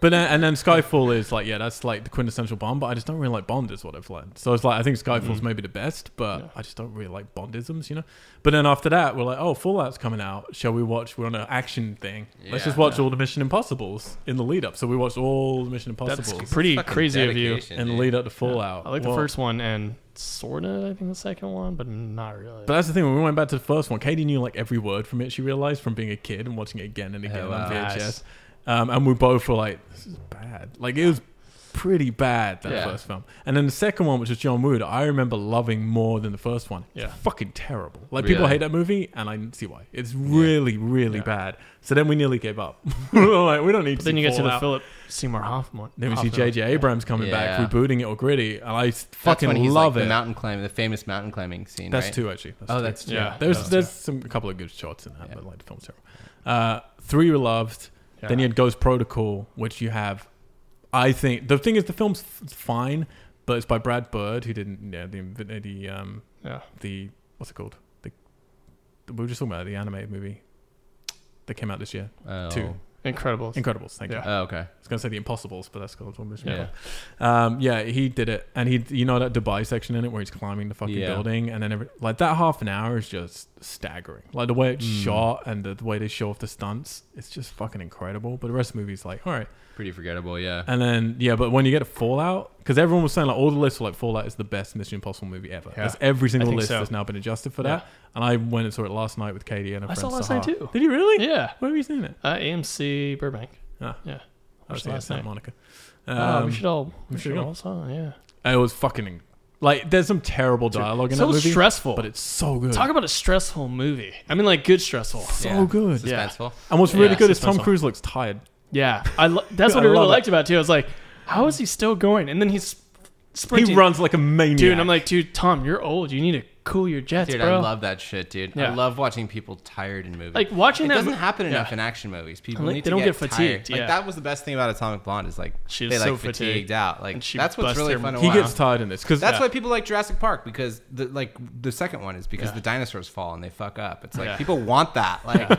S1: But then, and then Skyfall is like, yeah, that's like the quintessential Bond. But I just don't really like Bond is what I've learned. So it's like I think Skyfall's maybe the best, but
S3: Mm-hmm. Yeah.
S1: I just don't really like Bondisms, you know. But then after that, we're like, oh, Fallout's coming out. Shall we watch? We're on an action thing. Let's
S2: Yeah.
S1: just watch
S2: Yeah.
S1: all the Mission Impossibles in the lead up. So we watched all the Mission
S3: That's
S1: Impossibles
S3: pretty
S2: fucking
S3: crazy of you.
S2: dedication,
S1: in the
S2: dude.
S1: lead up to Fallout.
S3: I like the
S1: Oh, Well,
S3: first one and sorta, I think the second one, but not really.
S1: But that's the thing. When we went back to the first one, Katie knew like every word from it. She realized from being a kid and watching it again and again
S2: wow.
S1: on VHS.
S3: Nice.
S1: Um, and we both were like, "This is bad." Like it was pretty bad that
S3: Yeah.
S1: first film. And then the second one, which was John Wood, I remember loving more than the first one.
S3: Yeah.
S1: It's fucking terrible. Like people
S2: Really?
S1: hate that movie, and I see why. It's really, really bad. So then we nearly gave up. We were like we don't need.
S3: But
S1: to
S3: then you get to the
S1: Fallout.
S3: Philip Seymour Hoffman.
S1: Then we see
S3: Hoffman.
S1: J.J. Abrams coming
S2: Yeah.
S1: back, rebooting it or gritty, and I s-
S2: That's
S1: fucking
S2: when he's
S1: love
S2: like
S1: it.
S2: The mountain climbing, the famous mountain climbing scene.
S1: that's
S2: right?
S1: two actually. That's
S2: Oh,
S1: two.
S2: that's two.
S3: Yeah.
S1: There's
S3: That was
S1: there's some a couple of good shots in that,
S2: Yeah.
S1: but like the film's terrible. Uh, three we loved.
S3: Yeah.
S1: Then you had Ghost Protocol, which you have. I think the thing is the film's f- fine, but it's by Brad Bird, who didn't yeah the uh, the um
S3: Yeah.
S1: the what's it called the we were just talking about it, the animated movie that came out this year.
S2: Oh.
S1: Two.
S3: Incredibles.
S1: Incredibles, thank you.
S3: Yeah.
S2: Oh, okay.
S1: I was gonna say The Impossibles, but that's called one mission.
S2: Yeah.
S1: Um, yeah, he did it, and he, you know, that Dubai section in it where he's climbing the fucking
S2: Yeah.
S1: building, and then every, like that half an hour is just staggering. Like the way it's
S2: Mm.
S1: shot and the, the way they show off the stunts, it's just fucking incredible. But the rest of the movie's like, all right,
S2: Pretty forgettable. Yeah.
S1: and then yeah, but when you get to Fallout, because everyone was saying like all the lists were like Fallout is the best Mission Impossible movie ever.
S3: Yeah.
S1: There's every single
S3: think
S1: list
S3: so.
S1: that's now been adjusted for
S3: Yeah.
S1: that, and I went and saw it last night with Katie and her
S3: I
S1: friend.
S3: saw it last
S1: Sahar.
S3: night, too.
S1: Did you really?
S3: Yeah.
S1: Where were you seeing it?
S3: Uh, AMC Burbank.
S1: Ah.
S3: Yeah.
S1: I was
S3: Watched
S1: seeing it at
S3: last
S1: Santa
S3: night.
S1: Monica.
S3: Ah,
S1: Um,
S3: we should all.
S1: we
S3: We
S1: should
S3: should
S1: go.
S3: all saw. it, Yeah.
S1: It was fucking like there's some terrible dialogue in
S3: so
S1: that movie,
S3: stressful.
S1: but it's so good.
S3: Talk about a stressful movie. I mean, like good stressful.
S1: so
S2: Yeah.
S1: good.
S3: Yeah.
S2: Suspenseful.
S1: And what's
S3: Yeah,
S1: really good is
S3: suspenseful.
S1: Tom Cruise looks tired.
S3: Yeah, I lo- that's what
S1: I
S3: I, really
S1: love it.
S3: liked about it too. I was like, how is he still going? And then he's sprinting.
S1: He runs like a maniac.
S3: dude. And I'm like, dude, Tom, you're old. You need to cool your jets,
S2: Dude,
S3: bro.
S2: I love that shit, dude.
S3: Yeah.
S2: I love watching people tired in movies.
S3: Like, watching
S2: it
S3: that
S2: doesn't
S3: mo-
S2: happen enough
S3: Yeah.
S2: in action movies. People
S3: like,
S2: need
S3: they
S2: to
S3: don't
S2: get,
S3: get
S2: fatigued.
S3: fatigued,
S2: Like
S3: yeah.
S2: that was the best thing about Atomic Blonde is like
S3: She was
S2: they like
S3: so
S2: fatigued,
S3: fatigued.
S2: out. Like
S3: And she
S2: that's what's
S3: busts
S2: really
S3: her-
S2: fun. To
S1: he
S2: watch.
S1: gets tired in this because
S2: That's
S1: that's
S2: why people like Jurassic Park because the like the second one is because the dinosaurs fall and they fuck up. It's like
S3: Yeah.
S2: people want that. Like yeah,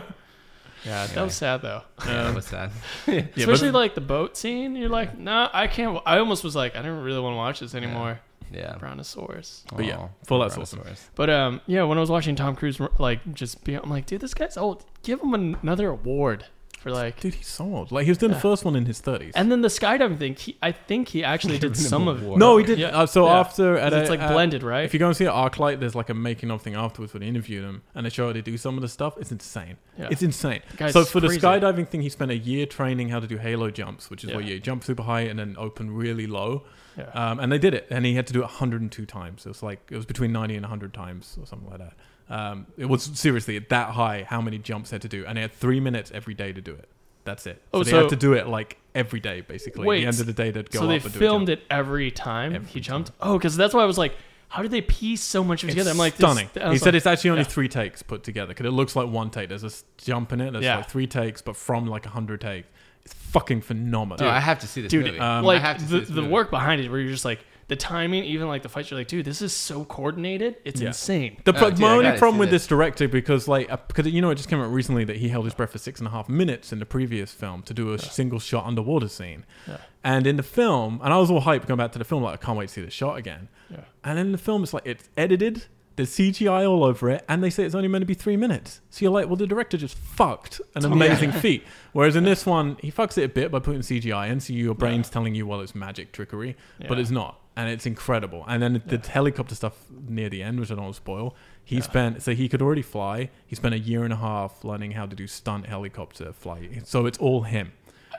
S3: yeah, that was sad though.
S2: that was sad.
S1: Yeah,
S3: Especially
S1: but-
S3: like the boat scene. You're like, nah, I can't. I almost was like, I don't really want to watch this anymore.
S2: yeah.
S3: Brontosaurus.
S1: But yeah, Fallout's awesome.
S2: Brontosaurus.
S3: But um, yeah, when I was watching Tom Cruise, like just be, I'm like, dude, this guy's old. Give him another award for like.
S1: dude, he's so old. Like he was doing the first one in his thirties.
S3: And then the skydiving thing. He, I think he actually did some of it.
S1: No, he did.
S3: Yeah.
S1: Uh, so
S3: Yeah.
S1: after at
S3: 'Cause it's
S1: a-
S3: like
S1: at-
S3: blended, right?
S1: If you go and see at ArcLight, there's like a making of thing afterwards where they interview them and they show how they do some of the stuff. It's insane.
S3: Yeah.
S1: It's insane.
S3: Guy's
S1: So for
S3: crazy.
S1: the skydiving thing, he spent a year training how to do halo jumps, which is where
S3: Yeah.
S1: you jump super high and then open really low.
S3: Yeah.
S1: Um, and they did it, and he had to do it 102 times. It was like it was between 90 and 100 times or something like that. Um, it was seriously that high. How many jumps they had to do? And he had three minutes every day to do it. That's it. So
S3: Oh,
S1: they
S3: so-
S1: had to do it like every day, basically.
S3: Wait,
S1: At the end of the day, they'd go
S3: so
S1: up
S3: they
S1: and do a jump.
S3: filmed it every time
S1: Every
S3: he jumped. Oh, because that's why I was like, how did they piece so much together? I'm like, this-
S1: stunning.
S3: I
S1: he
S3: was
S1: said
S3: like,
S1: it's actually only
S3: yeah.
S1: three takes put together because it looks like one take. There's a s- jump in it. There's
S3: Yeah.
S1: like three takes, but from like a hundred takes. It's fucking phenomenal.
S2: Oh, I have to see this
S3: dude,
S2: movie.
S1: um,
S3: like
S2: I have to see
S3: the,
S2: this
S3: the
S2: movie.
S3: work behind it, where you're just like the timing, even like the fights. You're like, dude, this is so coordinated. It's
S1: Yeah.
S3: insane.
S1: The, pro-
S2: dude,
S1: my
S2: I
S1: only
S2: gotta
S1: problem
S2: see
S1: with this
S2: this.
S1: director because like uh, because you know it just came out recently that he held his breath for six and a half minutes in the previous film to do a single shot underwater scene, and in the film and I was all hyped going back to the film like I can't wait to see this shot again,
S3: Yeah.
S1: and in the film it's like it's edited. There's CGI all over it, and they say it's only meant to be three minutes. So you're like, well, the director just fucked an amazing feat. Whereas in this one, he fucks it a bit by putting CGI in, so your brain's telling you, well, it's magic trickery, but
S3: Yeah.
S1: it's not, and it's incredible. And then the helicopter stuff near the end, which I don't want to spoil. He spent so he could already fly. He spent a year and a half learning how to do stunt helicopter flight. So it's all him.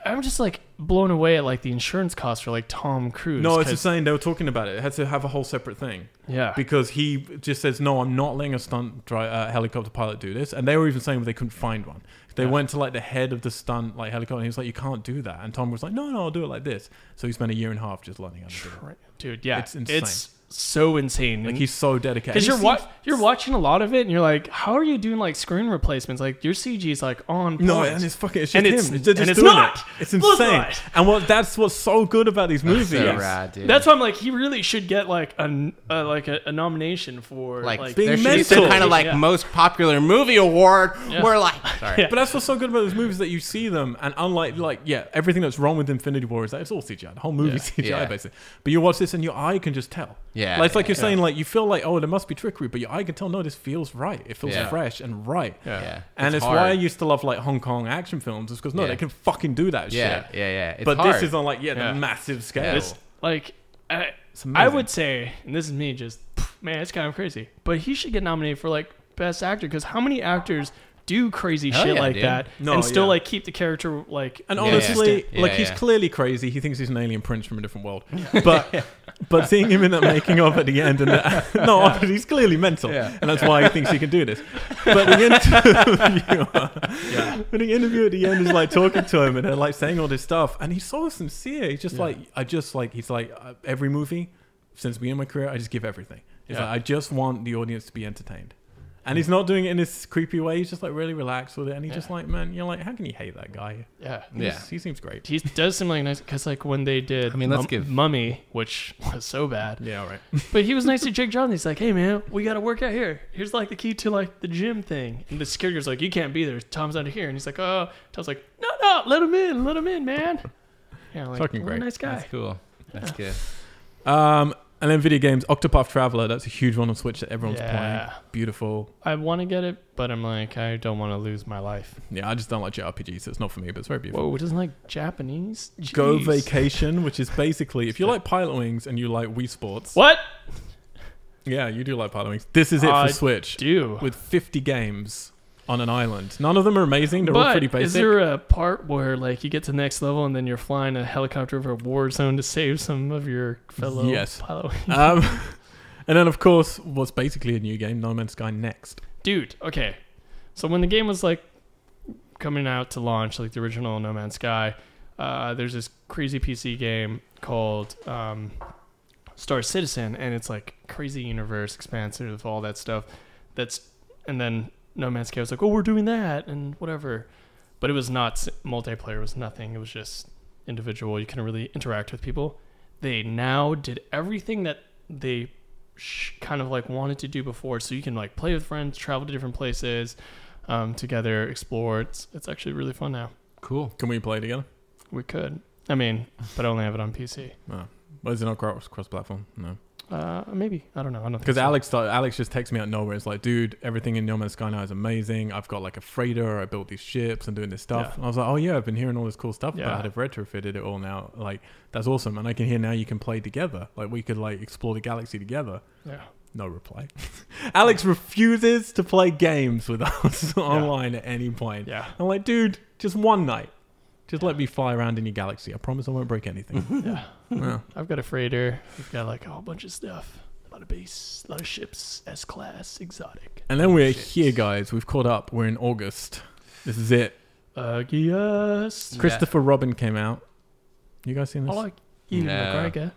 S3: I'm just like blown away at like the insurance costs for like Tom Cruise.
S1: No, it's
S3: 'cause-
S1: insane. They were talking about it. It had to have a whole separate thing.
S3: Yeah.
S1: Because he just says, no, I'm not letting a stunt dri- uh, helicopter pilot do this. And they were even saying they couldn't find one. They went to like the head of the stunt like helicopter and he was like, you can't do that. And Tom was like, no, no, I'll do it like this. So he spent a year and a half just learning how to do it.
S3: dude, yeah,
S1: It's
S3: it's
S1: insane.
S3: so insane.
S1: Like he's so dedicated.
S3: because
S1: And
S3: you're
S1: he
S3: wa-
S1: seems-
S3: you're watching a lot of it, and you're like, how are you doing like screen replacements? Like your CG is like on.
S1: No,
S3: point.
S1: and it's fucking it's just
S3: And
S1: him.
S3: it's-
S1: just
S3: and it's
S1: doing
S3: not.
S1: It. It's
S3: Look
S1: insane.
S3: right.
S1: And what that's what's so good about these movies.
S2: So rad, dude.
S3: That's why I'm like, he really should get like a uh, like a, a nomination for
S2: like,
S3: like,
S1: Big-
S2: there
S1: being
S2: should be
S1: mental.
S2: some kind of like
S3: Yeah.
S2: most popular movie award where like sorry.
S1: But that's what's so good about those movies that you see them, and unlike like yeah, everything that's wrong with Infinity War is that it's all CGI. The whole movie CGI
S2: Yeah.
S1: basically. But you watch this and your eye can just tell.
S2: Yeah,
S1: like, it's like
S2: yeah,
S1: you're saying like you feel like oh there must be trickery, but your eye can tell no this feels right. It feels
S2: Yeah.
S1: fresh and right.
S3: Yeah.
S2: Yeah.
S1: And it's,
S2: It's
S1: why I
S2: hard.
S1: used to love like Hong Kong action films is because no
S2: Yeah.
S1: they can fucking do that
S2: Yeah,
S1: shit.
S2: yeah, yeah. It's
S1: but
S2: hard.
S1: this is on like yeah,
S3: Yeah.
S1: the massive scale.
S2: Yeah.
S3: This, like I,
S1: It's amazing.
S3: I would say, and this is me just man, it's kind of crazy. But he should get nominated for like best actor because how many actors do crazy
S2: Hell
S3: shit
S2: yeah,
S3: like
S2: dude.
S3: that
S1: No,
S3: and still
S1: yeah.
S3: like keep the character like
S1: And
S2: Yeah,
S1: honestly,
S2: yeah.
S1: like
S2: Yeah,
S1: he's
S2: yeah.
S1: clearly crazy. He thinks he's an alien prince from a different world. But but seeing him in that making of at the end, and that, no, obviously, he's clearly mental,
S2: Yeah.
S1: and that's why he thinks he can do this. But the interviewer, but the interviewer at the end is like talking to him and they're like saying all this stuff, and he's so sincere. He's just
S3: Yeah.
S1: like, I just like he's like uh, every movie since beginning my career, I just give everything. He's
S3: Yeah.
S1: like, I just want the audience to be entertained. And he's not doing it in this creepy way. He's just like really relaxed with it, and he's
S3: Yeah.
S1: just like, man, you're like, how can you hate that guy?
S3: yeah
S1: He
S2: Yeah.
S1: just- he seems great.
S3: he does seem like nice because like when they did
S2: I mean, let's give-
S3: mummy which was so bad
S1: Yeah, all right.
S3: But he was nice to Jake Johnson. He's like, "Hey man, we gotta work out here. Here's like the key to like the gym thing." And the security was like, "You can't be there. Tom's out of here." And he's like, "Oh." Tom's like, "No, no, let him in. Let him in, man." Yeah, like,
S1: Fucking
S3: what a
S1: great.
S3: nice guy.
S2: That's cool. That's good.
S1: Um, and then video games, Octopath Traveler. That's a huge one on Switch that everyone's
S3: Yeah.
S1: playing. Beautiful.
S3: I want to get it, but I'm like, I don't want to lose my life.
S1: Yeah, I just don't like JRPGs, so it's not for me, but it's very beautiful.
S3: Whoa, it doesn't like Japanese. Jeez.
S1: Go Vacation, which is basically if you like Pilot Wings and you like Wii Sports.
S3: What
S1: Yeah, you do like Pilot Wings. This is it
S3: I
S1: for Switch
S3: do?
S1: with 50 games on an island. None of them are amazing. They're all
S3: But
S1: pretty
S3: is
S1: basic.
S3: there a part where like you get to the next level and then you're flying a helicopter over a war zone to save some of your fellow
S1: Yes.
S3: pilot-
S1: um, and then, of course, what's basically a new game, No Man's Sky Next.
S3: dude okay so when the game was like coming out to launch like the original no man's sky uh, there's this crazy pc game called um, star citizen and it's like crazy universe expansive all that stuff that's and then no man's sky was like oh we're doing that and whatever but it was not s- multiplayer it was nothing it was just individual you couldn't really interact with people they now did everything that they sh- kind of like wanted to do before so you can like play with friends travel to different places um, together explore it's, it's actually really fun now
S2: Cool.
S1: Can we play together?
S3: we could i mean but i only have it on pc
S1: Well, is it not cross cross platform? No.
S3: uh, maybe i don't know i don't think
S1: Because
S3: so.
S1: Alex, started, Alex just texts me out of nowhere. It's like, dude, everything in No Man's Sky now is amazing. I've got like a freighter. I built these ships and doing this stuff.
S3: Yeah.
S1: And I was like, oh yeah, I've been hearing all this cool stuff
S3: Yeah.
S1: about how they've retrofitted it all now. Like that's awesome. And I can hear now you can play together. Like we could like explore the galaxy together.
S3: yeah
S1: No reply. Alex refuses to play games with us online at any point.
S3: yeah
S1: I'm like, dude, just one night. Just let me fly around in your galaxy. I promise I won't break anything.
S3: yeah
S1: Wow.
S3: i've got a freighter we've got like a whole bunch of stuff a lot of base a lot of ships s class exotic
S1: And then we're
S3: Ships.
S1: here, guys. We've caught up. We're in August. This is it.
S3: uh yes
S2: Yeah.
S1: Christopher Robin came out. You guys seen
S3: i
S1: this?
S3: like Ewan
S2: No.
S3: McGregor.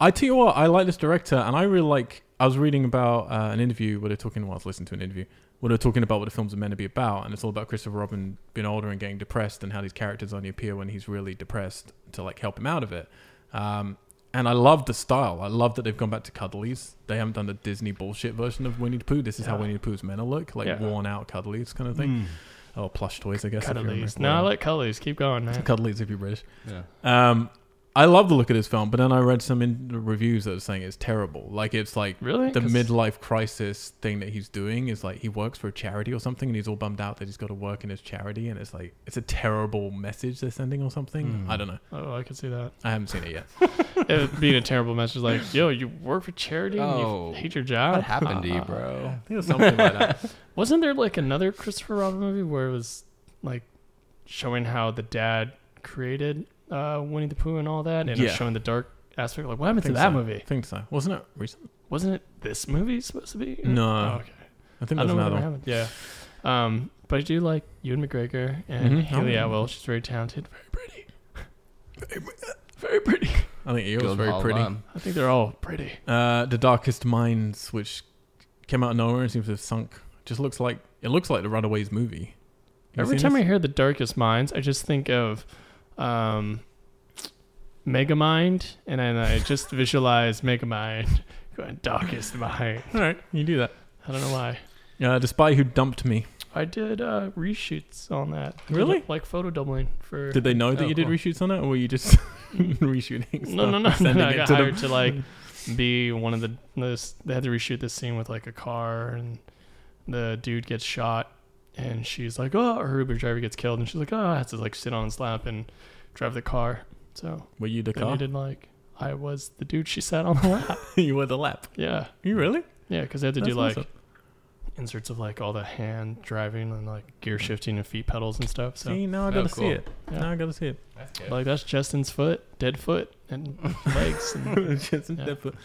S1: I tell you what, I like this director, and I really like. I was reading about uh, an interview where they're talking. Well, I was listening to an interview where they're talking about what the films are meant to be about, and it's all about Christopher Robin being older and getting depressed, and how these characters only appear when he's really depressed to like help him out of it. Um, and I love the style. I love that they've gone back to cuddlies. They haven't done the Disney bullshit version of Winnie the Pooh. This is how
S3: Yeah.
S1: Winnie the Pooh's men look, like
S3: Yeah. Mm.
S1: worn out cuddlies kind of thing, or plush toys, I guess. if you're
S3: Cuddlies.
S1: American.
S3: No, I like Cuddlies. Keep going, man.
S1: cuddlies if you're British.
S2: Yeah.
S1: Um, I love the look of this film, but then I read some in reviews that were saying it's terrible. Like it's like
S3: Really?
S1: the
S3: 'Cause-
S1: midlife crisis thing that he's doing is like he works for a charity or something, and he's all bummed out that he's got to work in his charity, and it's like it's a terrible message they're sending or something. I don't know.
S3: Oh, I can see that.
S1: I haven't seen it yet.
S3: it being a terrible message like, yo, you work for charity
S2: Oh.
S3: and you hate your
S2: What
S3: job.
S2: happened to you, bro?
S1: I think it's something like that.
S3: Wasn't there like another Christopher Robin movie where it was like showing how the dad created uh, Winnie the Pooh and all that and it was
S1: Yeah.
S3: showing the dark aspect? Like, what happened to
S1: Think
S3: that
S1: so. I
S3: movie?
S1: think so. Wasn't it recent?
S3: Wasn't it this movie supposed to be?
S1: No.
S3: Oh, okay.
S1: I think
S3: I
S1: there's
S3: don't know
S1: another
S3: what
S1: one.
S3: happened. Yeah. Um, but I do like Ewan McGregor and
S1: Mhm.
S3: Haley
S1: Oh.
S3: Atwell. She's very talented, very pretty. Very pretty.
S1: I think it was very
S2: Guildhall
S1: pretty.
S2: alum.
S3: I think they're all pretty.
S1: Uh, the Darkest Minds, which came out of nowhere and seems to have sunk, just looks like it looks like the Runaways movie. You
S3: Every
S1: seen
S3: time
S1: this?
S3: I hear the darkest minds, I just think of um, Megamind, and then I just visualize Megamind going darkest mind.
S1: All right, you do that.
S3: I don't know why.
S1: Uh, the spy who dumped me.
S3: I did uh, reshoots on that.
S1: Really?
S3: Like photo doubling for.
S1: Did they know that
S2: Oh,
S1: you did
S2: cool.
S1: reshoots on it, or were you just reshooting?
S3: no,
S1: stuff
S3: no,
S1: and
S3: no, no,
S1: sending
S3: I
S1: it
S3: got
S1: to
S3: hired
S1: them?
S3: to like be one of the. This, they had to reshoot this scene with like a car, and the dude gets shot, and she's like, "Oh, her Uber driver gets killed," and she's like, "Oh, I have to like sit on his lap and drive the car." So
S1: Were you the
S3: They
S1: car?
S3: needed like I was the dude she sat on the lap.
S1: you were the lap.
S3: yeah,
S1: You really?
S3: yeah, because they had to
S1: That's
S3: do like
S1: awesome.
S3: inserts of like all the hand driving and like gear shifting and feet pedals and stuff. So
S1: see, now I
S2: Oh,
S1: gotta see
S2: cool.
S1: it.
S3: Yeah.
S1: Now I gotta see it.
S2: That's good.
S3: like that's Justin's foot, dead foot, and legs. And
S1: Just
S3: Yeah.
S1: different.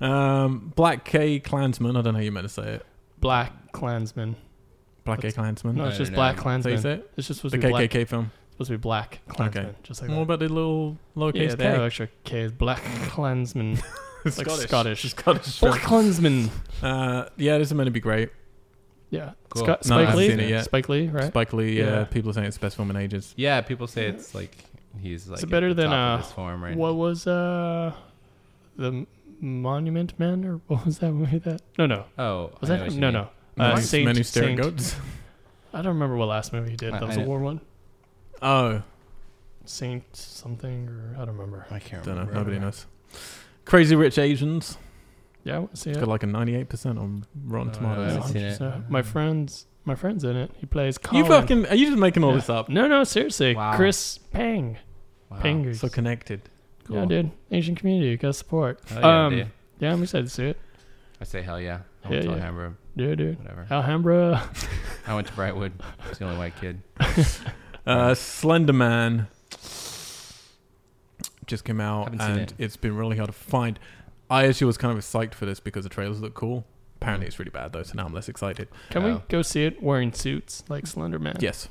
S1: Um, Black K Klansman. I don't know how you meant to say it.
S3: black Klansman.
S1: Black K
S3: That's-
S1: Klansman.
S3: No,
S1: Is
S3: it's
S2: I
S3: just
S2: don't
S3: black
S2: know.
S1: that how you
S3: Klansman.
S1: say it?
S3: It's just supposed
S1: The
S3: to be black.
S1: KKK film.
S3: Supposed to be black Klansman, just like
S1: What
S3: that.
S1: about the little
S3: Yeah,
S1: lowercase
S3: they have extra K. Black Klansman.
S1: It's
S3: like Scottish.
S1: Scottish.
S3: Black
S1: film.
S3: Klansman.
S1: Uh, yeah, this is meant to be great.
S3: Yeah.
S2: Cool.
S3: Scott,
S1: No, I
S3: Spike
S1: haven't
S3: Lee.
S1: seen it yet.
S3: Spike Lee, right?
S1: Spike Lee. Yeah.
S3: Yeah.
S1: people are saying it's the best film in ages.
S2: Yeah, people say it's like he's like
S3: It's better
S2: at the
S3: than,
S2: top
S3: uh,
S2: of his form right
S3: What
S2: now.
S3: was uh the Monument Man or what was that movie that? No, no.
S2: Oh,
S3: Was
S2: I know
S3: that
S2: what you
S3: no,
S2: mean.
S3: no.
S1: Many-
S3: Uh, Saint,
S1: many staring
S3: Saint.
S1: goats.
S3: I don't remember what last movie he did.
S2: I-
S3: That was
S2: I
S3: a war one.
S1: Oh,
S3: Saint something or I don't remember.
S2: I can't
S1: don't know.
S2: remember.
S1: Nobody knows. Crazy Rich Asians.
S3: Yeah, I want to see
S1: It's
S3: it.
S1: got like a 98% on Rotten
S2: Oh, I
S3: Yeah,
S1: Tomatoes.
S2: haven't seen it.
S3: 100%. My friends, my friends in it. He plays. Colin.
S1: you fucking are you just making all
S3: Yeah.
S1: this up?
S3: No, no, seriously.
S2: Wow.
S3: Chris Pang.
S2: Wow.
S3: Pangers.
S1: So connected.
S3: Yeah,
S2: Cool.
S3: dude. Asian community, you gotta support.
S2: Hell Oh, yeah,
S3: um,
S2: dude.
S3: yeah, I'm excited to see it.
S2: I say hell yeah. I
S3: Yeah,
S2: went
S3: yeah.
S2: to Alhambra,
S3: Yeah, dude.
S2: whatever.
S3: Alhambra.
S2: I went to Brightwood. I was the only white kid.
S1: Uh, Slender Man just came out
S2: Haven't seen
S1: and
S2: it.
S1: has been really hard to find. I actually was kind of psyched for this because the trailers look cool.
S3: Mm.
S1: Apparently, it's really bad though, so now I'm less excited.
S3: Can we
S2: Oh.
S3: go see it wearing suits like Slender Man?
S1: Yes.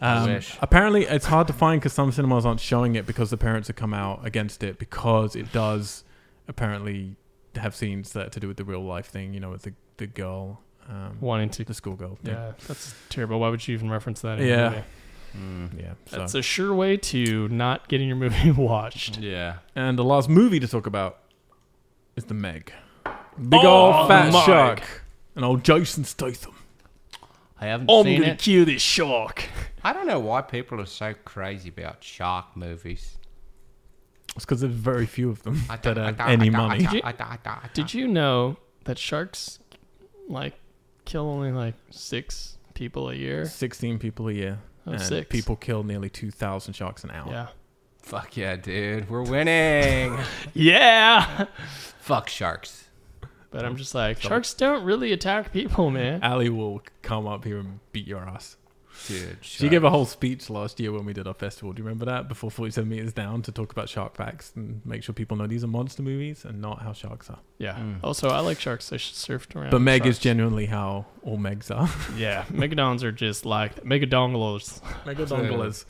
S2: I
S1: Um,
S2: wish.
S1: apparently, it's hard to find because some cinemas aren't showing it because the parents have come out against it because it does apparently have scenes that to do with the real life thing, you know, with the, the girl, um,
S3: Wanting to.
S1: the schoolgirl. thing.
S3: Yeah, that's terrible. Why would you even reference that?
S1: Yeah.
S3: a movie?
S2: Mm.
S1: Yeah. So.
S3: That's a sure way to not getting your movie watched.
S2: Yeah.
S1: And the last movie to talk about is The Meg. Big
S3: Oh,
S1: old fat
S3: The Meg.
S1: shark. And old Jason Statham.
S2: I haven't
S3: Oh, I'm
S2: seen
S3: gonna
S2: it.
S3: kill this shark.
S2: I don't know why people are so crazy about shark movies.
S1: It's because there's very few of them
S2: I
S1: that
S2: don't- I
S1: have
S2: don't-
S1: uh, any
S2: I don't- I
S1: money.
S2: don't-
S3: Did you-
S2: I don't- I don't- I
S3: Did you know that sharks like kill only like six people a year?
S1: 16 people a year.
S3: Oh,
S1: and
S3: six.
S1: people kill nearly 2,000 sharks an hour.
S3: Yeah.
S2: don't- Fuck yeah, dude. We're winning.
S3: Yeah.
S2: Fuck sharks.
S3: But I'm just like sharks don't really attack people, man.
S1: Ali will come up here and beat your ass.
S2: Dude.
S1: She gave a whole speech last year when we did our festival. Do you remember that? Before 47 Meters Down to talk about shark facts and make sure people know these are monster movies and not how sharks are.
S3: Yeah.
S2: Mm.
S3: Also, I like sharks. I should surfed around.
S1: But
S3: with
S1: Meg is
S3: sharks.
S1: genuinely how all Megs are.
S3: Yeah, megadons are just like megadongalos.
S1: Megadongalas.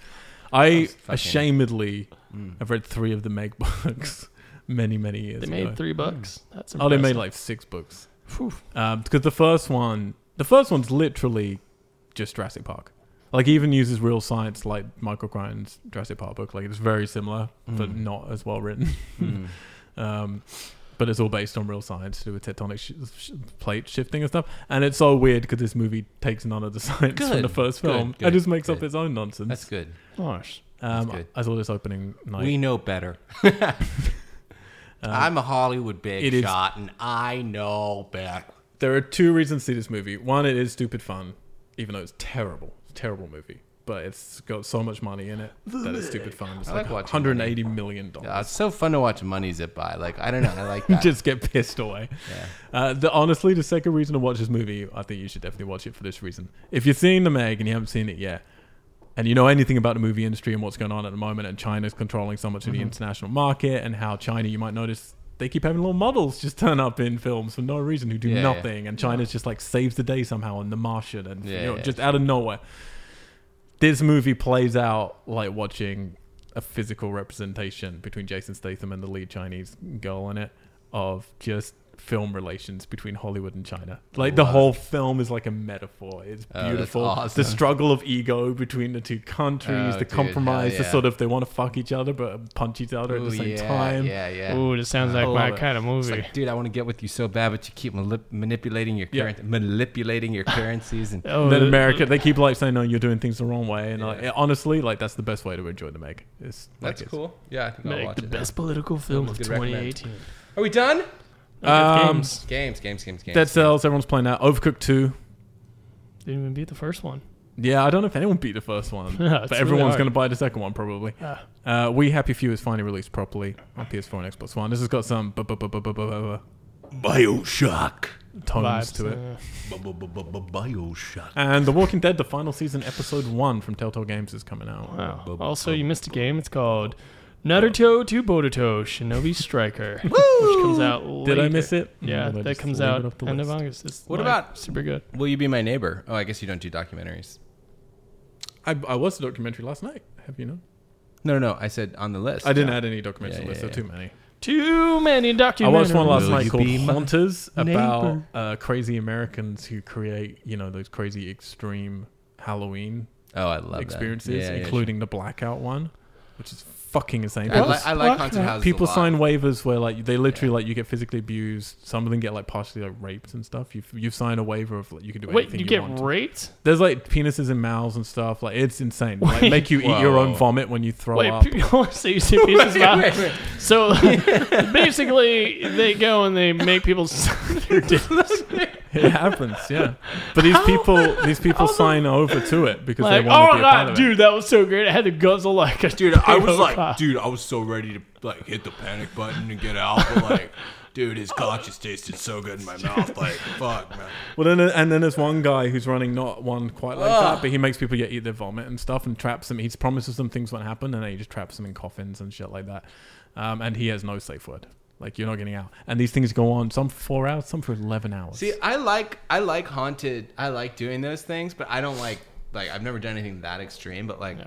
S2: I'm
S1: I
S2: fucking-
S1: ashamedly
S2: Mm.
S1: have read three of the Meg books many, many years
S3: They
S1: ago.
S3: made three bucks. That's
S1: oh, they made
S3: impressive.
S1: like six books.
S3: Phew.
S1: Um, because the first one, the first one's literally just Jurassic Park. Like even uses real science, like Michael Crichton's Jurassic Park book. Like it's very similar, but
S2: Mm.
S1: not as well written.
S2: Mm.
S1: Um, but it's all based on real science to do with tectonic sh- sh- plate shifting and stuff. And it's so weird because this movie takes none of the science from
S2: Good.
S1: the first
S2: Good,
S1: film
S2: good,
S1: and just makes up
S2: good.
S1: its own nonsense.
S2: That's good.
S3: Gosh.
S1: um,
S2: good.
S1: I saw this opening night.
S2: we know better.
S1: Um,
S2: I'm a Hollywood big
S1: it is-
S2: shot, and I know better.
S1: there are two reasons to see this movie. One, it is stupid fun, even though it's terrible, It's a terrible movie. But it's got so much money in it that it's stupid fun. It's
S2: I
S1: like,
S2: like watching
S1: 180 million dollars.
S2: Yeah, it's so fun to watch money zip by. Like I don't know, I like that.
S1: Just get pissed away.
S2: yeah.
S1: Uh, the, honestly, the second reason to watch this movie, I think you should definitely watch it for this reason. If you're seeing The Meg and you haven't seen it yet, and you know anything about the movie industry and what's going on at the moment, and China's controlling so much of
S2: Mm-hmm.
S1: the international market, and how China, you might notice they keep having little models just turn up in films for no reason who do
S2: Yeah, yeah.
S1: nothing, and China's just like saves the day somehow, and The Martian, and you
S2: Yeah,
S1: know,
S2: yeah,
S1: just out of nowhere. This movie plays out like watching a physical representation between Jason Statham and the lead Chinese girl in it of just film relations between Hollywood and China. Like the
S2: Love
S1: whole film is like a metaphor. It's
S2: Oh, that's
S1: beautiful. The
S2: awesome.
S1: struggle of ego between the two countries,
S2: Oh,
S1: the
S2: dude,
S1: compromise,
S2: hell
S1: the
S2: yeah.
S1: sort of they want to fuck each other but punch each other at
S2: Ooh,
S1: the same
S2: yeah,
S1: time.
S2: Yeah, yeah.
S3: Ooh, this sounds
S1: I
S3: like my
S1: love it.
S3: kind of
S2: It's
S3: movie.
S2: like, dude, I want to get with you so bad, but you keep mali- manipulating your
S1: Yeah.
S2: current, manipulating your currencies, and
S3: oh,
S1: And then
S3: the-
S1: America, they keep like saying, "No, you're doing things the wrong way," and like,
S2: Yeah.
S1: honestly, like that's the best way to enjoy the Meg. It's like, it's-
S2: cool. Yeah, I think I'll
S3: Meg,
S2: watch
S3: the
S2: it.
S3: best political film of
S2: Good recommend.
S3: 2018.
S2: Are we done?
S3: Oh,
S1: Um,
S3: games.
S2: Games, games, games, games.
S1: Dead Cells, everyone's playing that. Overcooked Two.
S3: Didn't even beat the first one.
S1: Yeah, I don't know if anyone beat the first one,
S3: It's
S1: but
S3: really
S1: everyone's
S3: hard.
S1: going to buy the second one probably.
S3: Ah.
S1: Uh, we Happy Few is finally released properly on PS4 and Xbox One. This has got some bu- bu- bu- bu- bu- bu- bu- bu-
S2: Bioshock.
S1: tones
S3: vibes.
S1: to it.
S3: Uh,
S4: Bioshock.
S1: And The Walking Dead, the final season, episode one from Telltale Games is coming out.
S3: wow. Also, you missed a game. It's called Naruto to Boruto Shinobi Striker, which comes out. Later.
S1: Did I miss it?
S3: Yeah,
S1: Mm, well, I
S3: that
S1: just
S3: comes
S1: leave
S3: out
S1: it off the
S3: end of
S1: list.
S3: August. It's
S2: What
S3: like,
S2: about-
S3: super good?
S2: Will you be my neighbor? Oh, I guess you don't do documentaries.
S1: I, I watched a documentary last night. Have you not?
S2: No, no, no. I said on the list.
S1: I didn't add any documentaries to
S2: Yeah, yeah,
S1: the list.
S2: yeah.
S1: There are too many.
S3: Too many documentaries.
S1: I watched one last
S4: Will
S1: night
S4: you
S1: called
S4: be my
S1: Haunters about
S4: neighbor?
S1: uh, crazy Americans who create, you know, those crazy extreme Halloween
S2: Oh, I love that.
S1: experiences,
S2: Yeah, yeah,
S1: including the blackout one, which is fucking insane.
S2: sure. I,
S1: People,
S2: li- I like
S3: What?
S2: haunted houses.
S1: people
S2: a lot.
S1: sign waivers where like they literally like you get physically abused. Some of them get like partially like raped and stuff. You you sign a waiver of like, you can do
S3: Wait,
S1: anything
S3: you
S1: you,
S3: get
S1: want. to.
S3: raped?
S1: There's like penises and mouths and stuff. Like it's insane. Like,
S3: Wait.
S1: make you eat your
S2: Whoa.
S1: own vomit when you throw
S3: Wait,
S1: up.
S3: pe- so you see pieces of mouth? So basically, they go and they make people sign their dicks.
S1: It happens, yeah. But these people, these people sign over to it because
S3: Like, oh
S1: they want to be a part
S3: my god,
S1: of it.
S3: dude, that was so great! I had to guzzle like a
S4: Dude, I was
S3: pedophile.
S4: like, dude, I was so ready to like hit the panic button and get out, but like, dude, his conscience tasted so good in my mouth, like, fuck, man.
S1: Well, then, and then there's one guy who's running not one quite like
S2: Ah.
S1: that, but he makes people get eat their vomit and stuff, and traps them. He promises them things won't happen, and then he just traps them in coffins and shit like that. Um, and he has no safe word. Like you're not getting out. And these things go on some for four hours, some for eleven hours.
S2: See, I like I like haunted. I like doing those things, but I don't like like I've never done anything that extreme. But like,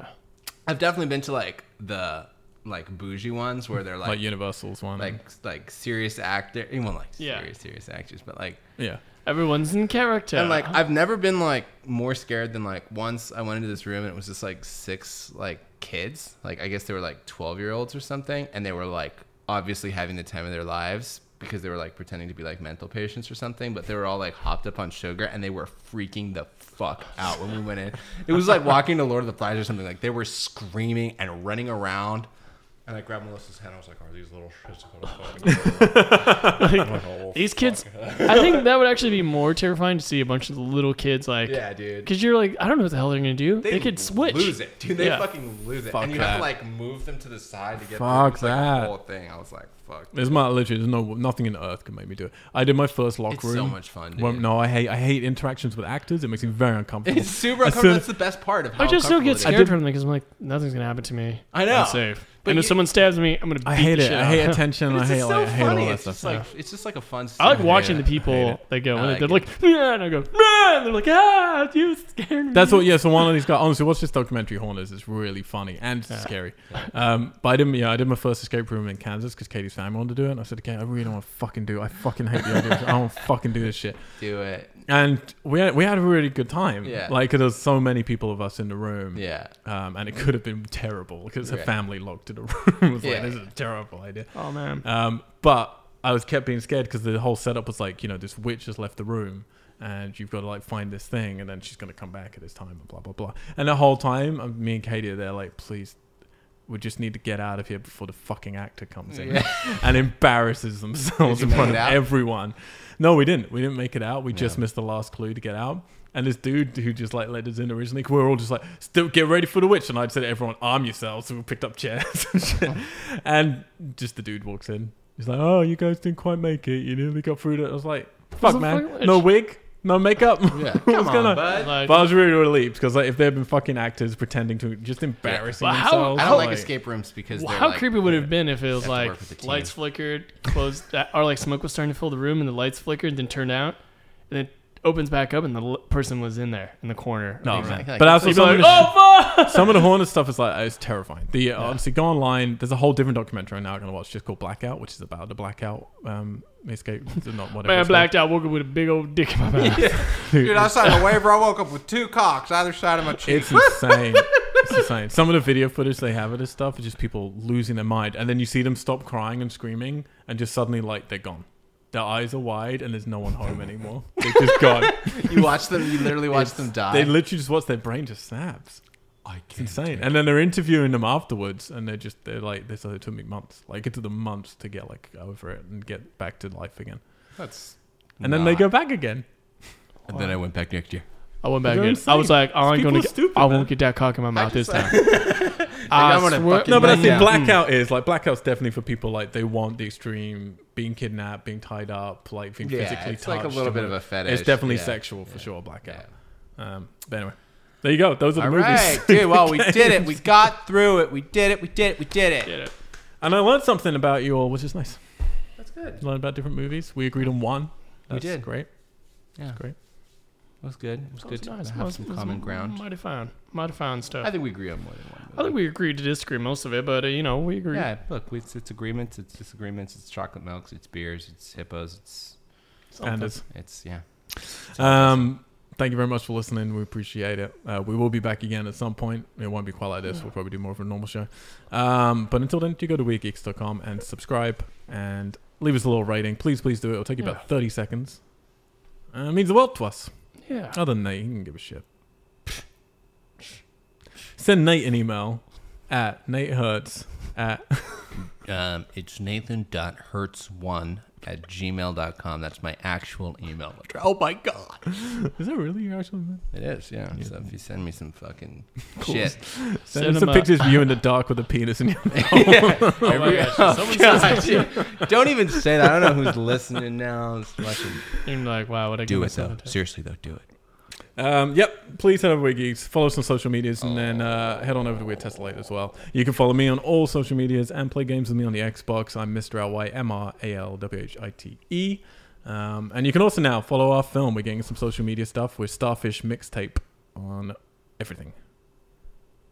S2: I've definitely been to like the like bougie ones where they're
S1: like
S2: like
S1: Universal's one.
S2: like like serious actor. Anyone like
S3: Yeah.
S2: serious serious actors, but like
S1: yeah.
S3: Everyone's in character.
S2: and like I've never been like more scared than like once I went into this room and it was just like six like kids. Like I guess they were like twelve year olds or something, and they were like obviously having the time of their lives because they were like pretending to be like mental patients or something, but they were all like hopped up on sugar and they were freaking the fuck out when we went in. It was like walking to Lord of the Flies or something. Like they were screaming and running around. And I grabbed Melissa's hand. I was like, "Are these little shits going to fucking?" oh,
S3: These kids, I think that would actually be more terrifying to see a bunch of little kids like,
S2: Yeah, dude.
S3: because you're like, I don't know what the hell they're gonna do. They, could switch.
S2: Lose it, dude. They
S3: Yeah.
S2: fucking lose it,
S1: Fuck
S2: and you have
S1: that.
S2: to like move them to the side to get
S1: Fuck
S2: through. It was, like,
S1: that.
S2: the whole thing. I was like, fuck.
S1: There's my literally there's no nothing in earth can make me do it. I did my first lock
S2: It's
S1: room.
S2: so much fun, dude.
S1: Well, no, I hate I hate interactions with actors. It makes me very uncomfortable.
S2: It's super
S1: As
S2: uncomfortable.
S1: soon-
S2: That's the best part of how
S3: I just still
S2: uncomfortable
S3: get
S2: it
S3: scared
S2: is.
S3: from them because I'm like, nothing's gonna happen to me.
S2: I know.
S3: I'm safe.
S2: But
S3: and if
S2: you-
S3: someone stabs me, I'm gonna. Beat
S1: I hate
S3: the
S1: it.
S3: shit
S1: I hate
S3: out of them.
S1: attention.
S2: But
S1: I
S2: It's
S1: hate
S2: just
S1: like,
S2: so
S1: I hate all
S2: funny.
S1: that
S2: It's
S1: stuff.
S2: just like it's just like a fun.
S3: I like
S2: scene.
S3: watching
S2: Yeah.
S3: the people that go
S2: I
S3: in it.
S2: like
S3: They're
S2: it.
S3: like, "Ah," and I go, "Ah," and they're like, ah, you scared me.
S1: That's what. Yeah. So one of these guys. Honestly, watch this documentary, Horners. It's really funny and scary. Um, but I did. Yeah, I did my first escape room in Kansas because Katie's family wanted to do it. And I said, "Okay, I really don't want to fucking do. It. I fucking hate the idea. of- I don't want to fucking do this shit."
S2: Do it.
S1: And we had, we had a really good time.
S2: Yeah.
S1: Like 'cause there was so many people of us in the room.
S2: Yeah.
S1: Um, and it could have been terrible because her
S2: Right.
S1: family locked in a room. was like,
S2: Yeah.
S1: "This is a terrible idea."
S3: Oh
S2: Uh,
S3: man.
S1: Um, but I was kept being scared because the whole setup was like, you know, this witch has left the room and you've got to like find this thing and then she's going to come back at this time and blah, blah, blah. And the whole time, um, me and Katie are there like, please, we just need to get out of here before the fucking actor comes in and embarrasses themselves
S2: Did you
S1: in front
S2: make
S1: of
S2: it out?
S1: everyone. No, we didn't. We didn't make it out. We just missed the last clue to get out. And this dude who just like let us in originally, 'cause we were all just like, still get ready for the witch. And I'd said, to everyone, arm yourselves. So we picked up chairs and shit. And just the dude walks in. He's like, oh, you guys didn't quite make it. You nearly got through that. I was like, fuck,
S3: a
S1: man.
S3: fucking
S1: No
S3: witch."
S1: wig, no makeup.
S2: Yeah.
S1: What's
S2: Come
S1: going
S2: on,
S1: on?
S2: bud.
S3: Like,
S1: But I was really relieved because like, if they had been fucking actors pretending to just embarrassing
S3: But how-
S1: themselves,
S2: I don't like escape rooms because
S3: Well,
S2: they're
S3: how
S2: like,
S3: creepy would it have been if it was
S2: have to
S3: like
S2: work with the
S3: lights flickered, closed, that- or like smoke was starting to fill the room and the lights flickered, then turned out, and it opens back up and the l- person was in there in the corner.
S1: No,
S3: Like,
S1: man.
S2: Exactly.
S1: But also,
S3: You'd be
S1: some,
S3: like,
S1: of the,
S3: oh fuck!
S1: some of the Hornet stuff is like it's terrifying. The honestly, go online. There's a whole different documentary I'm now going to watch, just called Blackout, which is about the blackout um, escape. Not whatever.
S3: Man, I
S1: it's
S3: blacked out, woke up with a big old dick in my mouth.
S2: dude, I signed a waiver. I woke up with two cocks either side of my
S1: called. It's insane. it's insane. Some of the video footage they have of this stuff is just people losing their mind, and then you see them stop crying and screaming, and just suddenly like they're gone. Their eyes are wide, and there's no one home anymore. They're just gone.
S2: You watch them. You literally watch them die.
S1: they literally just watch their brain just snaps.
S4: I
S1: It's
S4: can't.
S1: insane. And then they're interviewing them afterwards, and they're just they're like they said it took me months. Like it took them months to get like over it and get back to life again.
S2: That's.
S1: And then they
S2: not-
S1: go back again.
S4: And then I went back next year.
S3: I went back
S1: They're
S3: in. I was
S1: insane.
S3: like, I ain't
S1: People
S3: gonna
S1: are
S3: get,
S1: stupid,
S3: I
S1: man.
S3: won't get that cock in my mouth this
S2: just-
S3: time. I
S2: I'm gonna
S3: swear-
S2: fucking
S1: No, but I
S2: Yeah.
S1: think blackout is like blackout's definitely for people like they want the extreme being kidnapped, being tied up, like being
S2: Yeah,
S1: physically
S2: it's
S1: touched.
S2: like a little bit of a fetish.
S1: It's definitely
S2: Yeah.
S1: sexual for
S2: Yeah.
S1: sure. Blackout.
S2: Yeah.
S1: Um, but anyway, there you go. Those are the
S2: All
S1: movies.
S2: right, dude. Well, we did it. We got through it. We did it. We did it. We did it.
S3: Get it.
S1: And I learned something about you all, which is nice.
S2: That's good.
S1: Learned about different movies. We agreed on one.
S2: We
S1: That's
S2: did.
S1: great.
S2: Yeah,
S1: great.
S2: It was good. It was good to
S3: That was nice.
S2: have
S3: Most-
S2: some
S3: most-
S2: common ground.
S3: Might have found, might have found
S2: I
S3: stuff.
S2: think we agree on more than one.
S3: I think we agreed to disagree most of it, but uh, you know we agree.
S2: Yeah, look, it's, it's agreements, it's disagreements, it's chocolate milks, it's beers, it's hippos, it's Oh,
S3: Something.
S1: And it's-
S2: it's yeah.
S1: Um, thank you very much for listening. We appreciate it. Uh, we will be back again at some point. It won't be quite like this. We'll probably do more of a normal show. Um, but until then, do go to weirdgeeks.com and subscribe and leave us a little rating. Please, please do it. It'll take you
S3: Yeah.
S1: about 30 seconds. Uh, it means the world to us.
S3: yeah.
S2: Oh
S1: Other than that, you can give a shit. Send Nate an email at natehurts at
S2: Um, it's nathan.hertz1 at gmail.com. That's my actual email address. Oh my God.
S1: is that really your actual email?
S2: It is, yeah. So if you send me some fucking shit.
S1: Send,
S3: Send
S1: us some
S3: him a-
S1: pictures of you in the dark with a penis in your
S3: Oh my gosh, someone
S2: God,
S3: says
S2: dude. don't even say that. I don't know who's listening now. It's fucking
S3: You're like, wow, what I give
S2: do it,
S3: myself
S2: though.
S3: a tip.
S2: Seriously, though, do it.
S1: Um, yep. Please head over to Geeks. Follow us on social medias and then uh, head on over to Weird Tesla Late as well. You can follow me on all social medias and play games with me on the Xbox. I'm Mr. L-Y, M-R-A-L-W-H-I-T-E. E. Um, and you can also now follow our film. We're getting some social media stuff with Starfish Mixtape on everything.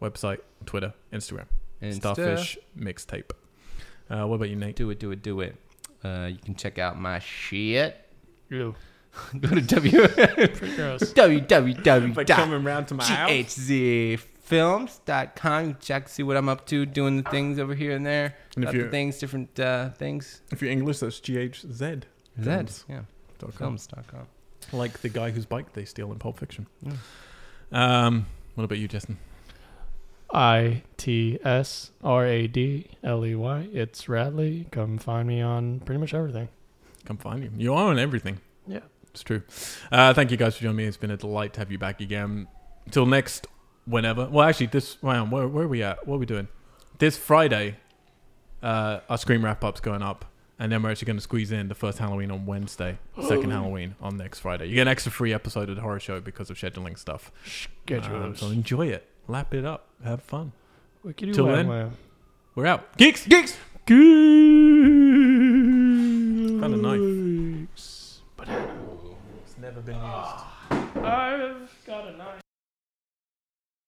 S1: Website, Twitter, Instagram.
S2: And
S1: Starfish Mixtape. Uh, what about you, Nate?
S2: Do it, do it, do it. Uh, you can check out my shit.
S3: Ew,
S2: Go to w-
S3: pretty gross.
S1: Like
S2: www.
S1: coming round to my house.
S2: GHZfilms.com. You Check, see what I'm up to, doing the things over here and there.
S1: And if
S2: Lots of
S1: you're-
S2: things, different uh, things.
S1: If you're English, that's G-H-Z.
S2: Zeds, yeah,
S1: dot com.
S2: films.com.
S1: like the guy whose bike they steal in Pulp Fiction.
S2: Yeah.
S1: Um, what about you, Justin?
S3: I T S R A D L E Y. It's Radley. Come find me on pretty much everything.
S1: Come find you. You are on everything.
S3: Yeah.
S1: it's true. Uh, thank you guys for joining me. It's been a delight to have you back again. Till next, whenever. Well, actually, this round, where, where are we at? What are we doing? This Friday, uh, our screen wrap up's going up. And then we're actually going to squeeze in the first Halloween on Wednesday, second Halloween on next Friday. You get an extra free episode of the horror show because of scheduling stuff. Um,
S3: Schedules.
S1: so enjoy it, lap it up, have fun.
S3: Wickedy
S1: till
S3: wham
S1: then.
S3: wham.
S1: We're out. Geeks! Geeks! Found a knife. It's never been used.
S3: I've got a knife.